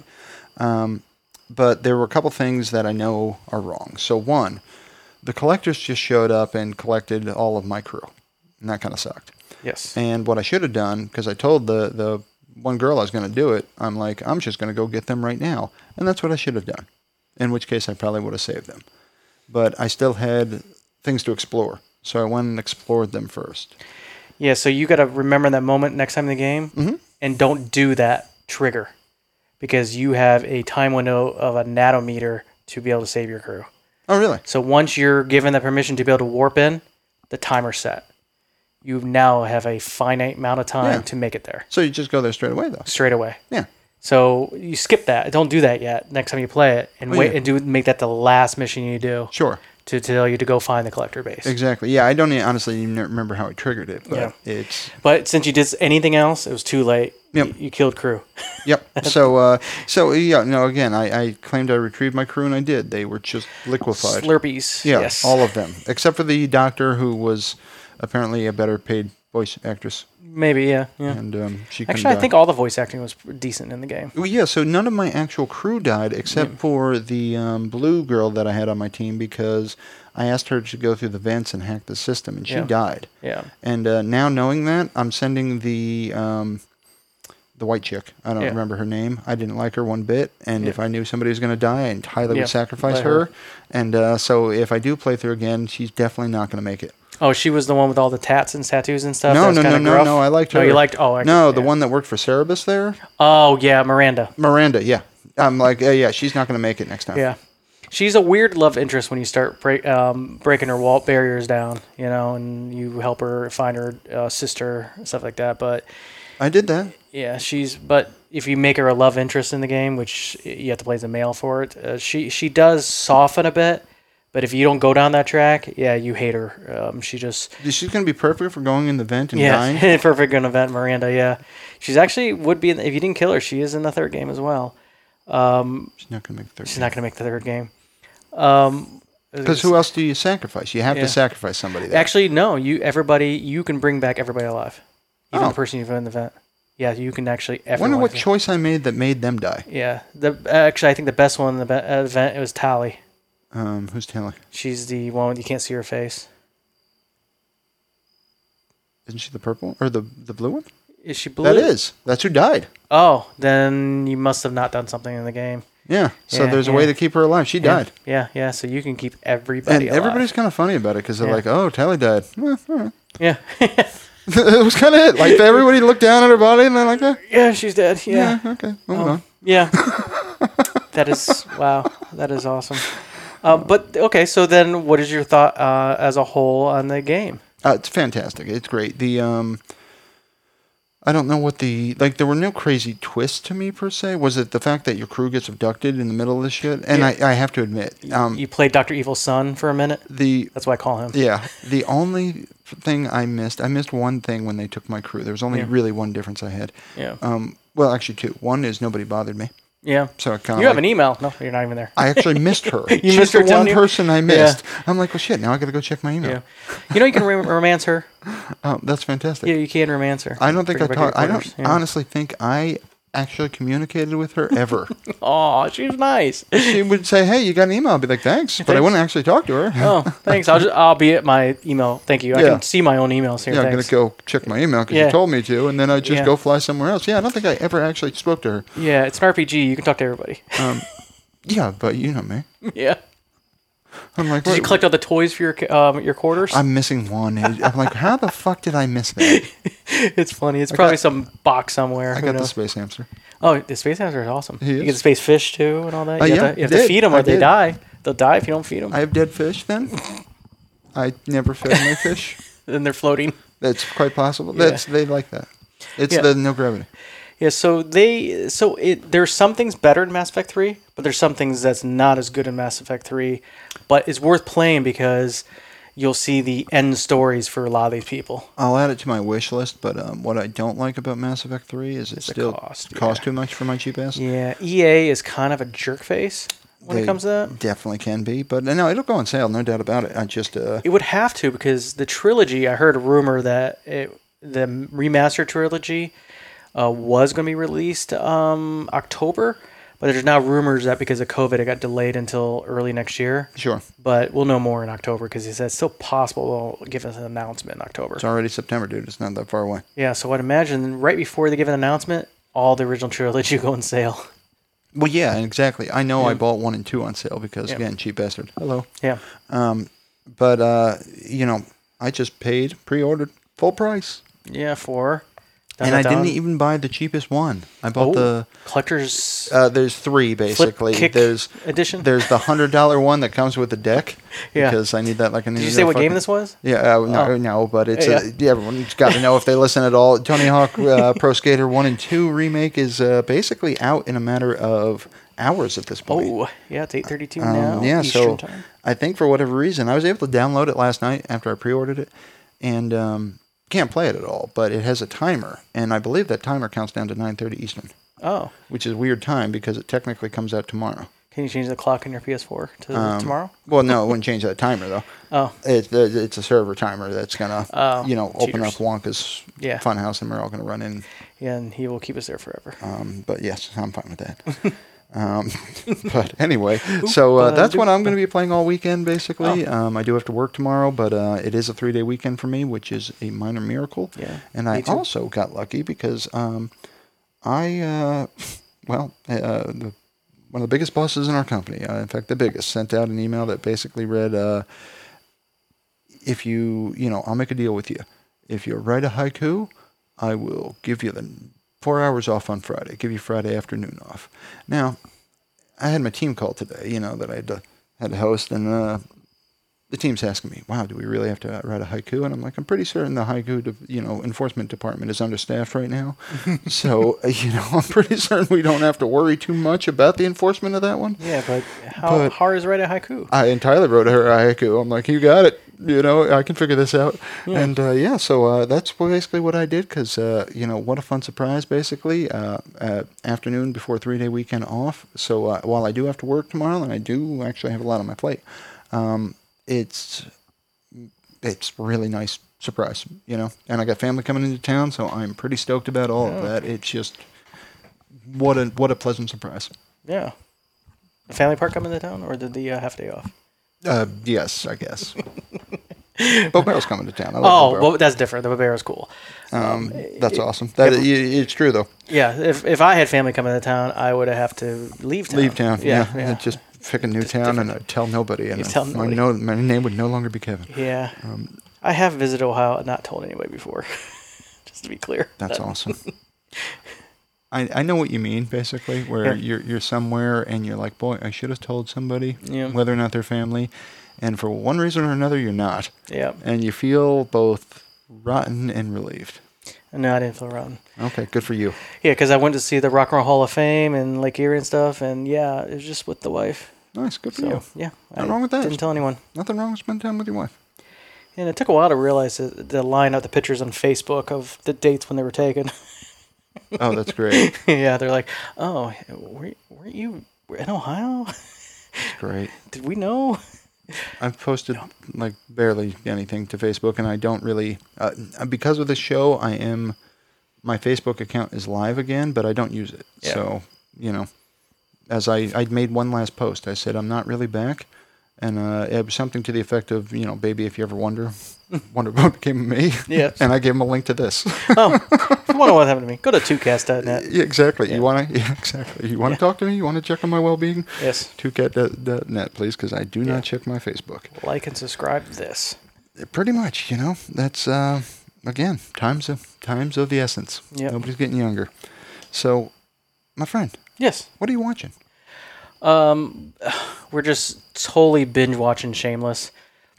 Speaker 1: Um, but there were a couple things that I know are wrong. So one, the collectors just showed up and collected all of my crew, and that kind of sucked.
Speaker 2: Yes.
Speaker 1: And what I should have done, because I told the the one girl I was going to do it, I'm like, I'm just going to go get them right now, and that's what I should have done. In which case, I probably would have saved them. But I still had things to explore, so I went and explored them first.
Speaker 2: Yeah, so you got to remember that moment next time in the game
Speaker 1: Mm-hmm.
Speaker 2: and don't do that trigger because you have a time window of a nanometer to be able to save your crew.
Speaker 1: Oh, really?
Speaker 2: So once you're given the permission to be able to warp in, the timer's set. You now have a finite amount of time
Speaker 1: Yeah.
Speaker 2: to make it there
Speaker 1: So you just go there straight away, though.
Speaker 2: straight away.
Speaker 1: Yeah.
Speaker 2: So you skip that. Don't do that yet next time you play it and
Speaker 1: Oh,
Speaker 2: wait
Speaker 1: yeah.
Speaker 2: and do make that the last mission you do
Speaker 1: Sure.
Speaker 2: to tell you to go find the collector base.
Speaker 1: Exactly. Yeah, I don't e- honestly even remember how I triggered it, but it's
Speaker 2: But since you did anything else, it was too late.
Speaker 1: Yep.
Speaker 2: You, you killed crew.
Speaker 1: Yep. So, uh, so yeah. No, again, I, I claimed I retrieved my crew, and I did. They were just liquefied.
Speaker 2: Slurpees.
Speaker 1: yeah,
Speaker 2: yes.
Speaker 1: all of them, except for the doctor, who was apparently a better paid voice actress,
Speaker 2: Maybe, yeah. yeah.
Speaker 1: and um, she. couldn't
Speaker 2: Actually, I
Speaker 1: die.
Speaker 2: think all the voice acting was decent in the game.
Speaker 1: Well, yeah. So none of my actual crew died, except for the um, blue girl that I had on my team, because I asked her to go through the vents and hack the system, and she
Speaker 2: Yeah.
Speaker 1: died.
Speaker 2: Yeah.
Speaker 1: And uh, now knowing that, I'm sending the um, the white chick. I don't
Speaker 2: Yeah.
Speaker 1: remember her name. I didn't like her one bit. And if I knew somebody was going to die, I entirely
Speaker 2: Yeah,
Speaker 1: would sacrifice
Speaker 2: let her.
Speaker 1: her. And uh, so if I do play through again, she's definitely not going to make it.
Speaker 2: Oh, she was the one with all the tats and tattoos and stuff.
Speaker 1: no,
Speaker 2: that was
Speaker 1: no, no,
Speaker 2: kinda
Speaker 1: no,
Speaker 2: gruff?
Speaker 1: no. I liked her.
Speaker 2: No, you liked. Oh, I
Speaker 1: no, the
Speaker 2: yeah.
Speaker 1: one that worked for Cerebus there,
Speaker 2: Oh, yeah, Miranda.
Speaker 1: Miranda. Yeah, I'm like, uh, yeah, she's not going to make it next time.
Speaker 2: Yeah, she's a weird love interest when you start break, um, breaking her wall barriers down, you know, and you help her find her uh, sister stuff like that. But
Speaker 1: I did that.
Speaker 2: yeah, she's. But if you make her a love interest in the game, which you have to play as a male for it, uh, she she does soften a bit. But if you don't go down that track, yeah, you hate her. Um, she just
Speaker 1: She's going to be perfect for going in the vent and dying.
Speaker 2: Yeah, perfect gun event, Miranda. Yeah, she's actually would be. In, if you didn't kill her, she is in the third game as well.
Speaker 1: She's not going to make the
Speaker 2: She's
Speaker 1: third.
Speaker 2: not going to make the third game.
Speaker 1: Because who else do you sacrifice? You have
Speaker 2: Yeah.
Speaker 1: to sacrifice somebody. There.
Speaker 2: Actually, no. You everybody you can bring back everybody alive, even
Speaker 1: Oh.
Speaker 2: the person you've in the event. Yeah, you can actually.
Speaker 1: I wonder
Speaker 2: Everyone
Speaker 1: what
Speaker 2: can-
Speaker 1: choice I made that made them die.
Speaker 2: yeah, the actually I think the best one in the be- uh, event it was Tally.
Speaker 1: Um, who's Taylor?
Speaker 2: She's the one you can't see her face.
Speaker 1: Isn't she the purple or the the blue one?
Speaker 2: Is she blue?
Speaker 1: That is. That's who died.
Speaker 2: Oh, then you must have not done something in the game.
Speaker 1: Yeah. So
Speaker 2: Yeah,
Speaker 1: there's a way
Speaker 2: yeah.
Speaker 1: to keep her alive. She
Speaker 2: Yeah,
Speaker 1: died.
Speaker 2: Yeah, yeah. So you can keep everybody.
Speaker 1: And
Speaker 2: alive.
Speaker 1: everybody's kind of funny about it because they're
Speaker 2: Yeah.
Speaker 1: like, "Oh, Tally died." Eh, all right.
Speaker 2: yeah,
Speaker 1: it was kind of it. Like everybody looked down at her body and they're like, eh,
Speaker 2: yeah. She's dead. yeah. Um,
Speaker 1: "Yeah, okay, moving on."
Speaker 2: Yeah. that is wow. That is awesome. Uh, but okay, so then what is your thought uh, as a whole on the game?
Speaker 1: Uh, it's fantastic. It's great. The um, I don't know what the like. There were no crazy twists to me per se. Was it the fact that your crew gets abducted in the middle of this shit? And I, I have to admit, um,
Speaker 2: You played Doctor Evil's son for a minute.
Speaker 1: the
Speaker 2: That's what I call him.
Speaker 1: yeah, the only thing I missed, I missed one thing when they took my crew. There was only really one difference I had.
Speaker 2: Yeah.
Speaker 1: Um, well, actually two. One is nobody bothered me,
Speaker 2: yeah.
Speaker 1: so I kind
Speaker 2: you
Speaker 1: of
Speaker 2: have an email. No, you're not even there.
Speaker 1: I actually missed her. She's
Speaker 2: missed her,
Speaker 1: the one
Speaker 2: didn't you?
Speaker 1: person I
Speaker 2: Yeah.
Speaker 1: missed. I'm like, well, shit. Now I got to go check my email.
Speaker 2: yeah. You know you can rom- romance her.
Speaker 1: Oh, that's fantastic.
Speaker 2: Yeah, you can romance her.
Speaker 1: I don't think I
Speaker 2: Bring her
Speaker 1: talked.
Speaker 2: back to
Speaker 1: I
Speaker 2: your
Speaker 1: don't
Speaker 2: quarters. Yeah.
Speaker 1: honestly think I actually communicated with her ever.
Speaker 2: Aw, she's nice.
Speaker 1: she would say, "Hey, you got an email?" I'd be like, "Thanks," but I
Speaker 2: Thanks.
Speaker 1: wouldn't actually talk to her.
Speaker 2: Oh, thanks. I'll just, I'll be at my email. Thank you. I
Speaker 1: Yeah.
Speaker 2: can see my own emails here.
Speaker 1: yeah, I'm gonna
Speaker 2: thanks.
Speaker 1: go check my email because
Speaker 2: Yeah.
Speaker 1: you told me to, and then I'd just
Speaker 2: Yeah.
Speaker 1: go fly somewhere else. Yeah, I don't think I ever actually spoke to her.
Speaker 2: Yeah, it's an RPG. You can talk to everybody.
Speaker 1: Yeah, but you know me.
Speaker 2: yeah.
Speaker 1: I'm like,
Speaker 2: Did you
Speaker 1: "What-
Speaker 2: collect all the toys for your ca- um, your quarters?
Speaker 1: I'm missing one. And I'm like, how the fuck did I miss that?
Speaker 2: it's funny. It's probably some box somewhere.
Speaker 1: I
Speaker 2: Who
Speaker 1: got the
Speaker 2: knows?
Speaker 1: space hamster.
Speaker 2: Oh, the space hamster is awesome. you get
Speaker 1: is.
Speaker 2: the space fish too and all that.
Speaker 1: Uh,
Speaker 2: you
Speaker 1: yeah,
Speaker 2: have to, you have
Speaker 1: I
Speaker 2: to
Speaker 1: did.
Speaker 2: feed them
Speaker 1: I
Speaker 2: or they
Speaker 1: did.
Speaker 2: die. They'll die if you don't feed them.
Speaker 1: I have dead fish. Then I never fed my fish.
Speaker 2: then they're floating.
Speaker 1: That's quite possible. That's they like that. It's
Speaker 2: Yeah.
Speaker 1: the no gravity.
Speaker 2: Yeah, so they so it there's some things better in Mass Effect 3, but there's some things that's not as good in Mass Effect 3, but it's worth playing because you'll see the end stories for a lot of these people.
Speaker 1: I'll add it to my wish list, but um, what I don't like about Mass Effect 3 is it still
Speaker 2: cost,
Speaker 1: cost,
Speaker 2: yeah.
Speaker 1: too much for my cheap ass.
Speaker 2: Yeah, EA is kind of a jerk face when it
Speaker 1: They
Speaker 2: comes to that.
Speaker 1: Definitely can be, but uh, no, it'll go on sale, no doubt about it. I just, uh,
Speaker 2: It would have to because the trilogy. I heard a rumor that it, the remaster trilogy uh, was going to be released um, October, but there's now rumors that because of COVID, it got delayed until early next year.
Speaker 1: sure,
Speaker 2: But we'll know more in October because he said it's still possible they'll give us an announcement in October.
Speaker 1: it's already September, dude. It's not that far away.
Speaker 2: Yeah, so I'd imagine right before they give an announcement, all the original trilogy will go on sale.
Speaker 1: Well, yeah, exactly. I know I bought one and two on sale because, again, cheap bastard. Hello.
Speaker 2: Yeah.
Speaker 1: But, uh, you know, I just paid, pre ordered, full price.
Speaker 2: Yeah, four.
Speaker 1: And
Speaker 2: Dun, dun,
Speaker 1: I didn't
Speaker 2: dun.
Speaker 1: even buy the cheapest one. I bought
Speaker 2: Oh,
Speaker 1: the.
Speaker 2: collector's
Speaker 1: Uh, there's three basically.
Speaker 2: kick
Speaker 1: there's
Speaker 2: edition?
Speaker 1: There's the hundred dollar one that comes with the deck.
Speaker 2: Yeah.
Speaker 1: Because I need that like I need.
Speaker 2: Did you
Speaker 1: to
Speaker 2: say
Speaker 1: go
Speaker 2: what game
Speaker 1: fucking-
Speaker 2: this was? Oh.
Speaker 1: Yeah, uh, no, no, but it's
Speaker 2: Yeah.
Speaker 1: uh, yeah. everyone's got to know if they listen at all. Tony Hawk uh, Pro Skater One and Two remake is uh, basically out in a matter of hours at this point.
Speaker 2: Oh, yeah, it's eight thirty-two
Speaker 1: Um,
Speaker 2: now.
Speaker 1: yeah,
Speaker 2: Eastern
Speaker 1: so
Speaker 2: time.
Speaker 1: I think for whatever reason I was able to download it last night after I pre-ordered it, and um, can't play it at all. But it has a timer, and I believe that timer counts down to nine thirty Eastern,
Speaker 2: Oh,
Speaker 1: which is weird time because it technically comes out tomorrow.
Speaker 2: can you change the clock on your PS4 to
Speaker 1: Um,
Speaker 2: tomorrow?
Speaker 1: Well, no, it wouldn't change that timer though.
Speaker 2: Oh.
Speaker 1: it's it's a server timer that's gonna you know open
Speaker 2: cheaters.
Speaker 1: up Wonka's
Speaker 2: Yeah.
Speaker 1: funhouse and we're all gonna run in.
Speaker 2: Yeah, and he will keep us there forever.
Speaker 1: Um, but yes, I'm fine with that. um, but anyway, so uh, that's what I'm gonna be playing all weekend basically. Um, I do have to work tomorrow, but uh, it is a three day weekend for me, which is a minor miracle.
Speaker 2: Yeah,
Speaker 1: and I also got lucky because um, I uh, well uh, the one of the biggest bosses in our company, uh, in fact, the biggest, sent out an email that basically read, uh, "If you, you know, I'll make a deal with you. If you write a haiku, I will give you the four hours off on Friday. Give you Friday afternoon off." Now, I had my team call today. You know that I had to had to host, and uh, the team's asking me, "Wow, do we really have to write a haiku?" And I'm like, "I'm pretty certain the haiku, de- you know, enforcement department is understaffed right now, so uh, you know, I'm pretty certain we don't have to worry too much about the enforcement of that one."
Speaker 2: yeah, but how
Speaker 1: but-
Speaker 2: hard is write a haiku?
Speaker 1: I and Tyler wrote her a haiku. I'm like, "You got it, you know, I can figure this out." And uh, yeah, so uh, that's basically what I did because uh, you know, what a fun surprise! Basically, uh, uh, afternoon before three day weekend off. So uh, while I do have to work tomorrow, and I do actually have a lot on my plate, um, it's it's really nice surprise, you know. And I got family coming into town, so I'm pretty stoked about all of that. It's just what a what a pleasant surprise.
Speaker 2: Yeah. The family park coming to town, or did the uh, half day off?
Speaker 1: Uh, yes, I guess. Bo Barrel's coming to town. I love
Speaker 2: Oh, uh,
Speaker 1: Bo
Speaker 2: well, that's different. The Barrow's cool.
Speaker 1: Barrel. um, that's awesome. That i- it's true though.
Speaker 2: Yeah, if, if I had family coming to town, I would have to leave town.
Speaker 1: Leave town. Yeah,
Speaker 2: yeah.
Speaker 1: and just pick a new town and uh, tell nobody, and
Speaker 2: You tell
Speaker 1: uh,
Speaker 2: nobody.
Speaker 1: My, no, my name would no longer be Kevin.
Speaker 2: Yeah.
Speaker 1: um,
Speaker 2: I have visited Ohio and not told anybody before, just to be clear.
Speaker 1: That's awesome. I, I know what you mean, basically, where
Speaker 2: Yeah.
Speaker 1: you're you're somewhere and you're like, boy, I should have told somebody,
Speaker 2: Yeah.
Speaker 1: whether or not they're family, and for one reason or another, you're not,
Speaker 2: Yeah.
Speaker 1: and you feel both rotten and relieved.
Speaker 2: No, I didn't feel rotten.
Speaker 1: Okay, good for you.
Speaker 2: Yeah, because I went to see the Rock and Roll Hall of Fame and Lake Erie and stuff, and yeah, it was just with the wife.
Speaker 1: Nice, good for
Speaker 2: So
Speaker 1: you.
Speaker 2: yeah,
Speaker 1: Nothing wrong with that.
Speaker 2: Didn't tell anyone.
Speaker 1: Nothing wrong with spending time with your wife.
Speaker 2: And it took a while to realize that to line up the pictures on Facebook of the dates when they were taken.
Speaker 1: Oh, that's great.
Speaker 2: yeah, they're like, oh, were, weren't you in Ohio?
Speaker 1: That's great.
Speaker 2: Did we know?
Speaker 1: I've posted like barely anything to Facebook, and I don't really uh, because of this show. I am my Facebook account is live again, but I don't use it.
Speaker 2: Yeah.
Speaker 1: So you know, as I I made one last post, I said I'm not really back, and uh, it was something to the effect of you know, baby, if you ever wonder, wonder what became of me.
Speaker 2: Yeah.
Speaker 1: and I gave him a link to this.
Speaker 2: If you want to know what happened to me, go to 2cast.net.
Speaker 1: Yeah, exactly. You want to? Yeah, exactly. You want to talk to me? You want to check on my well-being?
Speaker 2: Yes.
Speaker 1: To get net, please, because I do
Speaker 2: Yeah.
Speaker 1: not check my Facebook.
Speaker 2: Like and subscribe to this.
Speaker 1: pretty much you know that's uh again times of times of the essence
Speaker 2: Yep.
Speaker 1: nobody's getting younger so my friend
Speaker 2: Yes,
Speaker 1: what are you watching
Speaker 2: Um, we're just totally binge watching Shameless.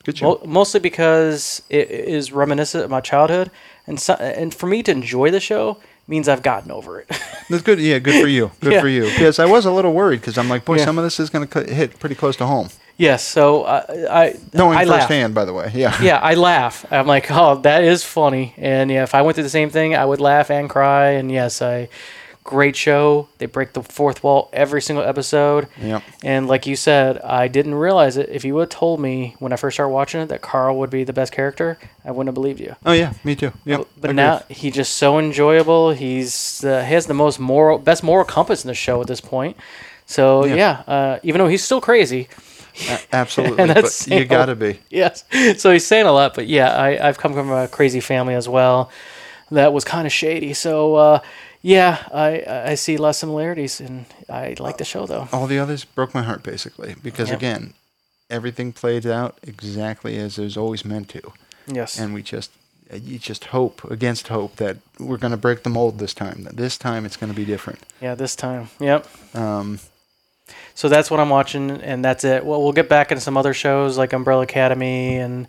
Speaker 1: good show
Speaker 2: Mo- mostly because it is reminiscent of my childhood, and so- and for me to enjoy the show means I've gotten over it.
Speaker 1: that's good yeah good for you good
Speaker 2: Yeah.
Speaker 1: for you because i was a little worried because i'm like boy
Speaker 2: Yeah.
Speaker 1: some of this is going to hit pretty close to home
Speaker 2: yes, so uh, I I
Speaker 1: knowing
Speaker 2: I laugh.
Speaker 1: firsthand by the way yeah
Speaker 2: Yeah, I laugh. I'm like, oh, that is funny. And yeah, if I went through the same thing, I would laugh and cry. And yes, I great show. They break the fourth wall every single episode.
Speaker 1: Yep.
Speaker 2: And like you said, I didn't realize it. If you would have told me when I first started watching it that Carl would be the best character, I wouldn't have believed you.
Speaker 1: oh yeah me too yeah
Speaker 2: But now he just so enjoyable. He's uh, he has the most moral, best moral compass in the show at this point. So yeah,
Speaker 1: Yeah.
Speaker 2: uh, even though he's still crazy,
Speaker 1: absolutely
Speaker 2: uh, and that's
Speaker 1: but you
Speaker 2: saying a-
Speaker 1: gotta be
Speaker 2: yes. So he's saying a lot, but yeah, I, I've come from a crazy family as well that was kind of shady. So uh, yeah, I, I see less similarities, and I like the show though.
Speaker 1: all the others broke my heart basically because
Speaker 2: Yep.
Speaker 1: again everything played out exactly as it was always meant to
Speaker 2: Yes.
Speaker 1: and we just you just hope against hope that we're going to break the mold this time that this time it's going to be different
Speaker 2: yeah, this time. Yep.
Speaker 1: um,
Speaker 2: So that's what I'm watching, and that's it. Well, we'll get back into some other shows like Umbrella Academy and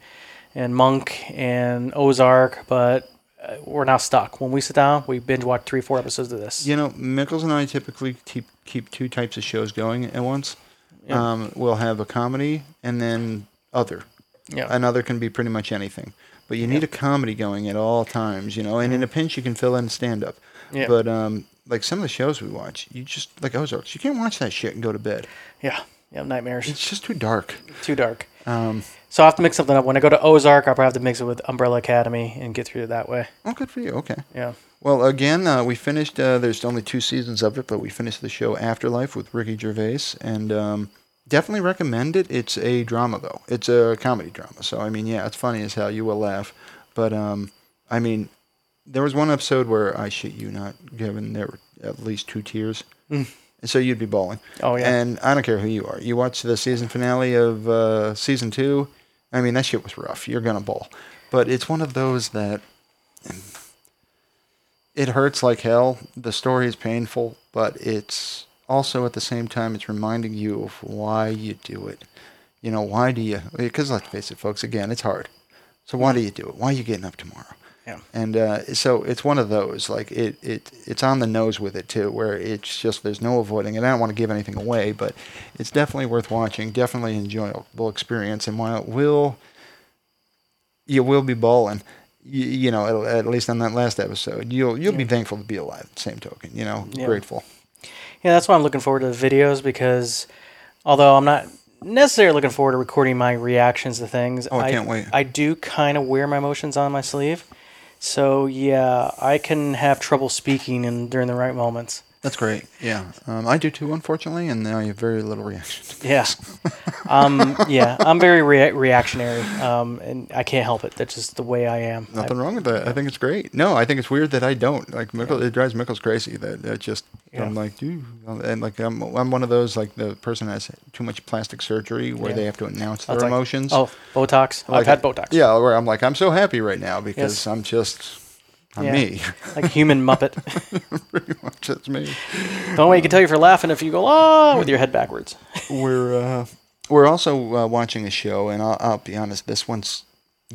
Speaker 2: and Monk and Ozark, but uh, we're now stuck. When we sit down, we binge watch three, four episodes of this.
Speaker 1: you know mickles and i typically keep keep two types of shows going at once
Speaker 2: Yeah.
Speaker 1: um, we'll have a comedy and then other
Speaker 2: Yeah.
Speaker 1: another can be pretty much anything but you need a comedy going at all times you know and in a pinch you can fill in stand up
Speaker 2: Yeah.
Speaker 1: but um, like some of the shows we watch you just like ozarks you can't watch that shit and go to bed
Speaker 2: Yeah. Yeah. Nightmares.
Speaker 1: it's just too dark
Speaker 2: Too dark.
Speaker 1: um,
Speaker 2: So I have to mix something up. When I go to Ozark, I'll probably have to mix it with Umbrella Academy and get through it that way.
Speaker 1: oh good for you okay
Speaker 2: Yeah.
Speaker 1: Well, again, uh, we finished. Uh, there's only two seasons of it, but we finished the show Afterlife with Ricky Gervais, and um, definitely recommend it. It's a drama, though. It's a comedy drama, so I mean, yeah, it's funny as hell. You will laugh, but um, I mean, there was one episode where I shit you not, Kevin, there were at least two tears. So you'd be bawling.
Speaker 2: Mm. Oh, yeah.
Speaker 1: And I don't care who you are. You watch the season finale of uh, season two. I mean, that shit was rough. You're gonna bawl. But it's one of those that it hurts like hell. The story is painful, but it's also at the same time it's reminding you of why you do it. You know, why do you? Because let's face it, folks. Again, it's hard. So why do you do it? Why are you getting up tomorrow?
Speaker 2: Yeah.
Speaker 1: And uh, so it's one of those like it, it it's on the nose with it too, where it's just there's no avoiding it. I don't want to give anything away, but it's definitely worth watching. Definitely enjoyable experience, and while it will you will be balling. You, you know, at, at least on that last episode, you'll you'll be thankful to be alive. Same token, you know,
Speaker 2: Yeah.
Speaker 1: grateful.
Speaker 2: Yeah, that's why I'm looking forward to the videos because although I'm not necessarily looking forward to recording my reactions to things,
Speaker 1: Oh, I can't wait.
Speaker 2: I do kind of wear my emotions on my sleeve. So yeah, I can have trouble speaking and during the right moments.
Speaker 1: That's great. Yeah, um, I do too, unfortunately, and I have very little reaction.
Speaker 2: Yeah. um, yeah, I'm very rea- reactionary, um, and I can't help it. That's just the way I am. I-
Speaker 1: Nothing wrong with that. I think it's great. No, I think it's weird that I don't like Mickle. It drives Mickles crazy that I just
Speaker 2: Yeah.
Speaker 1: I'm like, dude, and like I'm I'm one of those like the person that has too much plastic surgery where
Speaker 2: Yeah.
Speaker 1: they have to announce
Speaker 2: I
Speaker 1: their
Speaker 2: was like,
Speaker 1: emotions.
Speaker 2: Oh, Botox. I've
Speaker 1: Like,
Speaker 2: had Botox.
Speaker 1: Yeah, where I'm like, I'm so happy right now because
Speaker 2: Yes.
Speaker 1: I'm just I'm
Speaker 2: Yeah.
Speaker 1: me.
Speaker 2: Like human Muppet.
Speaker 1: Pretty much, that's me.
Speaker 2: The only way you can tell you're laughing if you go ah with your head backwards.
Speaker 1: we're uh, we're also uh, watching a show, and I'll, I'll be honest, this one's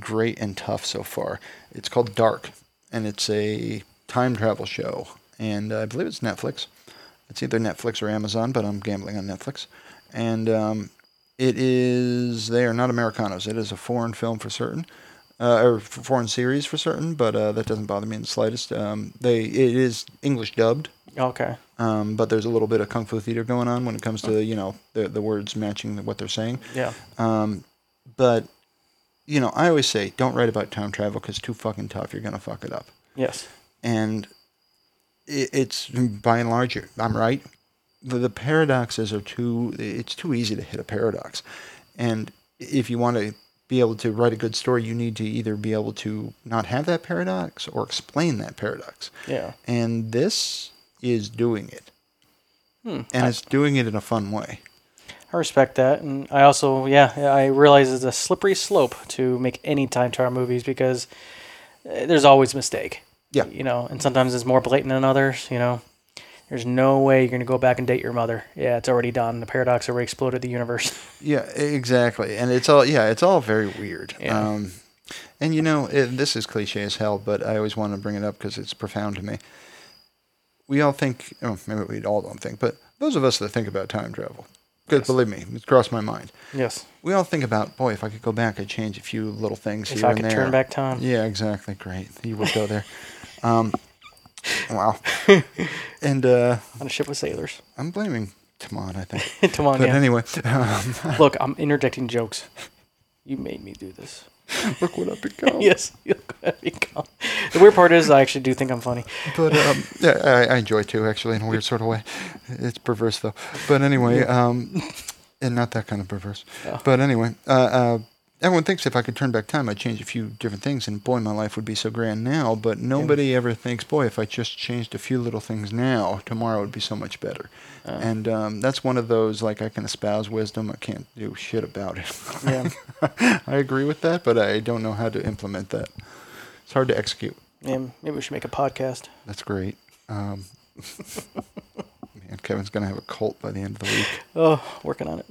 Speaker 1: great and tough so far. It's called Dark. and it's a time travel show, and I believe it's Netflix. It's either Netflix or Amazon, but I'm gambling on Netflix. And um, it is they are not Americanos. It is a foreign film for certain, uh, or f- foreign series for certain. But uh, that doesn't bother me in the slightest. Um, they it is English dubbed,
Speaker 2: Okay.
Speaker 1: um, but there's a little bit of kung fu theater going on when it comes to you know the the words matching what they're saying.
Speaker 2: Yeah.
Speaker 1: But you know I always say don't write about time travel because too fucking tough. You're gonna fuck it up.
Speaker 2: Yes.
Speaker 1: and it, it's by and large I'm right. The, the paradoxes are too. It's too easy to hit a paradox, and if you want to be able to write a good story, you need to either be able to not have that paradox or explain that paradox.
Speaker 2: Yeah.
Speaker 1: And this is doing it,
Speaker 2: Hmm.
Speaker 1: and it's doing it in a fun way.
Speaker 2: I respect that, and I also, yeah, I realize it's a slippery slope to make any time trial movies because uh, there's always a mistake.
Speaker 1: Yeah.
Speaker 2: You know, and sometimes it's more blatant than others. You know, there's no way you're gonna go back and date your mother. Yeah, it's already done. The paradox already exploded the universe.
Speaker 1: Yeah, e- exactly. And it's all yeah, it's all very weird.
Speaker 2: Yeah.
Speaker 1: Um, and you know, it, this is cliche as hell, but I always want to bring it up because it's profound to me. We all think, oh, maybe we all don't think, but those of us that think about time travel, because believe me, it's crossed my mind.
Speaker 2: yes.
Speaker 1: We all think about, boy, if I could go back, I'd change a few little things
Speaker 2: If
Speaker 1: here
Speaker 2: I
Speaker 1: and
Speaker 2: could
Speaker 1: there.
Speaker 2: turn back time.
Speaker 1: Yeah, exactly. Great, you would go there. Um, wow. and uh,
Speaker 2: On a ship with sailors.
Speaker 1: I'm blaming Timon, I think.
Speaker 2: Come on,
Speaker 1: But
Speaker 2: yeah.
Speaker 1: anyway, uh,
Speaker 2: Look, I'm interjecting jokes. You made me do this.
Speaker 1: look what I've become.
Speaker 2: Yes. you'll let me go. The weird part is, I actually do think I'm funny.
Speaker 1: but um, yeah, I, I enjoy too, actually, in a weird sort of way. It's perverse though. But anyway, um, and not that kind of perverse. But anyway, uh, uh, everyone thinks if I could turn back time, I'd change a few different things, and boy, my life would be so grand now. But nobody ever thinks, boy, if I just changed a few little things now, tomorrow would be so much better. and um, that's one of those like I can espouse wisdom, I can't do shit about it.
Speaker 2: Yeah.
Speaker 1: I agree with that, but I don't know how to implement that. It's hard to execute.
Speaker 2: yeah. Maybe we should make a podcast.
Speaker 1: That's great. Um, man, Kevin's gonna have a cult by the end of the week.
Speaker 2: Oh, working on it.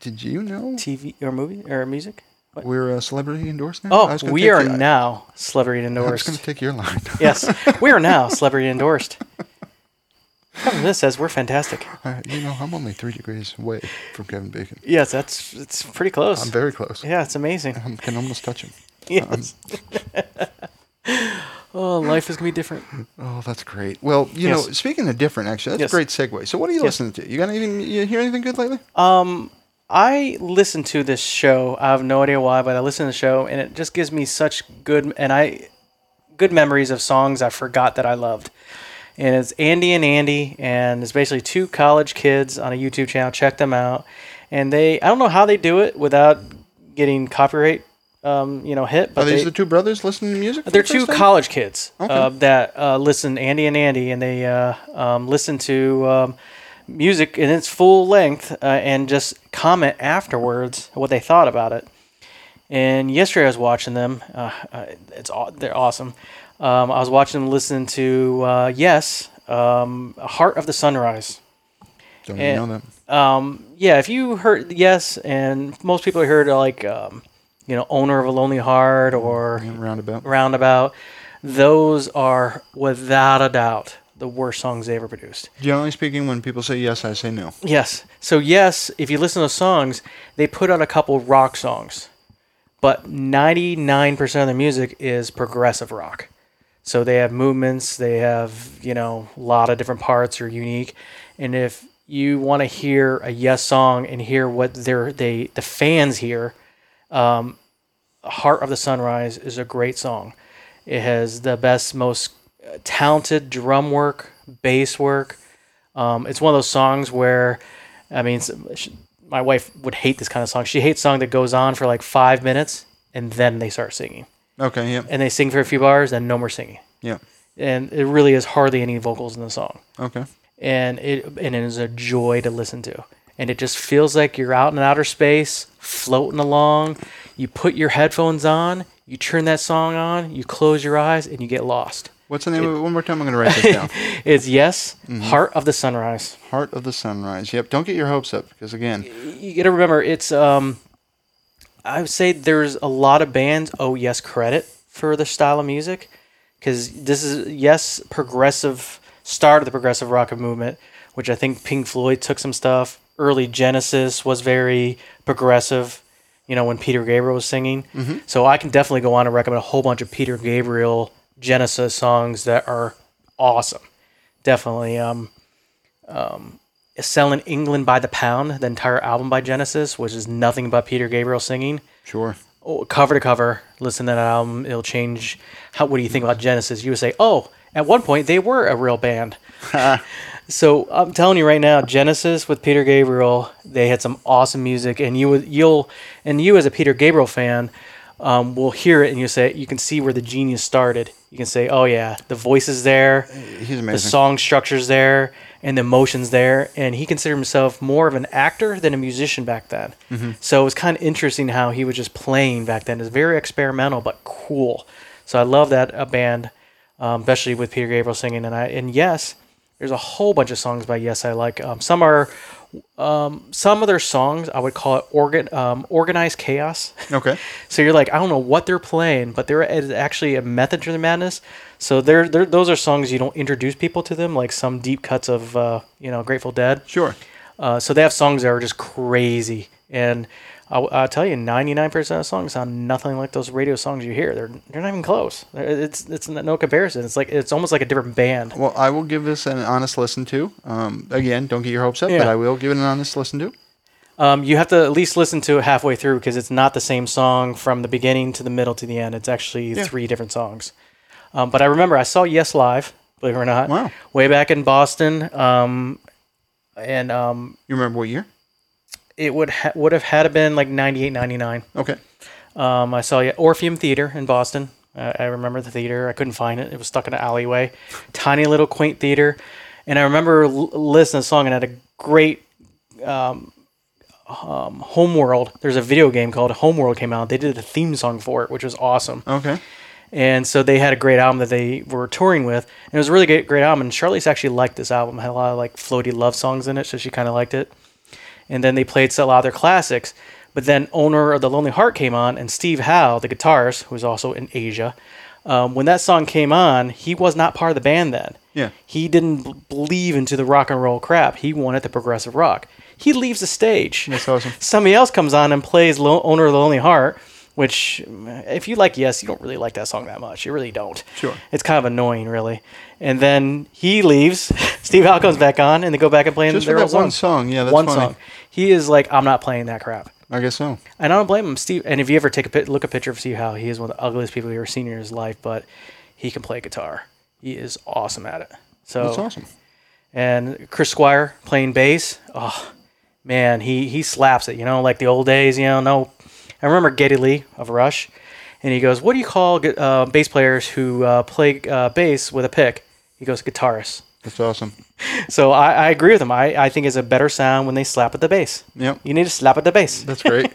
Speaker 1: Did you know
Speaker 2: TV or movie or music? What?
Speaker 1: we're a celebrity endorsed now? I
Speaker 2: Oh,
Speaker 1: was gonna
Speaker 2: we
Speaker 1: take
Speaker 2: are
Speaker 1: your-
Speaker 2: now celebrity
Speaker 1: I was gonna
Speaker 2: endorsed.
Speaker 1: take your line.
Speaker 2: yes, we are now celebrity endorsed. Kevin Smith says we're fantastic.
Speaker 1: Uh, you know, I'm only three degrees away from Kevin Bacon.
Speaker 2: Yes, that's it's pretty close.
Speaker 1: I'm very close.
Speaker 2: yeah, it's amazing.
Speaker 1: I can almost touch him.
Speaker 2: Yes. oh, life is gonna be different.
Speaker 1: Oh, that's great. Well, you know,
Speaker 2: Yes.
Speaker 1: speaking of different, actually, that's
Speaker 2: Yes.
Speaker 1: a great segue. So, what are you listening to? You got anything? You hear anything good lately?
Speaker 2: I listen to this show. I have no idea why, but I listen to the show, and it just gives me such good and I good memories of songs I forgot that I loved. And it's Andy and Andy, and it's basically two college kids on a YouTube channel. Check them out, and they I don't know how they do it without getting copyright, um, you know, hit. But
Speaker 1: are these
Speaker 2: they,
Speaker 1: the two brothers listening to music? for
Speaker 2: they're
Speaker 1: the
Speaker 2: two
Speaker 1: first time?
Speaker 2: college kids uh, that uh, listen Andy and Andy, and they uh, um, listen to um, music in its full length uh, and just comment afterwards what they thought about it. And yesterday I was watching them. Uh, uh, it's aw- they're awesome. Um, I was watching them listen to uh, Yes, um, Heart of the Sunrise.
Speaker 1: Don't even
Speaker 2: and-
Speaker 1: know that.
Speaker 2: Yeah, if you heard Yes, and most people heard uh, like um, you know Owner of a Lonely Heart or
Speaker 1: Roundabout.
Speaker 2: roundabout those are without a doubt the worst songs they ever produced
Speaker 1: Generally speaking, when people say yes, I say no.
Speaker 2: yes so yes if you listen to songs they put out a couple rock songs but 99% of the music is progressive rock so they have movements they have you know a lot of different parts are unique and if you want to hear a yes song and hear what their they the fans hear Heart of the Sunrise is a great song. It has the best, most uh, talented drum work, bass work. Um, it's one of those songs where, I mean, s- sh my wife would hate this kind of song. She hates song that goes on for like five minutes and then they start singing.
Speaker 1: Okay. Yeah.
Speaker 2: And they sing for a few bars and no more singing.
Speaker 1: Yeah.
Speaker 2: And it really is hardly any vocals in the song
Speaker 1: Okay.
Speaker 2: and it and it is a joy to listen to. And it just feels like you're out in outer space, floating along. You put your headphones on, you turn that song on, you close your eyes, and you get lost.
Speaker 1: What's the name of it? One more time. I'm going to write this down.
Speaker 2: It's yes, heart of the sunrise.
Speaker 1: Heart of the Sunrise. Yep. Don't get your hopes up because again,
Speaker 2: You got to remember, it's um, I would say there's a lot of bands. Oh yes, credit for the style of music because this is yes progressive start of the progressive rock movement which i think pink floyd took some stuff early genesis was very progressive you know when peter gabriel was singing so i can definitely go on and recommend a whole bunch of peter gabriel genesis songs that are awesome definitely um, um, selling england by the pound the entire album by genesis which is nothing but peter gabriel singing
Speaker 1: Sure.
Speaker 2: oh, cover to cover, listen to that album, it'll change. How, what do you think about Genesis? You would say, oh, at one point they were a real band. so I'm telling you right now, Genesis with Peter Gabriel, they had some awesome music, and you would- you'll and you as a Peter Gabriel fan. Um, will hear it and you say you can see where the genius started. You can say, "Oh yeah, the voice is there,
Speaker 1: He's
Speaker 2: the
Speaker 1: amazing.
Speaker 2: song structure's there, and the emotions there." And he considered himself more of an actor than a musician back then. So it was kind of interesting how he was just playing back then. It was very experimental but cool. So I love that a band, um, especially with Peter Gabriel singing. And I and yes, there's a whole bunch of songs by Yes I like. Um, some are. Um, some of their songs I would call it organ um, organized chaos.
Speaker 1: Okay.
Speaker 2: So you're like, I don't know what they're playing, but there is actually a method to the madness. So they're, they're, those are songs you don't introduce people to them, like some deep cuts of uh, you know Grateful Dead.
Speaker 1: Sure.
Speaker 2: Uh, so they have songs that are just crazy, and I'll, I'll tell you, 99% of songs sound nothing like those radio songs you hear. They're they're not even close. It's it's no comparison. It's like it's almost like a different band.
Speaker 1: Well, I will give this an honest listen to. Um, again, don't get your hopes up, but
Speaker 2: Yeah.
Speaker 1: I will give it an honest listen to.
Speaker 2: Um, you have to at least listen to it halfway through because it's not the same song from the beginning to the middle to the end. It's actually three different songs. Um, but I remember I saw Yes live, believe it or not,
Speaker 1: Wow.
Speaker 2: way back in Boston, um, and um,
Speaker 1: You remember what year?
Speaker 2: it would ha- would have had to been like 98, 99.
Speaker 1: Okay.
Speaker 2: Um, I saw yeah, Orpheum Theater in Boston. I, I remember the theater. I couldn't find it. It was stuck in an alleyway, tiny little quaint theater. And I remember l- listening to the song and had a great um, um, Homeworld. There's a video game called Homeworld came out. They did a theme song for it, which was awesome.
Speaker 1: Okay.
Speaker 2: And so they had a great album that they were touring with, and it was a really great, great album. And Charlize actually liked this album; It had a lot of like floaty love songs in it, so she kind of liked it. And then they played a lot of their classics. But then owner of the Lonely Heart came on, and Steve Howe, the guitarist, who was also in Asia, um, when that song came on, he was not part of the band then.
Speaker 1: Yeah.
Speaker 2: He didn't b- believe into the rock and roll crap. He wanted the progressive rock. He leaves the stage
Speaker 1: That's awesome.
Speaker 2: somebody else comes on and plays Lo- "Owner of the Lonely Heart," which, if you like Yes, you don't really like that song that much. You really don't.
Speaker 1: Sure.
Speaker 2: It's kind of annoying, really. And then he leaves. Steve Howe comes back on, and they go back and play
Speaker 1: Just for
Speaker 2: their
Speaker 1: that
Speaker 2: old
Speaker 1: one
Speaker 2: songs.
Speaker 1: song. Yeah, that's
Speaker 2: one
Speaker 1: funny.
Speaker 2: song. He is like, "I'm not playing that crap,"
Speaker 1: I guess so.
Speaker 2: and I don't blame him. Steve, and if you ever take a pic- look a picture of Steve Howe, he is one of the ugliest people you've ever seen in his life, but he can play guitar. He is awesome at it. So
Speaker 1: That's awesome.
Speaker 2: and Chris Squire playing bass. Oh man, he he slaps it. You know, like the old days. You know, no, I remember Geddy Lee of Rush, and he goes, "What do you call gu- uh, bass players who uh, play uh, bass with a pick?" He goes, "Guitarist."
Speaker 1: That's awesome.
Speaker 2: So I, I agree with him. I, I think it's a better sound when they slap at the bass.
Speaker 1: Yep.
Speaker 2: You need to slap at the bass.
Speaker 1: That's great.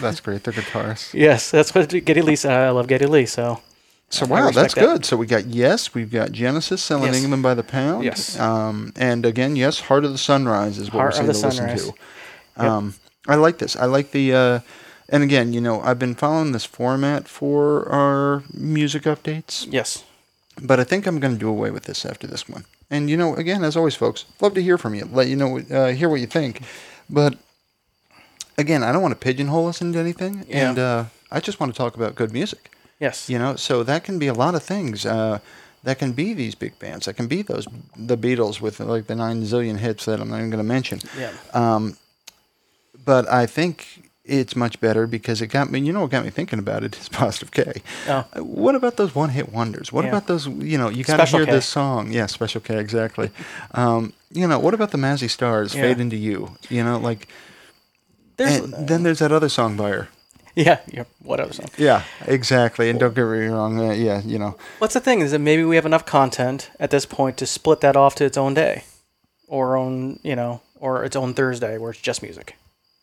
Speaker 1: that's great. They're guitarists.
Speaker 2: yes, that's what Geddy Lee said. I love Geddy Lee. So
Speaker 1: So wow, that's
Speaker 2: respect that.
Speaker 1: good. So we got yes, we've got Genesis selling
Speaker 2: Yes.
Speaker 1: England by the pound.
Speaker 2: Yes.
Speaker 1: Um, and again, yes, Heart of the Sunrise is what
Speaker 2: Heart
Speaker 1: we're saying
Speaker 2: of
Speaker 1: to
Speaker 2: the Sunrise.
Speaker 1: listen to. Um, I like this. I like the. Uh, and again, you know, I've been following this format for our music updates.
Speaker 2: yes,
Speaker 1: but I think I'm going to do away with this after this one. And you know, again, as always, folks, love to hear from you. Let you know, uh, hear what you think. But again, I don't want to pigeonhole us into anything,
Speaker 2: Yeah.
Speaker 1: and uh, I just want to talk about good music.
Speaker 2: yes,
Speaker 1: You know, so that can be a lot of things. Uh, that can be these big bands. That can be those the Beatles with like the nine zillion hits that I'm not even going to mention
Speaker 2: yeah,
Speaker 1: uh, but I think it's much better because it got me. You know what got me thinking about it is Positive K.
Speaker 2: Oh.
Speaker 1: What about those one-hit wonders? What
Speaker 2: Yeah.
Speaker 1: about those? You know, you got to
Speaker 2: Special
Speaker 1: hear
Speaker 2: K.
Speaker 1: this song. Yeah, Special K, exactly. um, you know, what about the Mazzy Stars?
Speaker 2: Yeah.
Speaker 1: Fade into you. You know, like
Speaker 2: there's
Speaker 1: and then there's that other song by her.
Speaker 2: yeah, yeah. What other song?
Speaker 1: Yeah, exactly. And don't get me wrong. Uh, yeah, you know,
Speaker 2: What's the thing is that maybe we have enough content at this point to split that off to its own day, or own you know, or its own Thursday where it's just music.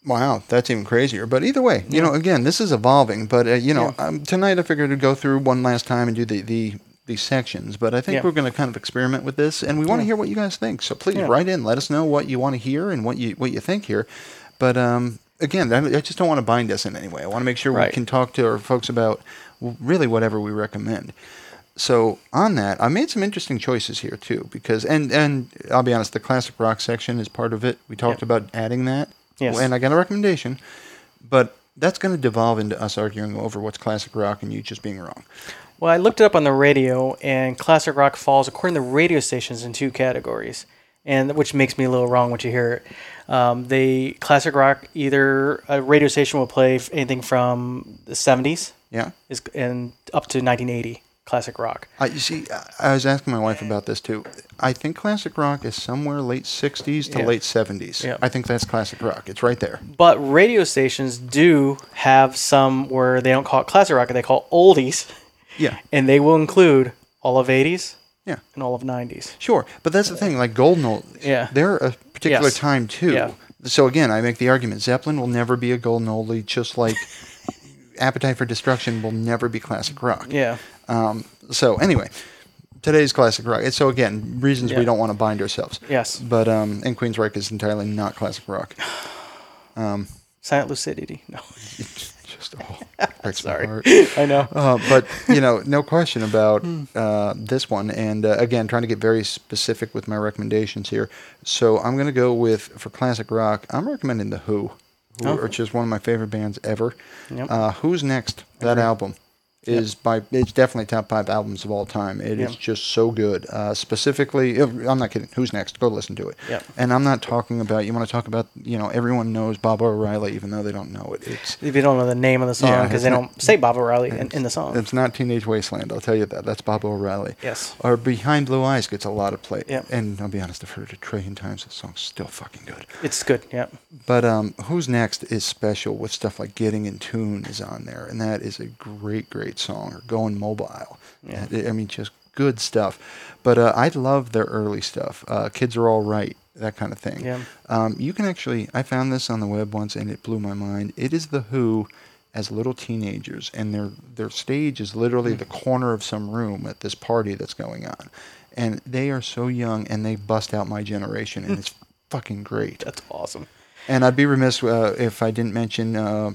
Speaker 1: Wow, that's even crazier. But either way, you know, again, this is evolving. But uh, you know, um, tonight I figured to go through one last time and do the the, the sections. But I think
Speaker 2: Yeah.
Speaker 1: we're going to kind of experiment with this, and we want to hear what you guys think. So please
Speaker 2: Yeah.
Speaker 1: write in, let us know what you want to hear and what you what you think here. But um, again, I I just don't want to bind us in any way. I want to make sure we
Speaker 2: Right.
Speaker 1: can talk to our folks about w- really whatever we recommend. So on that, I made some interesting choices here too, because and and I'll be honest, the classic rock section is part of it. We talked
Speaker 2: Yep.
Speaker 1: about adding that,
Speaker 2: Yes.
Speaker 1: and I got a recommendation, but that's going to devolve into us arguing over what's classic rock and you just being wrong.
Speaker 2: Well, I looked it up on the radio, and classic rock falls according to radio stations in two categories, and which makes me a little wrong when you hear it. Um, they classic rock either a radio station will play f- anything from the seventies,
Speaker 1: Yeah.
Speaker 2: is and up to nineteen eighty classic rock.
Speaker 1: I, you see, I I was asking my wife about this too. I think classic rock is somewhere late 60s to
Speaker 2: Yeah.
Speaker 1: late 70s.
Speaker 2: Yeah.
Speaker 1: I think that's classic rock. It's right there.
Speaker 2: But radio stations do have some where they don't call it classic rock; they call it oldies,
Speaker 1: Yeah.
Speaker 2: and they will include all of eighties
Speaker 1: Yeah.
Speaker 2: and all of nineties.
Speaker 1: Sure. But that's the thing. Like Golden Oldies.
Speaker 2: Yeah.
Speaker 1: They're a particular
Speaker 2: Yes.
Speaker 1: time too.
Speaker 2: Yeah.
Speaker 1: So again, I make the argument Zeppelin will never be a Golden Oldie, just like Appetite for Destruction will never be classic rock.
Speaker 2: Yeah,
Speaker 1: Um, so anyway, today's classic rock. So again, reasons we
Speaker 2: Yeah.
Speaker 1: don't want to bind ourselves.
Speaker 2: Yes.
Speaker 1: But um, and Queensryche is entirely not classic rock.
Speaker 2: silent lucidity. No,
Speaker 1: Just oh, breaks
Speaker 2: Sorry.
Speaker 1: my heart.
Speaker 2: I know.
Speaker 1: Uh, but you know, no question about
Speaker 2: Hmm.
Speaker 1: uh, this one. And uh, again, trying to get very specific with my recommendations here. So I'm going to go with for classic rock. I'm recommending the Who, who
Speaker 2: Oh.
Speaker 1: are just one of my favorite bands ever.
Speaker 2: Yep.
Speaker 1: Uh, Who's next? That album is by it's definitely top five albums of all time. It is
Speaker 2: Yep.
Speaker 1: just so good. Uh, specifically, I'm not kidding. Who's next? Go listen to it.
Speaker 2: Yep.
Speaker 1: And I'm not talking about you want to talk about you know everyone knows Bob O'Reilly even though they don't know it. It's
Speaker 2: If you don't know the name of the song,
Speaker 1: Yeah,
Speaker 2: because they
Speaker 1: it's
Speaker 2: don't say Bob O'Reilly in, in the song.
Speaker 1: It's not Teenage Wasteland, I'll tell you that. That's Bob O'Reilly.
Speaker 2: Yes.
Speaker 1: Or Behind Blue Eyes gets a lot of play.
Speaker 2: Yep.
Speaker 1: And I'll be honest, I've heard it a trillion times. That song's still fucking good.
Speaker 2: It's good. Yeah.
Speaker 1: But um, Who's Next is special with stuff like Getting in Tune is on there. And that is a great, great song. Or Going Mobile.
Speaker 2: Yeah.
Speaker 1: That- I mean, just good stuff. But uh, I love their early stuff. Uh, Kids Are All Right, that kind of thing.
Speaker 2: Yeah.
Speaker 1: Um, you can actually, I found this on the web once and it blew my mind. It is The Who as little teenagers, and their, their stage is literally
Speaker 2: Hmm.
Speaker 1: the corner of some room at this party that's going on. And they are so young and they bust out my generation, and it's fucking great.
Speaker 2: That's awesome.
Speaker 1: And I'd be remiss uh, if I didn't mention uh,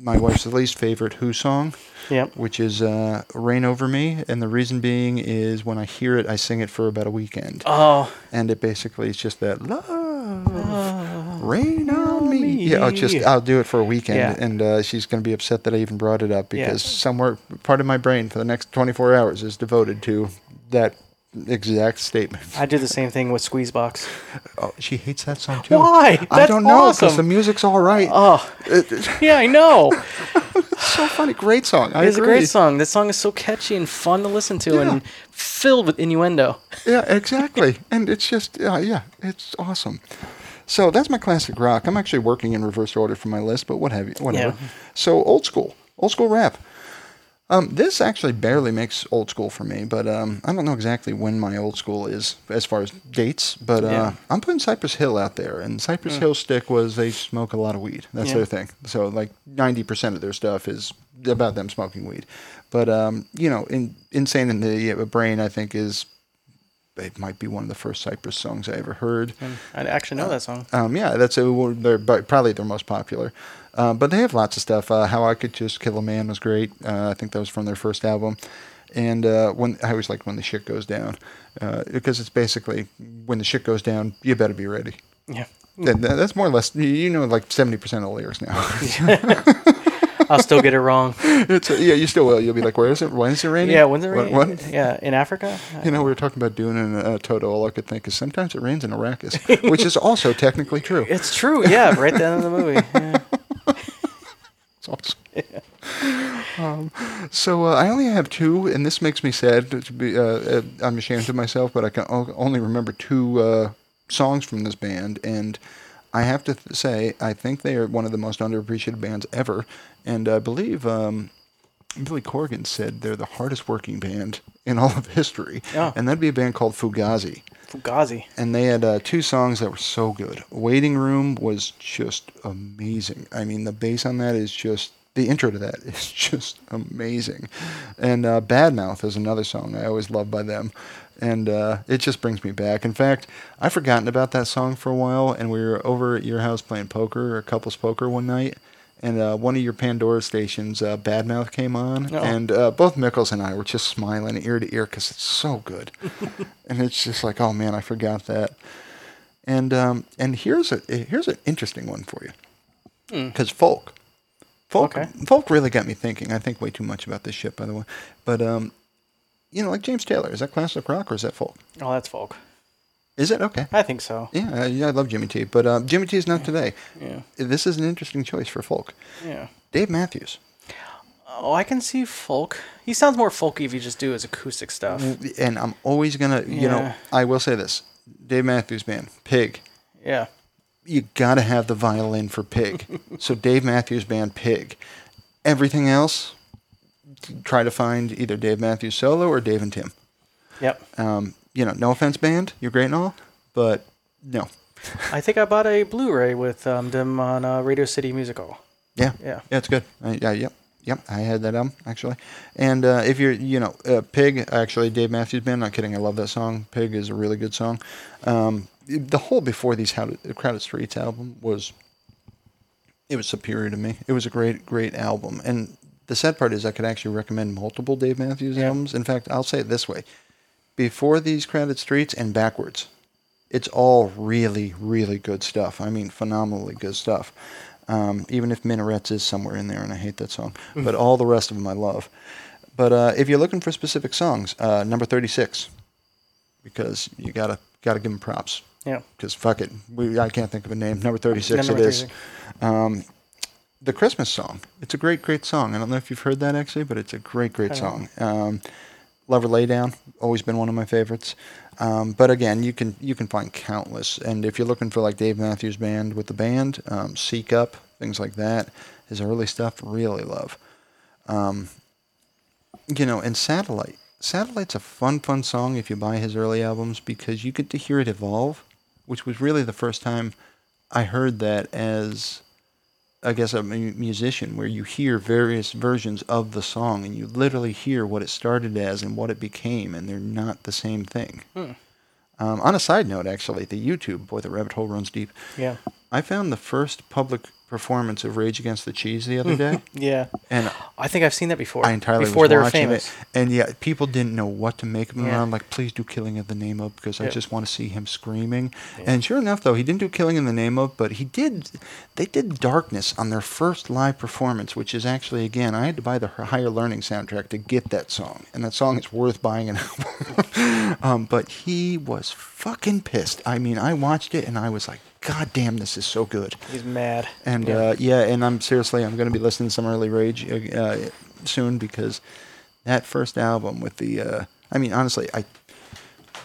Speaker 1: my wife's least favorite Who song,
Speaker 2: Yep.
Speaker 1: which is uh, "Rain Over Me," and the reason being is when I hear it, I sing it for about a weekend,
Speaker 2: Oh,
Speaker 1: and it basically is just that love, rain on me. Yeah, I'll just I'll do it for a weekend,
Speaker 2: Yeah.
Speaker 1: and uh, she's going to be upset that I even brought it up
Speaker 2: Yeah.
Speaker 1: because somewhere part of my brain for the next 24 hours is devoted to that exact statement.
Speaker 2: I did the same thing with Squeezebox.
Speaker 1: Oh, she hates that song too.
Speaker 2: Why?
Speaker 1: I
Speaker 2: That's
Speaker 1: don't know because
Speaker 2: awesome.
Speaker 1: the music's all right.
Speaker 2: Oh, yeah, I know.
Speaker 1: so funny. Great song. I
Speaker 2: It's a
Speaker 1: agree.
Speaker 2: great song. This song is so catchy and fun to listen to,
Speaker 1: Yeah.
Speaker 2: and filled with innuendo.
Speaker 1: Yeah, exactly. and it's just, uh, yeah, it's awesome. So that's my classic rock. I'm actually working in reverse order for my list, but what have you, whatever.
Speaker 2: Yeah.
Speaker 1: So old school, old school rap. Um, this actually barely makes old school for me, but um, I don't know exactly when my old school is as far as dates. But uh,
Speaker 2: Yeah.
Speaker 1: I'm putting Cypress Hill out there, and Cypress Hill stick was they smoke a lot of weed. That's
Speaker 2: Yeah.
Speaker 1: their thing. So like 90% of their stuff is about them smoking weed. But um, you know, in, insane in the uh, brain, I think is it might be one of the first Cypress songs I ever heard.
Speaker 2: I actually know that song.
Speaker 1: Um, yeah, that's a, well, they're bu- probably their most popular. Um, but they have lots of stuff. Uh, How I Could Just Kill a Man was great. Uh, I think that was from their first album. And uh, when I always like when the shit goes down, uh, because it's basically when the shit goes down, you better be ready.
Speaker 2: Yeah,
Speaker 1: That- that- that's more or less you- you know like seventy percent of the lyrics now.
Speaker 2: I'll still get it wrong.
Speaker 1: it's yeah, you still will. You'll be like, where is it? When is it raining?
Speaker 2: Yeah, when's it
Speaker 1: What-
Speaker 2: raining?
Speaker 1: What?
Speaker 2: Yeah, in Africa.
Speaker 1: You know, we were talking about Dune and uh, Toto. All I could think is sometimes it rains in Arrakis, which is also technically true.
Speaker 2: It's true. Yeah, right at the end of the movie. Yeah.
Speaker 1: It's awesome. um, so uh, I only have two, and this makes me sad. To be, uh, uh, I'm ashamed of myself, but I can o- only remember two uh, songs from this band, and I have to th- say I think they are one of the most underappreciated bands ever, and I believe. Um, Billy Corgan said they're the hardest working band in all of history,
Speaker 2: Yeah.
Speaker 1: and that'd be a band called Fugazi
Speaker 2: Fugazi.
Speaker 1: and they had uh, two songs that were so good. Waiting Room was just amazing. I mean, the bass on that is just. the intro to that is just amazing. And uh, Badmouth is another song I always love by them. And uh, it just brings me back. In fact, I've forgotten about that song for a while, and we were over at your house playing poker or couples poker one night. And uh, one of your Pandora stations, uh, Badmouth, came on,
Speaker 2: Oh.
Speaker 1: and uh, both Mickles and I were just smiling ear to ear because it's so good, and it's just like, oh man, I forgot that. And um, and here's a here's an interesting one for you, because folk, folk,
Speaker 2: Hmm. Okay.
Speaker 1: folk really got me thinking. I think way too much about this shit, by the way. But um, you know, like James Taylor, is that classic rock or is that folk?
Speaker 2: Oh, that's folk.
Speaker 1: Is it okay?
Speaker 2: I think so.
Speaker 1: Yeah, I, yeah, I love Jimmy T, but um, Jimmy T is not today.
Speaker 2: Yeah.
Speaker 1: This is an interesting choice for folk.
Speaker 2: Yeah.
Speaker 1: Dave Matthews.
Speaker 2: Oh, I can see folk. He sounds more folky if you just do his acoustic stuff.
Speaker 1: Mm. and I'm always gonna, you know,
Speaker 2: Yeah.
Speaker 1: I will say this: Dave Matthews Band, Pig.
Speaker 2: Yeah.
Speaker 1: You gotta have the violin for Pig. so Dave Matthews Band, Pig. Everything else, try to find either Dave Matthews solo or Dave and Tim.
Speaker 2: Yep.
Speaker 1: Um, you know, no offense, band, you're great and all, but no.
Speaker 2: I think I bought a Blu-ray with um, them on uh, Radio City Music Hall.
Speaker 1: Yeah.
Speaker 2: Yeah.
Speaker 1: Yeah, it's good. I, yeah, yep. Yep. I had that album, actually. And uh, if you're, you know, uh, Pig, actually, Dave Matthews Band, not kidding. I love that song. Pig is a really good song. Um, the whole Before These How Crowded Streets album was, it was superior to me. It was a great, great album. And the sad part is I could actually recommend multiple Dave Matthews albums. In fact, I'll say it this way. Before These Crowded Streets and Backwards it's all really, really good stuff. I mean, phenomenally good stuff. Um, even if Minarets is somewhere in there, and I hate that song, but all the rest of them I love. But uh, if you're looking for specific songs, uh, number 36, because you gotta gotta give them props.
Speaker 2: Yeah.
Speaker 1: Because fuck it, we, I can't think of a name. Number 36
Speaker 2: Number
Speaker 1: it is.
Speaker 2: 36.
Speaker 1: The Christmas song. It's a great, great song. I don't know if you've heard that actually, but it's a great, great song. Um, Lover Lay Down, always been one of my favorites. Um, but again, you can you can find countless. And if you're looking for like Dave Matthews Band with the band, um, Seek Up, things like that, his early stuff, really love. Um, you know, and Satellite. Satellite's a fun, fun song if you buy his early albums because you get to hear it evolve, which was really the first time I heard that as I guess a mu- musician where you hear various versions of the song and you literally hear what it started as and what it became, and they're not the same thing. Um, on a side note, actually, the YouTube boy, the rabbit hole runs deep.
Speaker 2: Yeah.
Speaker 1: I found the first public performance of Rage Against the Cheese the other day,
Speaker 2: Yeah.
Speaker 1: and
Speaker 2: I think I've seen that before.
Speaker 1: I entirely
Speaker 2: before
Speaker 1: was
Speaker 2: they were
Speaker 1: watching
Speaker 2: famous.
Speaker 1: it, and yeah, people didn't know what to make of him.
Speaker 2: Yeah.
Speaker 1: And I'm like, please do "Killing in the Name of" because I
Speaker 2: Yep.
Speaker 1: just want to see him screaming. And sure enough, though, he didn't do "Killing in the Name of," but he did. They did "Darkness" on their first live performance, which is actually again, I had to buy the Higher Learning soundtrack to get that song, and that song is worth buying an album. um, but he was fucking pissed. I mean, I watched it and I was like, God damn, this is so good.
Speaker 2: He's mad.
Speaker 1: And yeah,
Speaker 2: Yeah.
Speaker 1: uh, yeah and I'm seriously, I'm going to be listening to some early rage uh, uh, soon because that first album with the, uh, I mean, honestly, I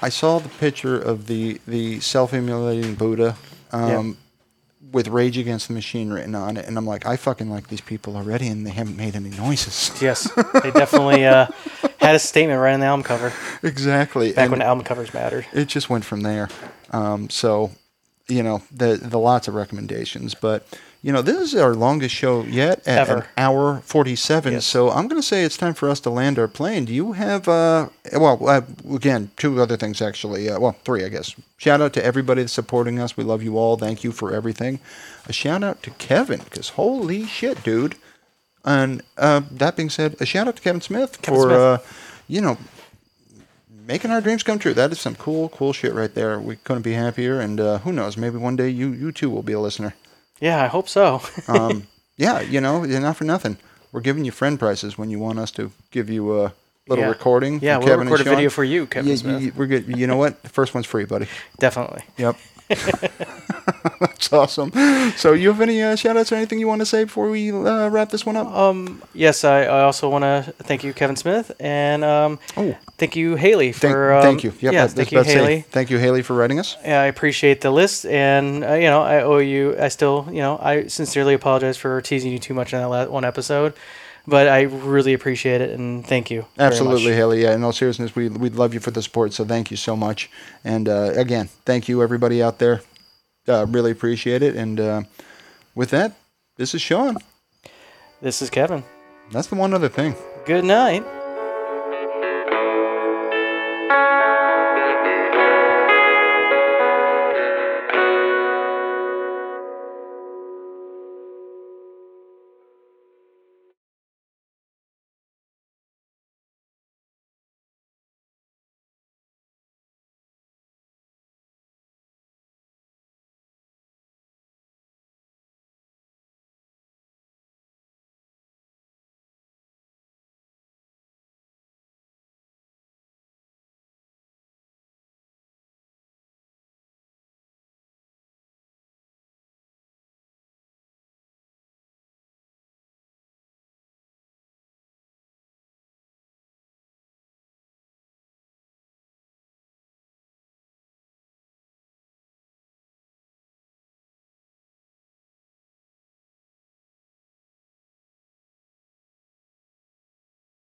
Speaker 1: I saw the picture of the the self emulating Buddha um, with Rage Against the Machine written on it, and I'm like, I fucking like these people already, and they haven't made any noises.
Speaker 2: Yes. They definitely uh, had a statement right on the album cover.
Speaker 1: exactly.
Speaker 2: Back
Speaker 1: and-
Speaker 2: when album covers mattered.
Speaker 1: it just went from there. Um, so, you know, the the lots of recommendations, but you know, this is our longest show yet at an
Speaker 2: Ever.
Speaker 1: hour forty seven.
Speaker 2: Yes.
Speaker 1: So I'm going to say it's time for us to land our plane. Do you have uh, well, uh, again, two other things actually. Uh, well, three, I guess. Shout out to everybody that's supporting us. We love you all. Thank you for everything. A shout out to Kevin because holy shit, dude. And uh, that being said, a shout out to Kevin Smith
Speaker 2: Kevin
Speaker 1: for
Speaker 2: Smith.
Speaker 1: Uh, you know making our dreams come true. That is some cool, cool shit right there. We couldn't be happier. And uh, who knows? Maybe one day you, you too will be a listener.
Speaker 2: Yeah, I hope so.
Speaker 1: Um, yeah, you know, you're not for nothing. We're giving you friend prices when you want us to give you a little
Speaker 2: Yeah.
Speaker 1: recording.
Speaker 2: Yeah,
Speaker 1: from
Speaker 2: we'll
Speaker 1: Kevin and
Speaker 2: record a
Speaker 1: Sean.
Speaker 2: video for you, Kevin
Speaker 1: Yeah,
Speaker 2: Smith.
Speaker 1: you- we're good. You know what? The first one's free, buddy.
Speaker 2: Definitely.
Speaker 1: Yep. That's awesome. So, you have any uh, shout outs or anything you want to say before we uh, wrap this one up?
Speaker 2: Yes, I, I also want to thank you, Kevin Smith, and um,
Speaker 1: Oh.
Speaker 2: thank you, Haley,
Speaker 1: thank,
Speaker 2: for. um,
Speaker 1: thank you. Yep,
Speaker 2: yeah,
Speaker 1: that's
Speaker 2: thank you,
Speaker 1: about safe.
Speaker 2: Haley.
Speaker 1: Thank you, Haley, for writing us.
Speaker 2: Yeah, I appreciate the list, and uh, you know, I owe you. I still, you know, I sincerely apologize for teasing you too much in that last one episode, but I really appreciate it, and thank you. very much.
Speaker 1: Absolutely, Haley. Yeah, in all seriousness, we we love you for the support. So thank you so much. And uh, again, thank you everybody out there. Uh, really appreciate it. And uh, with that, this is Sean. This is Kevin.
Speaker 2: That's the one other thing.
Speaker 1: Good night.